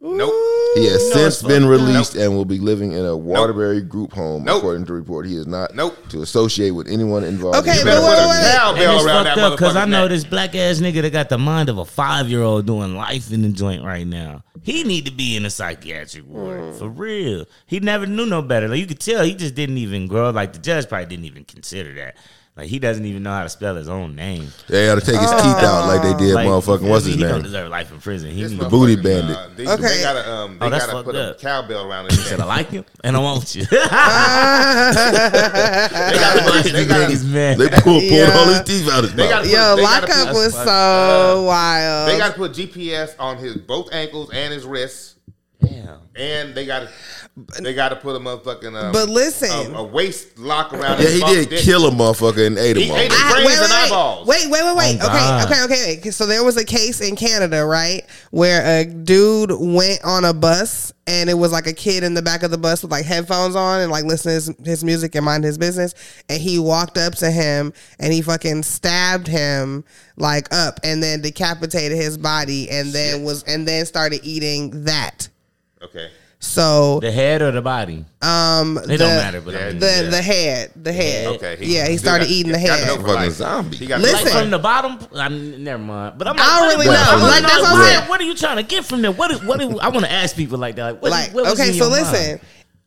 S3: Nope.
S6: He has since been released
S3: Nope.
S6: and will be living in a Waterbury group home,
S3: Nope.
S6: according to the report. He is not
S3: Nope.
S6: to associate with anyone involved.
S2: Okay,
S6: in
S2: but
S3: Better
S2: wait,
S3: put
S2: wait,
S3: a
S2: wait.
S5: And it's
S3: cowbell around
S5: fucked
S3: that
S5: up because
S3: motherfucker.
S5: I know this black ass nigga that got the mind of a five year old doing life in the joint right now. He need to be in a psychiatric ward for real. He never knew no better. Like you could tell, he just didn't even grow. up. Like the judge probably didn't even consider that. Like he doesn't even know how to spell his own name.
S6: they ought to take his teeth out like they did,
S5: Oh. Like,
S6: motherfucking. What's his
S5: he Don't
S6: name?
S5: deserve life in prison. He
S3: This
S5: need to
S6: booty
S3: motherfucker,
S6: bandit.
S3: uh, They,
S2: Okay.
S3: they gotta, um, they
S5: Oh, that's
S3: gotta
S5: fucked
S3: put
S5: up.
S3: a cowbell around his
S5: said
S3: neck.
S5: I like him and I want you. (laughs)
S3: They gotta, they gotta,
S5: Niggas, man.
S6: They pulled, pulled all his
S2: Yeah.
S6: teeth out his
S3: they
S6: mouth.
S3: gotta put,
S2: (laughs) yo,
S3: they gotta
S2: lockup
S3: put-
S2: was so wild.
S6: Um,
S3: They gotta put GPS on his both ankles and his wrists,
S5: Damn.
S3: and they gotta, they gotta put a motherfucking. Um,
S2: but listen,
S3: a, a waist lock around.
S6: Yeah,
S3: his
S6: he
S3: fucking
S6: did
S3: dick.
S6: kill a motherfucker and ate a
S3: He ate his
S6: motherfucker.
S2: I-
S3: brains
S2: Ah, wait, wait,
S3: and
S2: wait.
S3: eyeballs.
S2: Wait, wait, wait, wait.
S5: Oh, God.
S2: okay, okay, okay, okay. So there was a case in Canada, right, where a dude went on a bus and it was like a kid in the back of the bus with like headphones on and like listening to his, his music and mind his business. And he walked up to him and he fucking stabbed him like up and then decapitated his body and then was and then started eating that.
S3: Okay.
S2: So
S5: The head or the body?
S2: um
S5: It don't matter, but I
S3: yeah,
S5: mean,
S2: the the head, the head.
S3: Okay.
S2: yeah, he started
S3: got-
S2: eating the
S3: he got to know
S2: head.
S3: for
S6: Fucking
S3: life.
S6: zombie.
S3: He got
S2: Listen.
S5: Like
S3: listen.
S5: from the bottom, I'm never mind. But I'm like,
S2: I don't
S5: what-
S2: really
S5: what-
S2: know.
S5: I wanna
S2: Like, that's what I'm
S5: what-
S2: saying.
S5: What are you trying to get from there? What is what? Is, I want to ask people like that. Like, what,
S2: like
S5: what was
S2: okay
S5: in
S2: so
S5: your mind?
S2: listen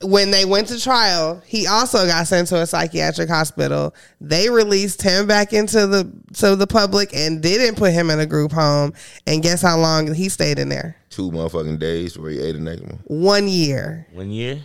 S2: when they went to trial he also got sent to a psychiatric hospital they released him back into the to the public and didn't put him in a group home and guess how long he stayed in there
S6: Two motherfucking days where he ate the next one.
S2: one year
S5: One year.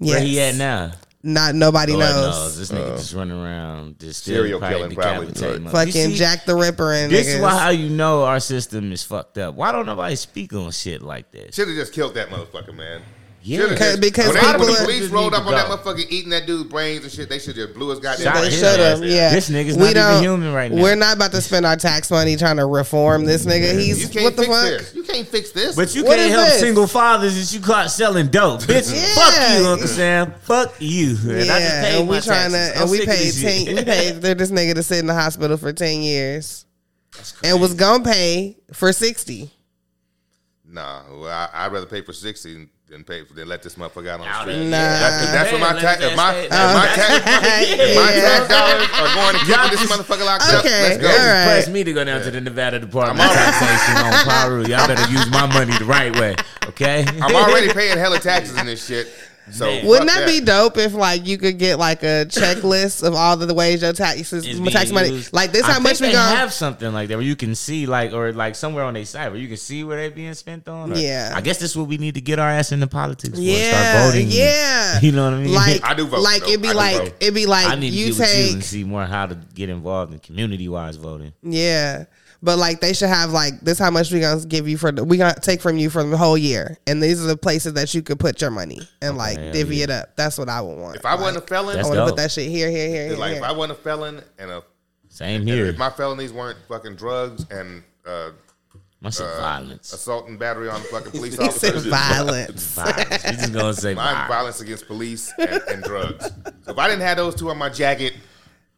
S2: yeah
S5: Where he at now?
S2: not nobody
S5: Lord
S2: knows
S5: knows. This nigga just running around, just
S3: Serial
S5: serial probably
S3: killing, probably.
S5: decapitating motherfuckers. You
S2: fucking
S5: see,
S2: jack the ripper and
S5: This is
S2: niggas.
S5: why how you know our system is fucked up. Why don't nobody speak on shit like this?
S3: Should have just killed that motherfucker, man.
S5: Yeah.
S3: Shoulda
S2: Because-
S3: just-
S2: because
S3: when, they, when
S2: people
S3: the
S2: are-
S3: police rolled up on that
S5: Go.
S3: motherfucker eating that dude's brains and shit, they should have blew his goddamn
S5: Shot
S2: they
S3: brains
S5: his
S2: should
S5: ass
S2: have,
S5: out.
S2: yeah.
S5: This nigga's not even
S2: don't-
S5: human right now.
S2: We're not about to spend our tax money trying to reform this nigga. He's
S3: You can't
S2: what the
S3: fix
S2: fuck?
S3: this. You can't fix this.
S5: But you
S2: What
S5: can't
S2: is
S5: help
S2: this?
S5: single fathers that you caught selling dope, bitch.
S2: Yeah.
S5: Fuck you, Uncle Sam. Fuck you. And I just
S2: Yeah,
S5: paid
S2: and
S5: my
S2: we trying
S5: taxes.
S2: to,
S5: I'm
S2: and we
S5: sick of
S2: paid
S5: this shit.
S2: ten,
S5: (laughs)
S2: we paid for this nigga to sit in the hospital for ten years, and was gonna pay
S5: (laughs)
S2: for sixty. (laughs)
S3: Nah, well, I, I'd rather pay for sixty than pay for, than let this motherfucker out on the
S5: Out
S3: street.
S5: of
S3: Yeah,
S5: here.
S3: That's, that's what my
S5: Let
S3: tax.
S5: his
S3: If my,
S5: ass
S3: if
S5: stay-
S3: my
S2: (laughs)
S3: tax, if my
S2: yeah.
S3: tax dollars are going to keeping this motherfucker locked up.
S2: Okay,
S3: Let's go.
S2: all right.
S5: Press me to go down to the Nevada Department of Taxation on Paru. Y'all better use my money the right way, okay?
S3: I'm already paying hella taxes in this shit. So
S5: Man.
S3: fuck
S2: Wouldn't that, be dope if like you could get
S5: (laughs)
S2: like a checklist of all the ways your taxes,
S5: is
S2: tax
S5: being
S2: money,
S5: used.
S2: like this
S5: I
S2: how much
S5: think
S2: we
S5: they
S2: going
S5: have something like that where you can see like or like somewhere on their site where you can see where they're being spent on. or-
S2: Yeah.
S5: I guess this is what we need to get our ass into politics. For,
S2: Yeah,
S5: start voting.
S3: (laughs)
S2: yeah.
S5: you know what I mean.
S2: like
S3: I do vote,
S2: like
S3: though.
S2: it'd be
S3: I do
S2: like
S3: vote.
S2: it'd be like
S5: (laughs) I need
S2: you
S5: to get with you
S2: take
S5: and see more how to get involved in community wise voting.
S2: yeah. But like they should have like this how much we gonna give you for the, we gonna take from you for the whole year and these are the places that you could put your money and like
S5: hell
S2: divvy
S5: yeah.
S2: it up. That's what I would want.
S3: if I
S2: like,
S3: wasn't a felon,
S2: I
S5: That's
S2: want to put
S5: dope.
S2: that shit here, here, here,
S3: it's
S2: here.
S3: like
S2: here.
S3: if I wasn't a felon and a
S5: Same
S3: and
S5: here.
S3: if my felonies weren't fucking drugs and uh,
S5: My shit (laughs) violence.
S3: assault and battery on fucking
S2: (laughs)
S3: police
S2: he said
S3: officers,
S5: (laughs)
S2: violence.
S5: Violence. You just gonna say
S3: mine
S5: violence.
S3: violence against police and, and drugs. So if I didn't have those two on my jacket,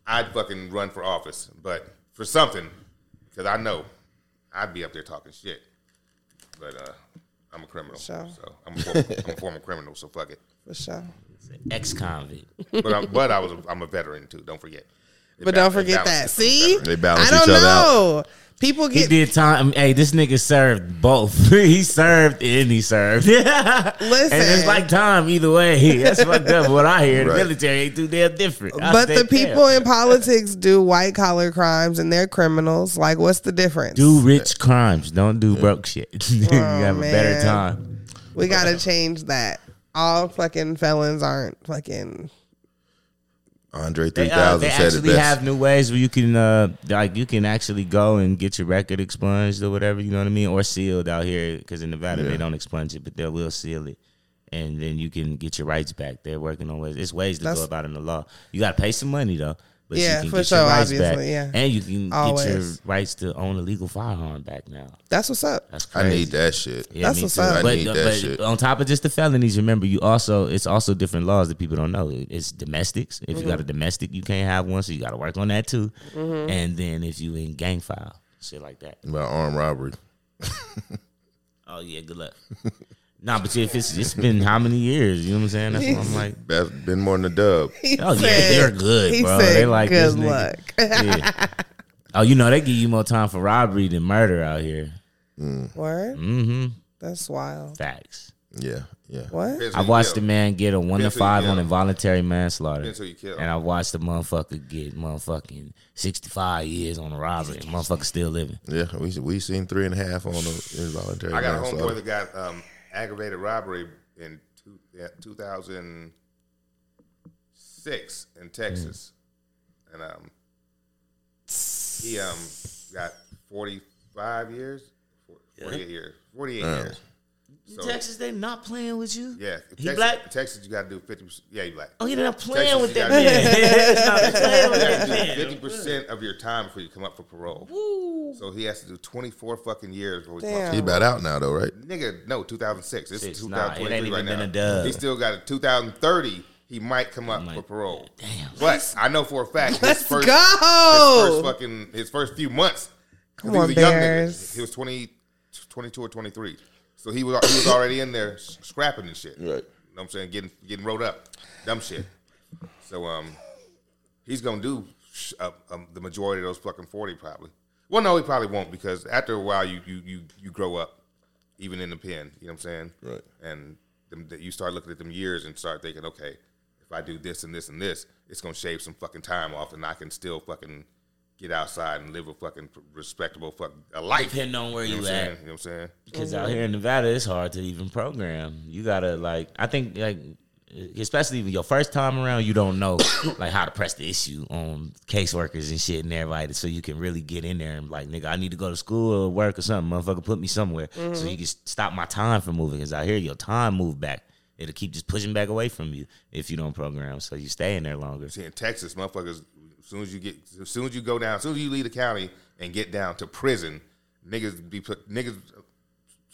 S3: I'd fucking run for office, but for something, because I know I'd be up there talking shit. But uh, I'm a criminal,
S2: Sure.
S3: so I'm a, former, I'm a former criminal, so fuck it.
S2: For sure.
S5: ex convict.
S3: But I'm, but I was a, I'm a veteran too. Don't forget. It
S2: But
S3: ba-
S2: don't
S3: it
S2: forget that.
S3: balances.
S2: See,
S6: They balance
S2: I don't
S6: each other
S2: know. People
S5: He
S2: get
S5: did time. Hey, this nigga served both. (laughs) he served and he served. (laughs) and it's
S2: Listen.
S5: like time either way. (laughs) That's fucked up. What I hear,
S6: Right.
S5: the military ain't too damn different. I
S2: But
S5: said,
S2: the people
S5: damn.
S2: in politics do white collar crimes and they're criminals. Like, what's the difference?
S5: do rich crimes. Don't do broke shit. (laughs) you have a better
S2: man.
S5: time.
S2: we gotta change that. All fucking felons aren't fucking.
S6: Andre
S5: They,
S6: 3000
S5: uh, they
S6: said it
S5: actually
S6: best.
S5: have new ways where you can, uh, like, you can actually go and get your record expunged or whatever. You know what I mean, or sealed out here because in Nevada they don't expunge it, but they will seal it. And then you can get your rights back. They're working on ways. It's ways to
S2: That's-
S5: go about it in the law. You got to pay some money though, but
S2: Yeah,
S5: you can
S2: for
S5: get
S2: sure,
S5: your rights back.
S2: obviously, yeah.
S5: And you can get your
S2: Always.
S5: rights to own a legal firearm back now.
S2: That's what's up.
S5: That's crazy.
S6: I need that shit.
S5: Yeah,
S2: That's
S5: me
S2: what's
S5: too.
S2: up. I
S5: But,
S6: need
S5: but
S6: that shit.
S5: on top of just the felonies, remember you also it's also different laws that people don't know. It's domestics. If you got a domestic, you can't have one, so you got to work on that too. And then if you in gang file, shit like that.
S6: About armed robbery.
S5: Oh yeah, good (laughs) luck. nah, but if it's it's been how many years? You know what I'm saying? That's what I'm (laughs) like.
S6: That's been more than a dub.
S2: (laughs) He
S5: Oh yeah, they're good,
S2: he
S5: bro.
S2: said,
S5: they like
S2: good
S5: this nigga.
S2: luck. (laughs)
S5: Yeah. Oh, you know they give you more time for robbery than murder out here.
S2: Word.
S5: Mm-hmm.
S2: That's wild.
S5: Facts.
S6: Yeah, yeah.
S2: What?
S3: Depends
S5: I
S3: who you
S5: watched a
S3: kill.
S5: man get a one to
S3: Depends who you
S5: five on
S3: kill.
S5: involuntary manslaughter.
S3: Depends who you kill.
S5: And I watched the motherfucker get motherfucking sixty five years on a robbery. and Motherfucker still living.
S6: Yeah, we we seen three and a half on the involuntary.
S3: I got a
S6: manslaughter.
S3: homeboy that got um, aggravated robbery in two, yeah, 2006 in Texas, and um, he um got 45 years, 48 years, 48 years. So,
S5: they not playing with you.
S3: yeah, in
S5: He
S3: Texas,
S5: black?
S3: in Texas, you got to do 50. percent Yeah, you black.
S5: Oh, you're not
S3: playing Texas, with you that gotta- (laughs) Fifty percent of your time before you come up for parole. So he has to do 24 fucking years. Before he comes
S2: Damn.
S6: He about out now though, right?
S3: Nigga, no, 2006. It's
S5: Six, nah, it
S3: 2023
S5: ain't even
S3: right
S5: been
S3: now.
S5: a dub.
S3: He still got a 2030. He might come up
S5: Might.
S3: for parole.
S5: Damn.
S3: But I know for a fact his
S2: Let's
S3: first, his
S2: go.
S3: first fucking his first few months. 'cause
S2: Come
S3: he
S2: on,
S3: was a young
S2: Bears.
S3: nigga. He was 20, 22 or 23. So he was he was already in there scrapping and shit. You know what I'm saying? Getting getting rolled up. Dumb shit. So um he's gonna do uh, um, the majority of those fucking forty probably. Well, no, he probably won't because after a while you you you you grow up, even in the pen. You know what I'm saying?
S6: Right.
S3: And them, that you start looking at them years and start thinking, okay, if I do this and this and this, it's gonna shave some fucking time off, and I can still fucking get outside and live a fucking respectable fuck a life.
S5: Depending on where
S3: you
S5: you
S3: know what I'm
S5: at.
S3: saying? You know what I'm saying?
S5: Because out here in Nevada, it's hard to even program. You gotta like, I think like, especially when your first time around, you don't know (coughs) like how to press the issue on caseworkers and shit and everybody, so you can really get in there and like, nigga, I need to go to school or work or something. Motherfucker, put me somewhere so you can s- stop my time from moving. Because out here, your time move back. It'll keep just pushing back away from you if you don't program, so you stay in there longer.
S3: See, in Texas, motherfuckers, as soon as you get, as soon as you go down, as soon as you leave the county and get down to prison, niggas be put, niggas.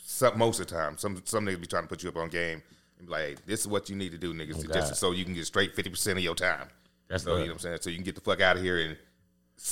S3: Some, most of the time, some some niggas be trying to put you up on game and be like, hey, "This is what you need to do, niggas, just
S5: Oh, God.
S3: so you can get straight fifty percent of your time."
S5: That's
S3: so you know
S5: right.
S3: what I'm saying. So you can get the fuck out of here and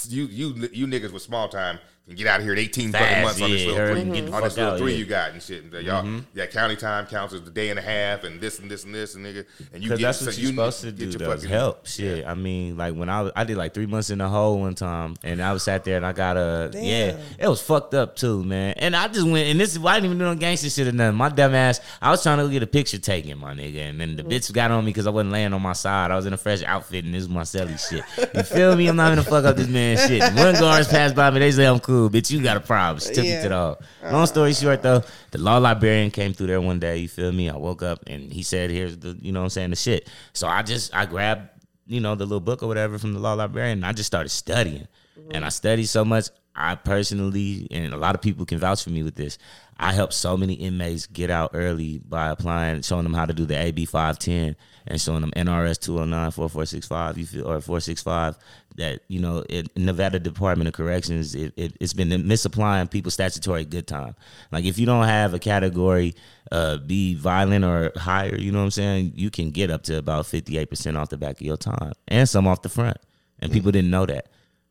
S3: you you you niggas with small time can get out of here in eighteen fucking
S5: Fast,
S3: months on this
S5: yeah,
S3: little
S5: hurry
S3: three,
S5: and get the
S3: on this
S5: fuck Mm-hmm.
S3: little
S5: out,
S3: three
S5: yeah.
S3: you got and shit. And y'all, yeah, county time counts as the day and a half and this and this and this and nigga. And you get
S5: Because that's what
S3: so
S5: you're
S3: you
S5: supposed to
S3: get
S5: do,
S3: your
S5: though. is
S3: fucking-
S5: Help, shit. I mean, like when I was, I did like three months in the hole one time, and I was sat there and I got a yeah, it was fucked up too, man. And I just went, and this is why I didn't even do no gangster shit or nothing. My dumb ass, I was trying to go get a picture taken, my nigga, and then the
S3: Mm.
S5: bitch got on me because I wasn't laying on my side. I was in a fresh outfit, and this is my celly shit. You feel me? I'm not gonna fuck up this man shit. One guards passed by me, they say I'm cool, bitch. You got a problem? She took
S2: Yeah.
S5: me to the hall. Long story short, though, the law librarian came through there one day. You feel me? I woke up and he said, "Here's the, you know, what I'm saying the shit." So I just I grabbed, you know, the little book or whatever from the law librarian, and I just started studying. And I studied so much. I personally, and a lot of people can vouch for me with this. I helped so many inmates get out early by applying, showing them how to do the AB five ten, and showing them NRS 209 4465 you feel or 465 that you know it, Nevada Department of Corrections it, it, it's been misapplying people's statutory good time like if you don't have a category uh, be violent or higher you know what I'm saying you can get up to about 58% off the back of your time and some off the front and people didn't know that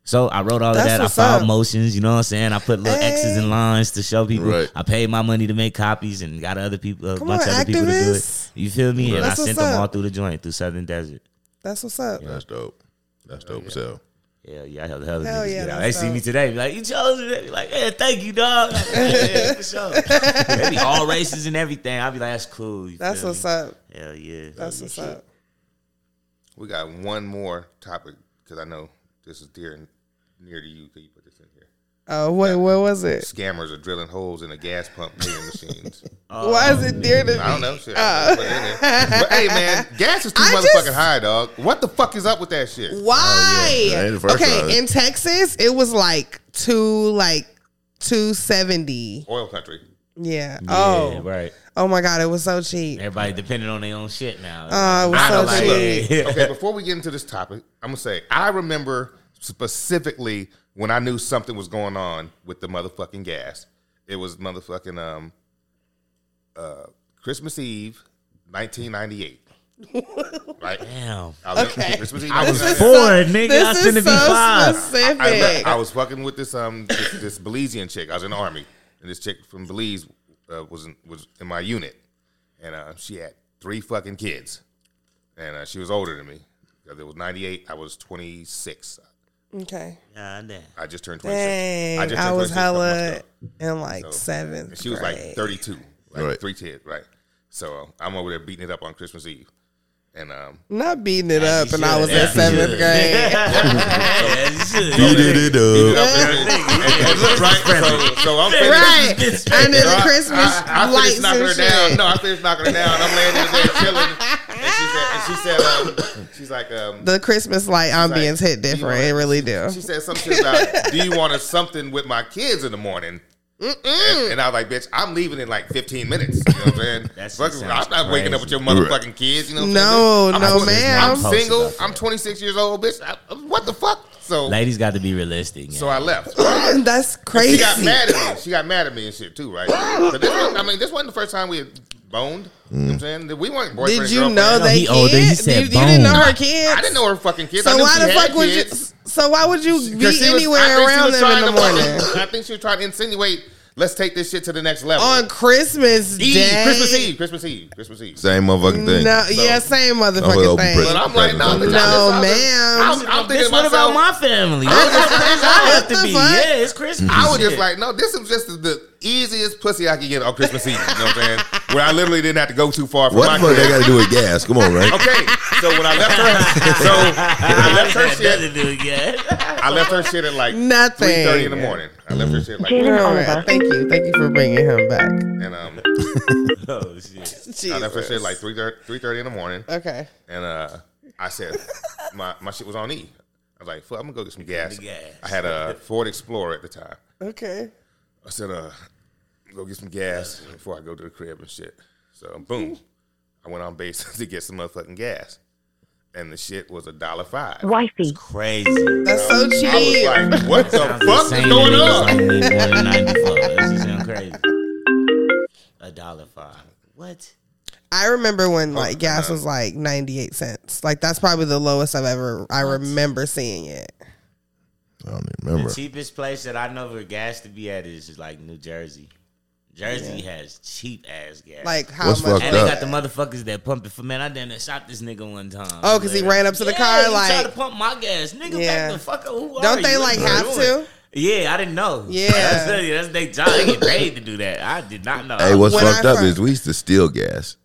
S5: so I wrote all
S2: That's
S5: of that. I
S2: what's
S5: filed
S2: up.
S5: motions, you know what I'm saying? I put little X's and lines to show people.
S4: Right.
S5: I paid my money to make copies and got other people, a
S2: Come
S5: bunch
S2: on,
S5: of other people to do it.
S2: activists.
S5: You feel me? And I
S2: That's
S5: sent
S2: what's
S5: them all
S2: up.
S5: through the joint through Southern Desert.
S2: That's what's up.
S4: That's dope. That's dope as hell.
S5: Yeah, yeah, I helped the hell
S2: Hell
S5: niggas
S2: yeah,
S5: get out. They
S2: that's
S5: see me
S2: dope.
S5: today, be like, you chose it. They be like, yeah, thank you, dog. yeah, for
S2: (laughs)
S5: sure. they be all races and everything. I be like, that's cool. You
S2: That's
S5: feel
S2: what's
S5: me?
S2: up.
S5: Hell yeah.
S2: That's what's up.
S3: We got one more topic because I know this is dear and near to you. Can you put this in here?
S2: Oh, what what was it?
S3: Scammers are drilling holes in the gas pump paying machines.
S5: Oh,
S2: Why is it dear to
S3: I don't
S2: me?
S3: know. Shit, I just put it in there. But hey, man, gas is too
S2: I
S3: motherfucking
S2: just-
S3: high, dog. What the fuck is up with that shit?
S2: Why?
S4: That ain't the first
S2: okay,
S4: time.
S2: in Texas, it was like two like two seventy.
S3: Oil country.
S2: Yeah.
S5: Yeah,
S2: Oh.
S5: right.
S2: Oh my God, it was so cheap.
S5: Everybody depending on their own shit now.
S2: Oh, it was
S3: I
S2: so
S3: don't like
S2: cheap.
S3: Okay, before we get into this topic, I'm gonna say I remember specifically when I knew something was going on with the motherfucking gas. It was motherfucking um uh Christmas Eve, 1998. right?
S5: Damn.
S3: I was-
S2: Okay.
S3: Christmas Eve,
S5: I was
S3: 1998.
S5: four, nigga. I
S2: This
S5: finna
S2: is
S5: be
S2: so
S5: five.
S2: specific.
S3: I, remember I was fucking with this um this, this Belizean chick. I was in the army, and this chick from Belize uh, was in, was in my unit, and uh, she had three fucking kids, and uh, she was older than me. Uh, There was ninety eight. I was twenty six.
S2: okay.
S5: God damn.
S3: I just turned twenty six.
S2: Dang, I,
S3: just turned 26
S2: was
S3: a couple months ago.
S2: hella in like
S3: So,
S2: seventh.
S3: And she was like
S2: grade.
S3: 32, like
S4: Right.
S3: three kids, right? So uh, I'm over there beating it up on Christmas Eve, and um,
S2: Not beating it up,
S5: you
S2: and I
S5: should.
S2: was
S5: Yeah,
S2: in
S5: you (laughs)
S2: seventh
S5: should.
S3: (laughs)
S2: grade.
S4: Beat it
S3: beat it
S4: up.
S3: up and everything. And- and- right? So, so I'm finished.
S2: right. Under
S3: So
S2: the
S3: I-
S2: Christmas
S3: Uh, I, I,
S2: lights
S3: finished knocking
S2: and
S3: her
S2: shit.
S3: down. No, I finished knocking her down. I'm laying there, there chilling. And she said, and she said um, she's like, um,
S2: The Christmas light ambience hit
S3: do you
S2: different.
S3: wanna-
S2: It really do.
S3: she said some shit about, do you want us something with my kids in the morning? And, and I was like, bitch, I'm leaving in like 15 minutes. You know what I'm
S5: (laughs)
S3: saying?
S5: That shit
S3: Fuck, I'm not
S5: sounds
S3: waking up with your motherfucking kids. You know what I'm
S2: No,
S3: saying? I'm
S2: no,
S3: twen-
S2: ma'am.
S3: I'm single.
S5: Posted up
S3: I'm 26 years old, bitch. I, what the fuck? So,
S5: Ladies got to be realistic.
S3: so I
S5: (laughs)
S3: left. (laughs)
S2: That's
S3: She
S2: crazy.
S3: got mad at me. She got mad at me and shit too,
S2: (gasps)
S3: right? But this was, I mean, this wasn't the first time we had boned. You know what I'm saying? We weren't boyfriend
S2: Mm. Did
S3: and
S2: you
S3: girlfriend.
S2: know
S5: No,
S2: they
S5: he
S2: kid?
S5: older. He said
S2: you, you didn't know
S5: bone.
S2: her kids.
S3: I didn't know her fucking kids. I
S2: So
S3: knew
S2: why
S3: she
S2: the
S3: had
S2: fuck would you?
S3: kids.
S2: So why would you
S3: 'Cause
S2: be
S3: she was- I
S2: anywhere
S3: think she
S2: around
S3: was
S2: them
S3: trying
S2: in the
S3: to-
S2: morning?
S3: (laughs) I think she was trying to insinuate, let's take this shit to the next level.
S2: On Christmas
S3: Eve,
S2: Day,
S3: Christmas Eve, Christmas Eve, Christmas Eve.
S4: Same motherfucking thing.
S2: No, yeah, same
S4: open
S3: But
S2: motherfucking
S4: present.
S2: thing.
S3: I'm like, no,
S4: No,
S3: bitch, I
S2: ma'am.
S3: just- I'm, I'm thinking
S5: Bitch,
S3: to
S5: what about
S3: myself.
S5: my family? What does I have to
S2: What the
S5: be?
S2: fuck?
S5: Yeah, it's Christmas.
S3: (laughs) I was
S2: (laughs)
S3: just
S5: Shit.
S3: like, no, this is just the easiest pussy I could get on Christmas Eve. You know what I'm saying? Where I literally didn't have to go too far from
S4: What
S3: my
S4: the fuck
S3: crib.
S4: they got to do with gas? Come on, right?
S3: Okay, so when I left her, so I left her
S5: That
S3: shit.
S5: doesn't do it good. (laughs)
S3: I left her shit at like
S2: Nothing.
S3: three thirty in the morning. I left her shit like,
S7: Jalen
S2: All
S7: Oliver.
S2: right, thank you, thank you for bringing
S3: (laughs)
S2: him back.
S3: and um,
S5: oh shit.
S3: I left her shit
S2: Jesus.
S3: like three thirty in the morning,
S2: Okay.
S3: and uh, I said my my shit was on E. I was like, fuck, I'm gonna go get some gas.
S5: gas. (laughs)
S3: I had a Ford Explorer at the time.
S2: Okay.
S3: I said, uh, go get some gas before I go to the crib and shit. So boom, I went on base (laughs) to get some motherfucking gas, and the shit was a dollar five.
S7: Wifey.
S5: Crazy.
S2: That's so cheap.
S3: I was like, what the fuck is going on?
S5: This is sound crazy. A dollar five. What?
S2: I remember when like gas was like 98 cents. Like that's probably the lowest I've ever I remember seeing it.
S6: I don't even remember.
S5: The cheapest place that I know for gas to be at is like New Jersey. Jersey has cheap ass gas.
S2: Like how
S6: What's
S2: much?
S6: fucked
S5: and they got
S6: up?
S5: the motherfuckers that pump it for man. I done done shot this nigga one time.
S2: Oh, 'cause he
S5: Like,
S2: ran up to the
S5: yeah,
S2: car,
S5: he
S2: like-
S5: tried to pump my gas, nigga.
S2: Yeah.
S5: Back the fuck up. Who
S2: Don't
S5: are
S2: they,
S5: you? What
S2: like,
S5: you
S2: have
S5: doing?
S2: to?
S5: Yeah, I didn't know.
S2: Yeah.
S5: (laughs) that's, that's their job. They get paid to do that. I did not know.
S6: Hey, what's
S2: When I
S6: fucked up
S2: first-
S6: is we used to steal gas.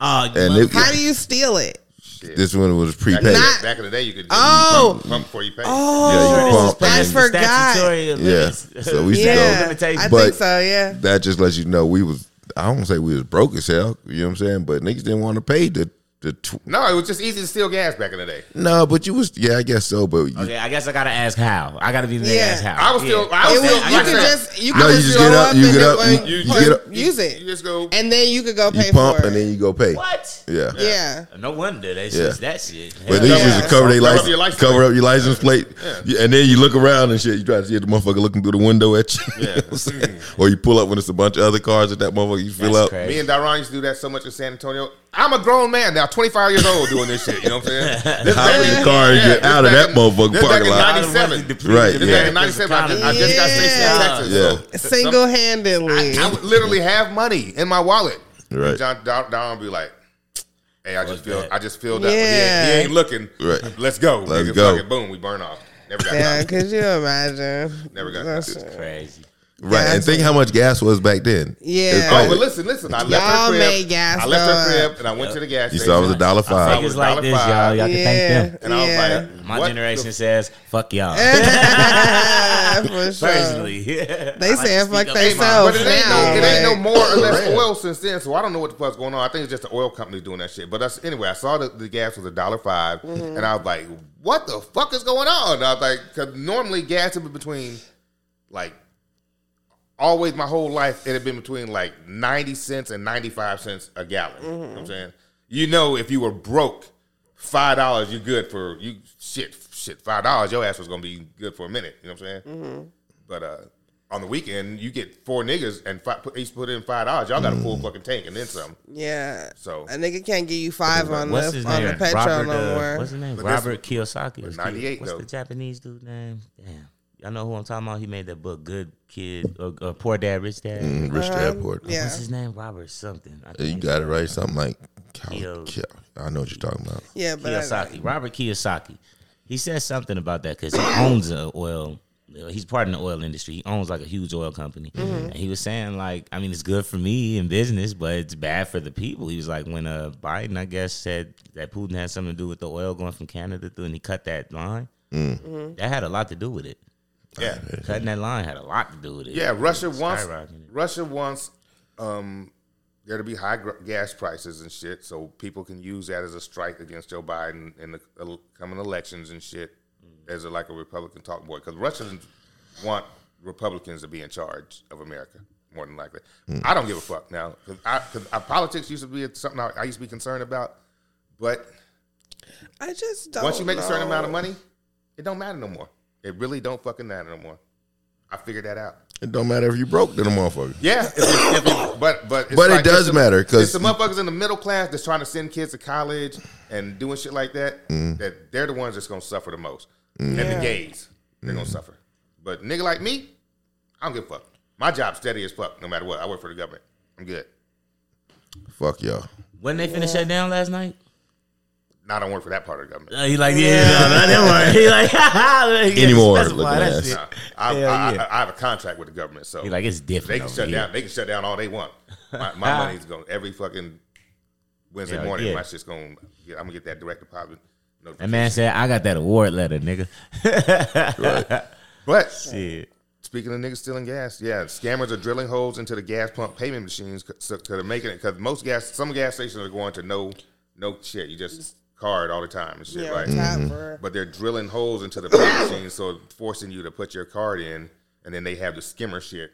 S5: Oh,
S6: And
S5: mother-
S6: it-
S2: How do you steal it?
S6: This one was
S3: Back, in
S6: prepaid.
S3: the,
S2: Not-
S3: back in the day, you could
S2: Oh.
S3: pump, pump before you paid.
S6: Yeah, you
S2: Oh,
S6: bump
S2: I
S6: and-
S2: forgot.
S5: Statutory
S6: Yeah.
S5: limits.
S6: So we used
S2: Yeah,
S6: to
S5: Limitations.
S2: I think
S6: But-
S2: so. Yeah,
S6: go. That just lets you know we was. I don't say we was broke as hell. You know what I'm saying? But niggas didn't want to pay the the. Tw-
S3: No, it was just easy to steal gas back in the day.
S6: no, but you was. Yeah, I guess so. But you,
S5: Okay, I guess I gotta ask how. I gotta be the
S2: Yeah.
S5: ask how.
S3: I was
S5: Yeah.
S3: still, I
S2: it
S3: was
S2: was,
S3: still.
S2: you
S3: like I
S2: could
S3: said,
S2: just you could
S6: No, you
S2: just
S6: just
S2: go
S6: get
S2: up,
S6: up, you
S2: and
S6: get
S2: do-
S6: up,
S2: and
S6: you- you
S2: put-
S6: get up.
S2: use it,
S3: You just go.
S2: and then you could go pay
S6: you pump
S2: for
S6: and
S2: it.
S6: then you go pay.
S5: What?
S6: Yeah.
S2: yeah,
S5: No wonder they
S6: Yeah.
S5: switched that shit.
S6: But they
S2: Yeah.
S6: used to cover
S3: Cover
S6: their
S3: up
S6: license,
S3: your license
S6: cover
S3: plate.
S6: up your license plate, Yeah, and then you look around and shit. You try to see the motherfucker looking through the window at you, (laughs) You know what I'm saying? or you pull up when it's a bunch of other cars at that motherfucker. You fill
S5: That's
S6: up.
S5: crazy.
S3: Me and Daron used to do that so much in San Antonio. I'm a grown man now, 25 years old, doing this shit. You know what I'm saying? This
S6: Hop in
S3: back
S6: the car and get
S3: this
S6: out of
S3: back
S6: that motherfucker
S3: this back
S6: parking
S3: in
S6: lot.
S3: 97. This
S6: Right,
S3: back
S6: yeah.
S3: in 97. I just, I just got stationed
S2: Yeah.
S3: in Texas. So
S2: single handedly.
S3: I would literally have money in my wallet.
S6: Right.
S3: And John Don, Don would be like, "Hey, I just feel, I just feel that
S2: Yeah.
S3: he, ain't looking.
S6: Right.
S3: Let's go.
S6: Let's
S3: Nigga,
S6: go.
S3: fuck it. boom, we burn off. Never got
S2: Yeah,
S3: yeah.
S2: could you imagine?
S3: Never got
S2: That's- (laughs)
S5: Crazy.
S6: Right, and
S2: Gas.
S6: think how much gas was back then.
S2: Yeah.
S6: It's
S3: Oh,
S6: crazy.
S3: but listen, listen. I left
S2: Y'all
S3: her crib.
S2: made gas
S3: I left her
S2: go up.
S3: crib and I went to the gas
S6: you
S3: station.
S6: saw it was a dollar
S3: I
S6: five.
S3: was
S5: Niggas like this,
S3: $1.05.
S5: y'all. Y'all can thank them.
S3: and I was
S2: yeah.
S3: like,
S5: My
S3: what
S5: generation
S3: the-
S5: says, fuck y'all.
S2: for sure.
S5: Personally. (laughs)
S2: They saying fuck
S3: But
S2: themselves
S3: it ain't, no,
S2: now.
S3: it ain't no
S2: like-
S3: more or less oil since then, so I don't know what the fuck's going on. I think it's just the oil company doing that shit. But that's, anyway, I saw that the gas was a dollar 5 and I was like, "What the fuck is going on?" And I was like, "Cause normally gas had been between, like, always my whole life it had been between like ninety cents and ninety five cents a gallon. You know what I'm saying, you know, if you were broke, five dollars you good for you shit shit five dollars your ass was gonna be good for a minute. You know what I'm saying? But uh, on the weekend, you get four niggas and five, put, each put in five dollars. Y'all got a full fucking tank and then some.
S2: Yeah.
S3: So-
S2: a nigga can't give you five on the
S5: What's his
S2: on
S5: name?
S2: the petrol
S5: Robert,
S2: no
S5: uh,
S2: more.
S5: What's his name?
S3: this-
S5: Robert Kiyosaki. was
S3: 98
S5: Kiyosaki. What's
S3: though.
S5: the Japanese dude name? Damn. Y'all know who I'm talking about? He made that book, Good Kid, or, or Poor Dad, Rich Dad.
S6: Mm, Rich Dad Airport.
S2: Yeah.
S5: What's his name? Robert something. I
S6: You
S5: think.
S6: got it right. Something like, Cal-
S5: Yo.
S6: Cal- I know what you're talking about.
S2: Yeah, but I,
S5: Kiyosaki, Robert Kiyosaki. He said something about that because he owns a oil. He's part of the oil industry. He owns like a huge oil company, and he was saying like, I mean, it's good for me in business, but it's bad for the people. He was like, when uh, Biden, I guess, said that Putin had something to do with the oil going from Canada through, and he cut that line. That had a lot to do with it.
S3: Yeah,
S5: Cutting that line had a lot to do with it.
S3: yeah. Russia wants
S5: Skyrocketed.
S3: Russia wants um, there to be high gr- gas prices and shit, so people can use that as a strike against Joe Biden in the el- coming elections and shit as a, like a Republican talk boy because Russians want Republicans to be in charge of America. More than likely, I don't give a fuck now because uh, politics used to be something I, I used to be concerned about, but
S2: I just don't.
S6: Oh,
S3: Once you make a certain
S2: know.
S3: amount of money, it don't matter no more. It really don't fucking matter no more. I figured that out.
S6: It don't matter if you broke to the motherfucker.
S3: Yeah, if it- if it- but but it's
S6: But it
S3: it's
S6: does
S3: the-
S6: matter, 'cause-
S3: it's the motherfuckers in the middle class that's trying to send kids to college and doing shit like that.
S6: Mm.
S3: That they're the ones that's gonna suffer the most, and the gays they're
S6: Mm.
S3: gonna suffer. But nigga like me, I don't give a fuck. My job's steady as fuck, no matter what. I work for the government. I'm good.
S6: Fuck y'all.
S5: When they finished shut down last night,
S3: Now I don't work for that part of the government.
S5: uh, he like, yeah, no, not that one. (laughs) He like, he
S6: Anymore,
S5: specified
S6: looking
S5: that
S6: ass.
S5: shit.
S3: Nah, I,
S5: Hell
S3: I,
S5: yeah.
S3: I, I have a contract with the government, so
S5: He like it's
S3: They
S5: different.
S3: can
S5: over
S3: shut
S5: here.
S3: down. They can shut down all they want. My,
S5: (laughs)
S3: my money's going every fucking Wednesday
S5: Yeah,
S3: morning.
S5: yeah.
S3: My shit's going. to I'm gonna get that direct deposit.
S5: That
S3: notification.
S5: man said, "I got that award letter, nigga."
S3: But
S5: Shit.
S3: speaking of niggas stealing gas, yeah, scammers are drilling holes into the gas pump payment machines because they're making it. Because most gas, some gas stations are going to no, no shit. You just card all the time and shit,
S2: Yeah,
S3: right?
S5: Mm-hmm.
S2: time for-
S3: But they're drilling holes into the payment machine, so it's forcing you to put your card in, and then they have the skimmer shit.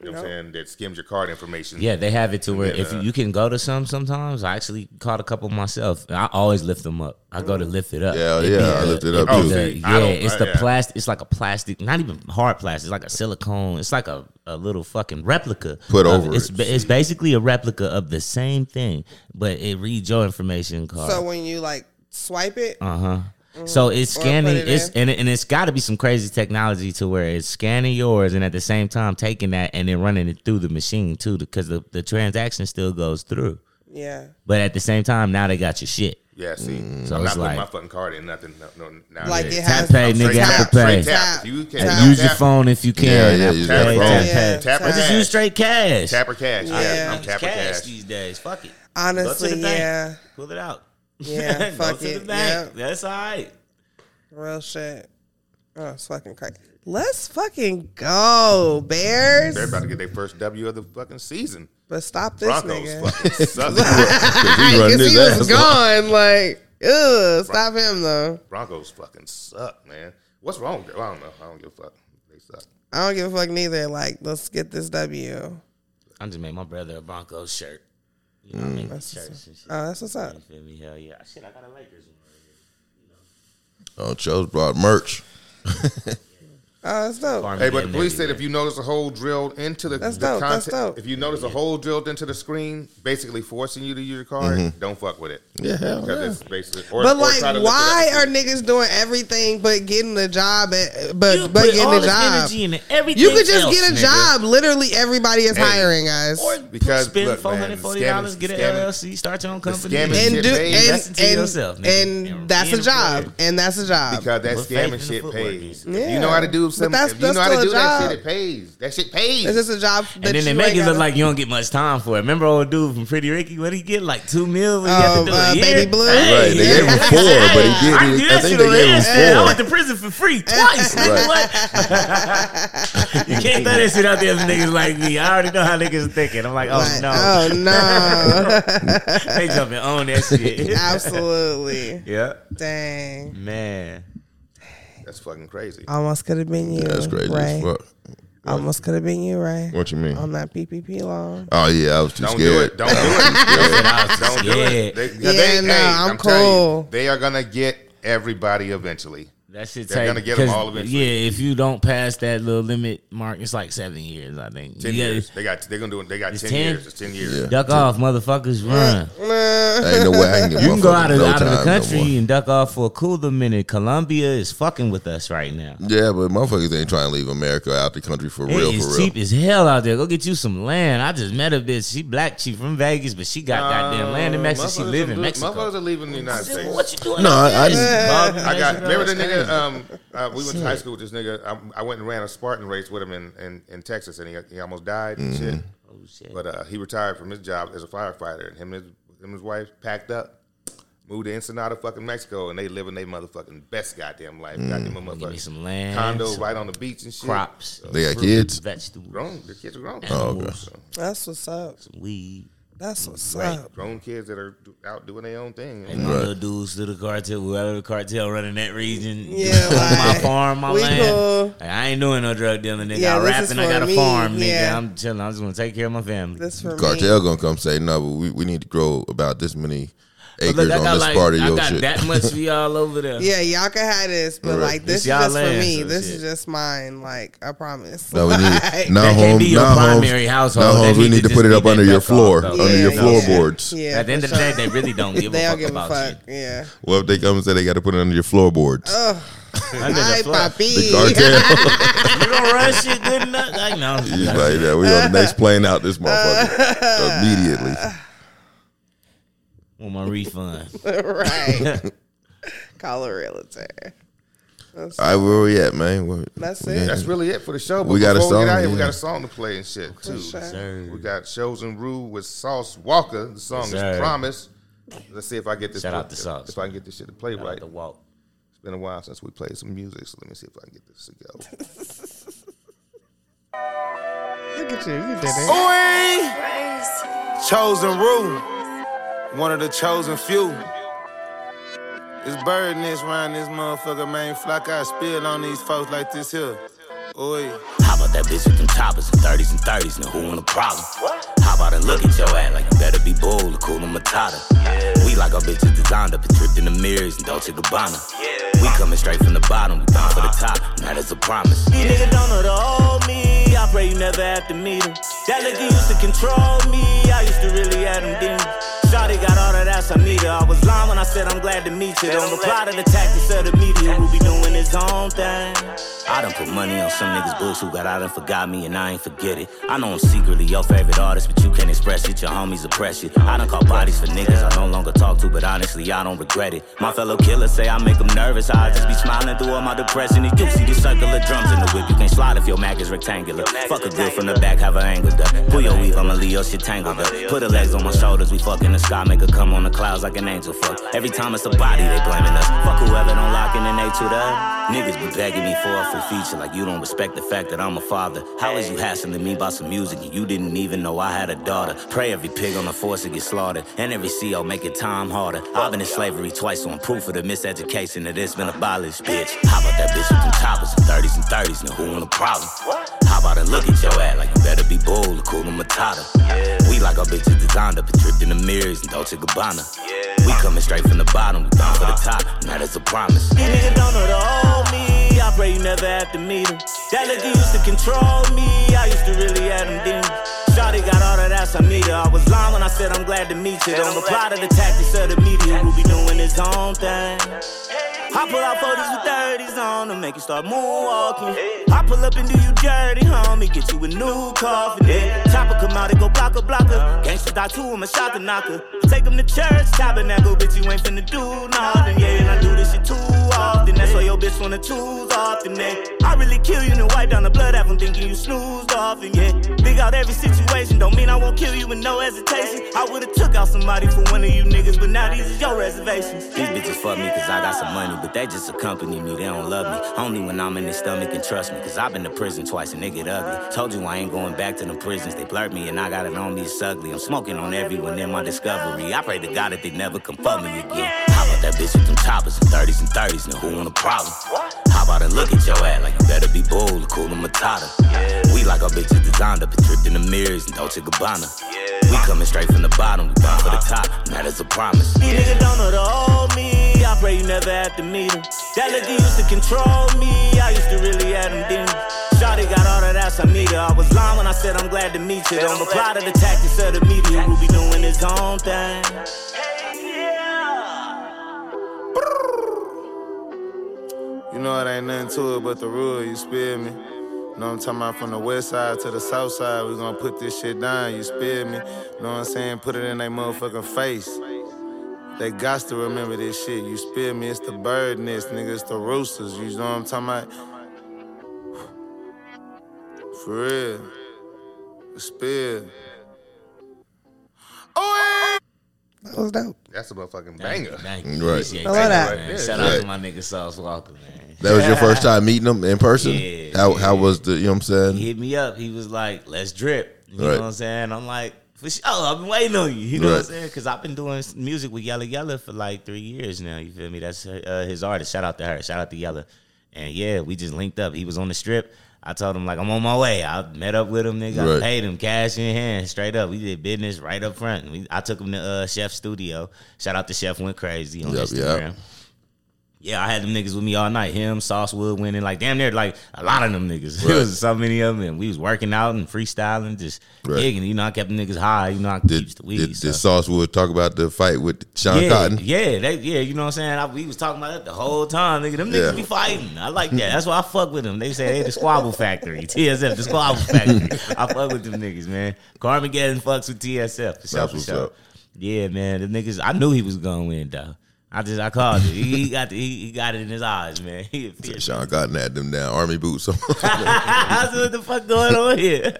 S3: You know what I'm saying? That skims your card information.
S5: Yeah, they have it to where
S3: then,
S5: if you, you can go to some sometimes. I actually caught a couple myself. and I always lift them up. I go to lift it up.
S6: Yeah,
S5: It be
S6: yeah, I
S5: the-
S6: lift it up
S5: be
S6: too.
S5: the-
S3: Oh, See, I
S5: yeah,
S3: don't-
S5: it's the
S3: yeah.
S5: plastic. It's like a plastic, not even hard plastic. It's like a silicone. It's like a, a little fucking replica.
S6: Put
S5: of-
S6: over
S5: It's,
S6: it.
S5: ba- it's basically a replica of the same thing, but it reads your information card.
S2: So when you like swipe it,
S5: uh huh. So it's
S2: Or
S5: scanning,
S2: Mm. put it
S5: it's
S2: in.
S5: and, it- and it's got to be some crazy technology to where it's scanning yours and at the same time taking that and then running it through the machine too, because the, the transaction still goes through.
S2: Yeah.
S5: But at the same time, now they got your shit.
S3: Yeah, see,
S5: So
S3: I'm
S5: it's
S3: not putting
S5: like-
S3: my fucking card in nothing. No, no, no
S2: Mm. Like it
S5: Tap
S2: has
S5: pay,
S3: Straight
S5: nigga,
S3: tap,
S5: Apple Pay.
S3: Straight tap.
S2: Tap.
S3: If you can't
S2: Tap.
S3: tap,
S5: Use your
S3: tap,
S5: phone if you can.
S6: Yeah, yeah,
S5: Apple
S6: use your
S5: Pay,
S6: phone.
S5: tap
S2: Yeah,
S5: pay.
S3: tap or
S2: tap.
S5: Just
S3: cash.
S5: use straight cash.
S3: Tap or cash.
S2: Yeah.
S3: Yeah, I'm
S5: It's
S3: tapper cash.
S5: these days. Fuck it. Go to
S2: Honestly,
S5: the bank. (laughs)
S2: yeah.
S5: Pull it out.
S2: Yeah,
S5: (laughs) Go
S2: fuck
S5: to
S2: it.
S5: the bank.
S2: Yep.
S5: That's all right.
S2: Real shit. Oh, it's fucking crazy. Let's fucking go, Bears.
S3: They're about to get their first W of the fucking season.
S2: But stop this
S3: Broncos
S2: nigga. (laughs)
S3: fucking suck.
S6: He
S2: Because
S6: running
S2: he
S6: his ass
S2: was
S6: off.
S2: gone. Like, ugh, stop him though.
S3: Broncos fucking suck, man. What's wrong? with them? I don't know. I don't give a fuck. They suck.
S2: I don't give a fuck neither. Like, let's get this W.
S5: I just made my brother a Broncos shirt. You know, I make these shirts and shit.
S2: Oh, that's what's up.
S5: You feel me? Hell yeah. Shit, I got a Lakers one. right here.
S6: Oh, Chose brought merch.
S2: Oh, that's dope.
S5: Farm
S3: Hey, but the
S5: them
S3: police said
S5: everywhere.
S3: if you notice a hole drilled into the,
S2: That's
S3: the
S2: dope, that's
S3: content-
S2: dope.
S3: if you notice a hole drilled into the screen, basically forcing you to use your card,
S5: Mm-hmm.
S3: don't fuck with it.
S6: Yeah, hell
S3: Because
S6: yeah.
S3: it's basically. Or,
S2: But
S3: or try to look
S2: like,
S3: it up.
S2: why are niggas doing everything but getting a job? At, but
S5: You
S2: but
S5: put all
S2: getting a
S5: this
S2: job.
S5: energy into everything
S2: You could just
S5: else,
S2: get a
S5: nigga.
S2: job. Literally, everybody is hiring us.
S5: Or
S3: Because,
S5: spend
S3: look,
S5: four
S3: man,
S5: hundred forty dollars,
S3: scamming-
S5: get an
S3: scamming-
S5: LLC, start your own company,
S3: scamming
S5: and-
S3: shit
S2: and do
S3: paid.
S2: and
S5: Investing to
S2: and,
S5: yourself, nigga.
S2: and that's a
S5: Being
S2: job.
S5: employed.
S2: And that's a job.
S3: Because that
S5: With faith in
S3: scamming
S5: the
S3: shit
S5: footwork,
S3: pays.
S5: dude.
S3: If
S2: Yeah.
S3: you know how to do something,
S2: that's-
S3: if you know
S2: that's
S3: how to
S2: still
S3: do
S2: a
S3: that
S2: job.
S3: shit, it pays. That shit pays.
S2: It's just a job. that
S5: And then they
S2: you
S5: make
S2: ain't
S5: it look
S2: gotta-
S5: like you don't get much time for it. Remember old dude from Pretty Ricky? What did he get? Like two mil? What he had
S2: Um,
S5: to do a
S2: uh,
S5: year?
S2: Baby Blue?
S6: Right, they gave him four, but he
S5: (laughs)
S6: did.
S5: I,
S6: I think they gave him
S5: I went
S6: four.
S5: to prison for free twice. Nigga, what?
S6: (laughs)
S5: you can't throw that shit out there for niggas like me. I already know how niggas are thinking. I'm like, oh
S2: Like,
S5: no,
S2: Oh
S5: (laughs)
S2: no!
S5: they jumping on that shit.
S2: Absolutely.
S5: yeah,
S2: Dang.
S5: man.
S3: That's fucking crazy.
S2: Almost could have been you.
S6: That's crazy
S2: Ray.
S6: as fuck.
S2: Almost could have been you, Ray.
S6: What you mean?
S5: Um,
S2: On that PPP loan.
S6: Oh yeah, I was too
S3: Don't do
S6: scared.
S3: it.
S5: (laughs)
S3: Don't do
S6: (laughs)
S3: it. Don't do
S5: scared.
S3: it. They,
S2: Yeah,
S3: they-
S2: no,
S3: hey,
S2: I'm
S3: telling you,
S2: cool.
S3: they are gonna get everybody eventually.
S5: That shit.
S3: They're
S5: take-
S3: gonna get 'em
S5: 'cause,
S3: all eventually.
S5: Yeah, if you don't pass that little limit mark, it's like seven years, I think.
S3: Ten
S5: You gotta
S3: years. They got. They're gonna do. it. They got
S5: It's
S3: ten,
S5: 10?
S3: years. It's ten years.
S6: Yeah.
S5: Duck off, motherfuckers! Run.
S6: Ain't no way I can get
S5: You can go
S6: motherfuckers
S5: out of,
S6: no
S5: out of the
S6: time no
S5: country
S6: more.
S5: and duck off for a cooler minute. Colombia is fucking with us right now.
S6: yeah, but motherfuckers ain't trying to leave America out the country for real,
S5: it
S6: for
S5: is
S6: real.
S5: cheap as hell out there. Go get you some land. I just met a bitch. She black. She from Vegas, but she got goddamn land in Mexico. She
S3: Motherfuckers
S5: live
S3: are
S5: in
S3: lo-
S5: Mexico.
S3: Motherfuckers are leaving the United
S5: Shit,
S3: States.
S5: What you doing?
S6: No,
S5: out
S6: I-
S5: there?
S6: I just-
S5: Bob,
S3: I got
S5: Mexico,
S3: remember the
S5: that's
S3: nigga.
S5: crazy.
S3: Um, uh, we went to high school with this nigga. I, I went and ran a Spartan race with him in, in, in Texas, and he, he almost died and shit.
S6: Mm-hmm.
S5: Oh, shit.
S3: But uh, he retired from his job as a firefighter, and him and his, him and his wife packed up, moved to Ensenada, fucking Mexico, and they living their motherfucking best goddamn life.
S6: Mm.
S3: Goddamn
S5: Give me
S3: motherfucking
S5: some land,
S3: condo
S5: some
S3: right on the beach and shit.
S5: crops,
S6: They got kids.
S5: vegetables,
S3: Grown, the kids are grown.
S6: Oh, okay.
S2: That's what's up.
S5: some weed.
S2: That's what's up.
S3: Grown kids that are do- out doing their own thing.
S5: And my little dudes to the cartel, whoever the cartel running that region.
S2: Yeah,
S5: (laughs) my
S2: like,
S5: farm, my
S2: we
S5: land.
S2: cool.
S5: Like, I ain't doing no drug dealing, nigga.
S2: Yeah,
S5: I
S2: this
S5: rap
S2: is
S5: and I
S2: for
S5: got a
S2: me,
S5: farm, nigga.
S2: yeah.
S5: I'm chilling. I'm just gonna take care of my family.
S2: This for
S6: Cartel
S2: me.
S6: gonna come say no, but we, we need to grow about this many
S5: But
S6: acres
S5: Oh, look, I
S6: on
S5: got
S6: this
S5: like
S6: part of
S5: I
S6: your
S5: got
S6: shit.
S5: that much for y'all over there.
S2: Yeah, y'all can have this, but
S6: Right.
S2: like
S5: This
S2: this, is
S5: y'all
S2: just for
S5: land,
S2: me.
S5: so
S2: This
S5: shit.
S2: is just mine. Like I promise.
S6: (laughs) No, we
S2: Like,
S6: need
S5: (laughs)
S6: no
S5: That can't
S6: home.
S5: be your
S6: no
S5: primary
S6: homes,
S5: household.
S6: No
S5: They
S6: homes. We
S5: need
S6: need
S5: to
S6: to put
S5: just
S6: it up
S5: be
S6: under
S5: that
S6: your
S5: duck
S6: floor,
S5: off, though.
S6: under your
S2: Yeah,
S6: floorboards.
S2: Yeah.
S5: At the end
S2: for
S5: of the day,
S2: sure.
S5: they really
S2: (laughs)
S5: don't give
S2: They
S5: a
S2: don't
S5: fuck
S2: give a
S5: about
S2: fuck.
S5: you. (laughs)
S2: Yeah.
S6: Well, if they come and say they got to put it under your floorboards,
S5: Oh, Under
S2: Hi,
S5: the floor.
S6: the
S2: papi.
S5: (laughs)
S6: cartel.
S5: You don't run shit good enough. Like no,
S6: (laughs) He's like, (laughs) yeah, we on the next plane out
S5: (laughs)
S6: this motherfucker immediately.
S5: want my
S2: (laughs)
S5: refund. (laughs)
S2: right. Call a realtor.
S6: All right, where we at, man? Where-
S2: That's
S6: we
S2: it.
S6: ain't-
S3: That's really it for the show. But
S6: We got a
S3: before we
S6: song,
S3: get out here, we
S6: yeah.
S3: got a song to play and shit too.
S2: sure.
S3: We got shows and rule with Sauce Walker. The song
S5: sir.
S3: is Promise. Let's see if I get this.
S5: Shout out to Sauce.
S3: If I can get this shit to play
S5: Shout out
S3: right.
S5: to Walt.
S3: It's been a while since we played some music, so let me see if I can get this to go.
S7: (laughs)
S2: Look at you. You did it.
S7: Ooh-wee. Chosen rule. One of the chosen few. This bird nest round this motherfucker, man. Flock I spill on these folks like this here. Oi.
S8: How about that bitch with them choppers and 30s and 30s? Now who want a problem? How about I look at your ass like you better be bold or cool matata? We like our bitches designed up and tripped in the mirrors and Dolce Gabbana. We coming straight from the bottom, we bound for the top. Now that's a promise. You Uh-huh. niggas don't know the old me. I pray you never have to meet him. That nigga used to control me. I used to really have him demons. So Shawty got all of that I need her. I was lying when I said I'm glad to meet you. Don't reply to the tactics of the media who be doing his own thing. I done put money on some niggas' books who got out and forgot me, and I ain't forget it. I know I'm secretly your favorite artist, but you can't express it. Your homies oppress you. I done caught bodies for niggas I no longer talk to, but honestly, I don't regret it. My fellow killers say I make them nervous. I just be smiling through all my depression. And you see the circle of drums in the whip. You can't slide if your mag is rectangular. Fuck a girl from the back, have her angled up. Pull your weave, I'ma leave your shit tangled up. Put her legs on my shoulders, we fuck in the sky. Make her come on the clouds like an angel fuck. Every time it's a body, they blaming us. Fuck whoever don't lock in and they to the Niggas be begging me for a free feature like you don't respect the fact that I'm a father. How is you hassling me about some music and you didn't even know I had a daughter? Pray every pig on the force to get slaughtered and every CEO make it time harder. I've been in slavery twice, so I'm proof of the miseducation that it's been abolished, bitch. How about that bitch with them choppers and 30s and 30s? Now who want a problem? How about a look at your ass like you better be bold or Kuna Matata? We like our bitches designed up and tripped in the mirrors and Dolce Gabbana. We coming straight from the bottom, we bound for the top. Now that's a promise. You niggas don't know the old me. I pray you never have to meet him. That liquor used to control me. I used to really have them demons. Shawty got all of that I need her. I was lying when I said I'm glad to meet you. Don't reply to the tactics of the media who be doing his own thing. I pull out 40s with 30s on to make you start moonwalking. I pull up and do you dirty, homie. Get you a new car for that. Chopper come out and go blocker, blocker. Gangsta die too, I'm a shot the knocker. Take him to church, tabernacle, bitch, you ain't finna do nothing. Yeah, and I do this shit too often. That's why your bitch wanna choose often, man. I really kill you and wipe down the blood out from thinking you snoozed off, and yeah. Big out every situation, don't mean I won't kill you with no hesitation. I would've took out somebody for one of you niggas, but now these is your reservations. These bitches fuck me cause I got some money, but they just accompany me, they don't love me. Only when I'm in their stomach and trust me, cause I've been to prison twice and they get ugly. Told you I ain't going back to them prisons, they blurt me and I got it on me, it's ugly. I'm smoking on everyone in my discovery. I pray to God that they never come for me again. How about that bitch with them choppers and 30s and 30s, now who want a problem? How about a look at your ass like you better be bold or Kuna Matata? We like our bitches designed up and tripped in the mirrors and Dolce Gabbana. We coming straight from the bottom, we bound for the top, now that's a promise. These Uh-huh. niggas don't know the old me, I pray you never have to meet him. That liquor used to control me, I used to really have them demons. Shawty got all of that I need her. I was lying when I said I'm glad to meet you. Don't reply to the tactics of the media who be doing his own thing.
S7: You know it ain't nothing to it but the rule, you spill me. Know I'm talking about from the west side to the south side, we gonna put this shit down, you spill me. Know what I'm saying? Put it in their motherfucking face. They got to remember this shit, you spill me. It's the bird nest, nigga, it's the roosters, you know what I'm talking about? For real. You spill.
S2: That was dope.
S3: That's a motherfucking banger.
S5: Thank you.
S6: Right.
S5: Appreciate
S2: I love that.
S5: you, man. Shout out to my nigga Sauce Walker, man.
S6: That was your first time meeting him in person.
S5: Yeah,
S6: how
S5: yeah.
S6: how was the? You know what I'm saying?
S5: He hit me up. He was like, "Let's drip." You know
S6: Right.
S5: what I'm saying? I'm like, "For sure, Oh, I've been waiting on you." You know what I'm
S6: Right.
S5: saying? Because I've been doing s- music with Yella Yella for like three years now. You feel me? That's her, uh, his artist. Shout out to her. Shout out to Yella. And yeah, we just linked up. He was on the strip. I told him like I'm on my way. I met up with him, nigga. I
S6: Right.
S5: paid him cash in hand, straight up. We did business right up front. And We, I took him to uh, Chef Studio. Shout out to Chef Went Crazy on
S6: Yup, yup.
S5: Instagram. Yeah, I had them niggas with me all night. Him, Sauce Wood winning, like damn near like a lot of them niggas. (laughs) There was so many of them. And we was working out and freestyling, just
S6: Right.
S5: gigging. You know, I kept them niggas high. You know, I
S6: Did,
S5: keeps the weed.
S6: did,
S5: so.
S6: did Sauce Wood talk about the fight with Sean
S5: yeah,
S6: Uh, Cotton?
S5: yeah, they, yeah. You know what I'm saying? I, we was talking about that the whole time, nigga. Them
S6: Yeah.
S5: niggas be fighting. I like that. That's why I fuck with them. They say they the squabble factory. TSF, the squabble factory. I fuck with them niggas, man. Carmen Getting fucks with TSF. For sure,
S6: That's
S5: for
S6: what's
S5: sure.
S6: up.
S5: Yeah, man. The niggas. I knew he was gonna win though. I just I called it. He, he got the, he, he got it in his eyes, man. (laughs) He a fish.
S6: Sean Cotton had them down
S5: (laughs)
S6: army boots on.
S5: I said, what the fuck going on here?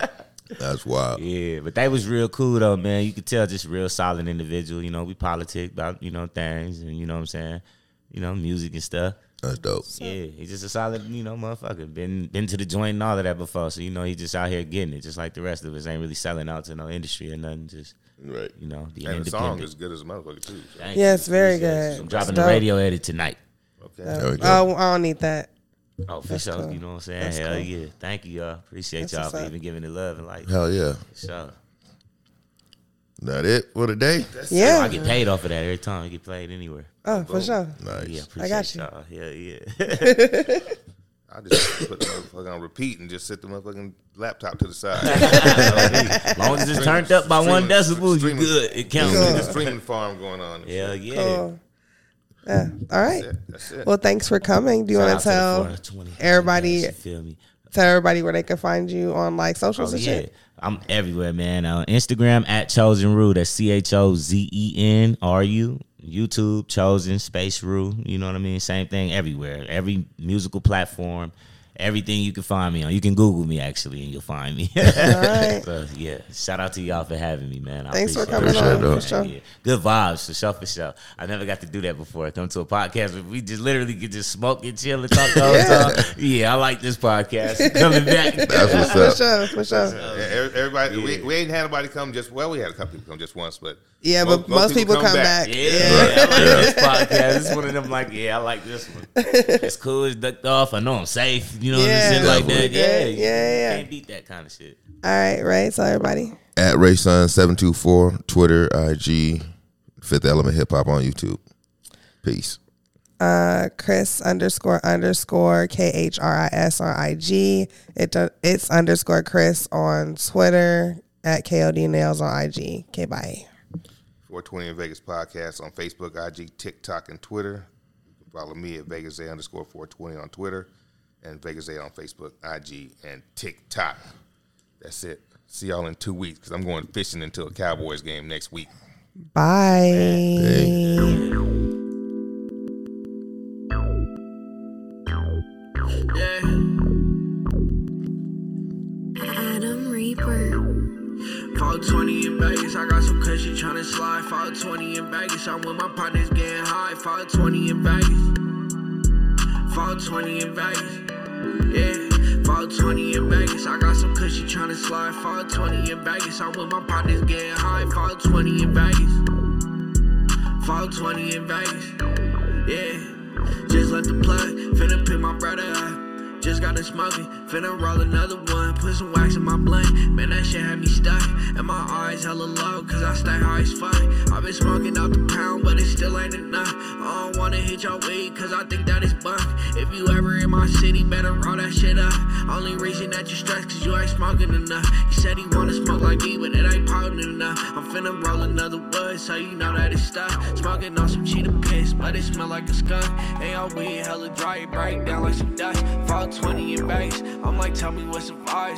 S6: That's wild.
S5: yeah, but they was real cool though, man. You could tell just real solid individual. You know, we politic about, you know, things and you know what I'm saying? You know, music and stuff.
S6: That's dope.
S5: Yeah, he's just a solid, you know, motherfucker. Been been to the joint and all of that before. So, you know, he just out here getting it, just like the rest of us. Ain't really selling out to no industry or nothing. Just,
S6: Right.
S5: you know, being
S3: And the song
S5: independent.
S3: is good as a motherfucker too. so.
S5: Thank
S2: Yes,
S5: you.
S2: very
S5: Appreciate you.
S2: good.
S5: I'm dropping
S2: That's
S5: the
S2: dope.
S5: radio edit tonight.
S6: There we go.
S5: Uh,
S2: Oh, I don't need that.
S5: Oh, for sure.
S2: cool.
S5: You know what I'm saying? Hell yeah. Thank you, y'all. Appreciate
S2: That's
S5: y'all
S2: what's
S5: for
S2: up.
S5: even giving it love and like.
S6: Hell yeah.
S5: For sure.
S6: That it for today?
S5: I
S2: Yeah.
S5: get paid off of that every time I get played anywhere.
S2: Oh, for sure.
S6: Nice.
S5: Yeah,
S2: I
S5: appreciate
S2: (laughs) got you.
S5: y'all. Yeah, yeah.
S3: I I just put the motherfucker on repeat and just sit the motherfucking laptop to the
S5: (laughs)
S3: side. As
S5: As long as it's turned up by one decibel, you good. It counts.
S3: The streaming farm going on. and
S5: Hell
S3: shit.
S5: yeah.
S2: Cool. Oh. Yeah. All right.
S3: That's it. That's it.
S2: Well, thanks for coming. Do you want to tell everybody-
S5: You feel me?
S2: tell everybody where they can find you on like socials
S5: Oh,
S2: and
S5: yeah.
S2: shit?
S5: I'm everywhere, man. Uh, Instagram at Chosen Rue. That's C H O Z E N R U. YouTube, Chosen, Space Rue. You know what I mean? Same thing everywhere. Every musical platform, everything you can find me on. You can Google me, actually, and you'll find me. (laughs)
S2: All right.
S5: so, yeah. Shout out to y'all for having me, man. I
S2: Thanks for
S5: appreciate it.
S2: coming
S4: on,
S2: for sure.
S5: Yeah. Good vibes, for sure, for sure. I never got to do that before. I come to a podcast where we just literally could just smoke and chill and talk the whole time. Yeah, I like this podcast. (laughs) Coming back.
S4: That's what's
S2: For
S4: up.
S2: sure. For sure.
S3: Yeah, every- Everybody, we, we ain't had nobody come just well. We had a couple people come just once, but
S2: Yeah,
S3: mo-
S2: but most, people, come back.
S5: Yeah,
S2: Yeah.
S5: I like this podcast. It's one of them like, yeah, I like this one. It's cool. It's ducked off. I know I'm safe. You know
S2: Yeah.
S5: what I'm saying? Like that.
S2: Definitely.
S5: Yeah,
S2: Yeah,
S5: you
S2: yeah, yeah.
S5: Can't beat that kind of shit.
S2: All right. Right. So everybody.
S4: At Rayson724, Twitter, IG, Fifth Element Hip Hop on YouTube. Peace.
S2: Uh, Chris underscore underscore K H R I S on IG. It do, it's underscore Chris on Twitter at KOD Nails on IG. Okay, bye.
S3: 420 in Vegas podcast on Facebook, IG, TikTok, and Twitter. You can follow me at Vegas A underscore 420 on Twitter and Vegas A on Facebook, IG, and TikTok. That's it. See y'all in two weeks because I'm going fishing until a Cowboys game next week.
S2: Bye.
S9: Adam Reaper.
S1: 520 in Vegas, I got some cushion tryna slide. 520 in Vegas, I'm with my partners getting high. 520 in Vegas. 520 in Vegas. Yeah. 520 in Vegas, I got some cushion tryna slide. 520 in Vegas, I'm with my partners getting high. 520 in Vegas. 520 in Vegas. Yeah. Just let the plug, finna pin my brother up. Just got to smoking, finna roll another one. Put some wax in my blunt, man, that shit had me stuck. And my eyes hella low, cause I stay high as fuck. i been smoking out the pound, but it still ain't enough. I don't wanna hit your weed, cause I think that is bunk. If you ever in my city, better roll that shit up. Only reason that you stress, cause you ain't smoking enough. You said he wanna smoke like me, but it ain't potent enough. I'm finna roll another wood, so you know that it's stuck. Smoking on some cheetah piss, but it smell like a skunk. Hey, all weed hella dry, it break down like some dust. 420 in base, I'm like, tell me what's the vibes,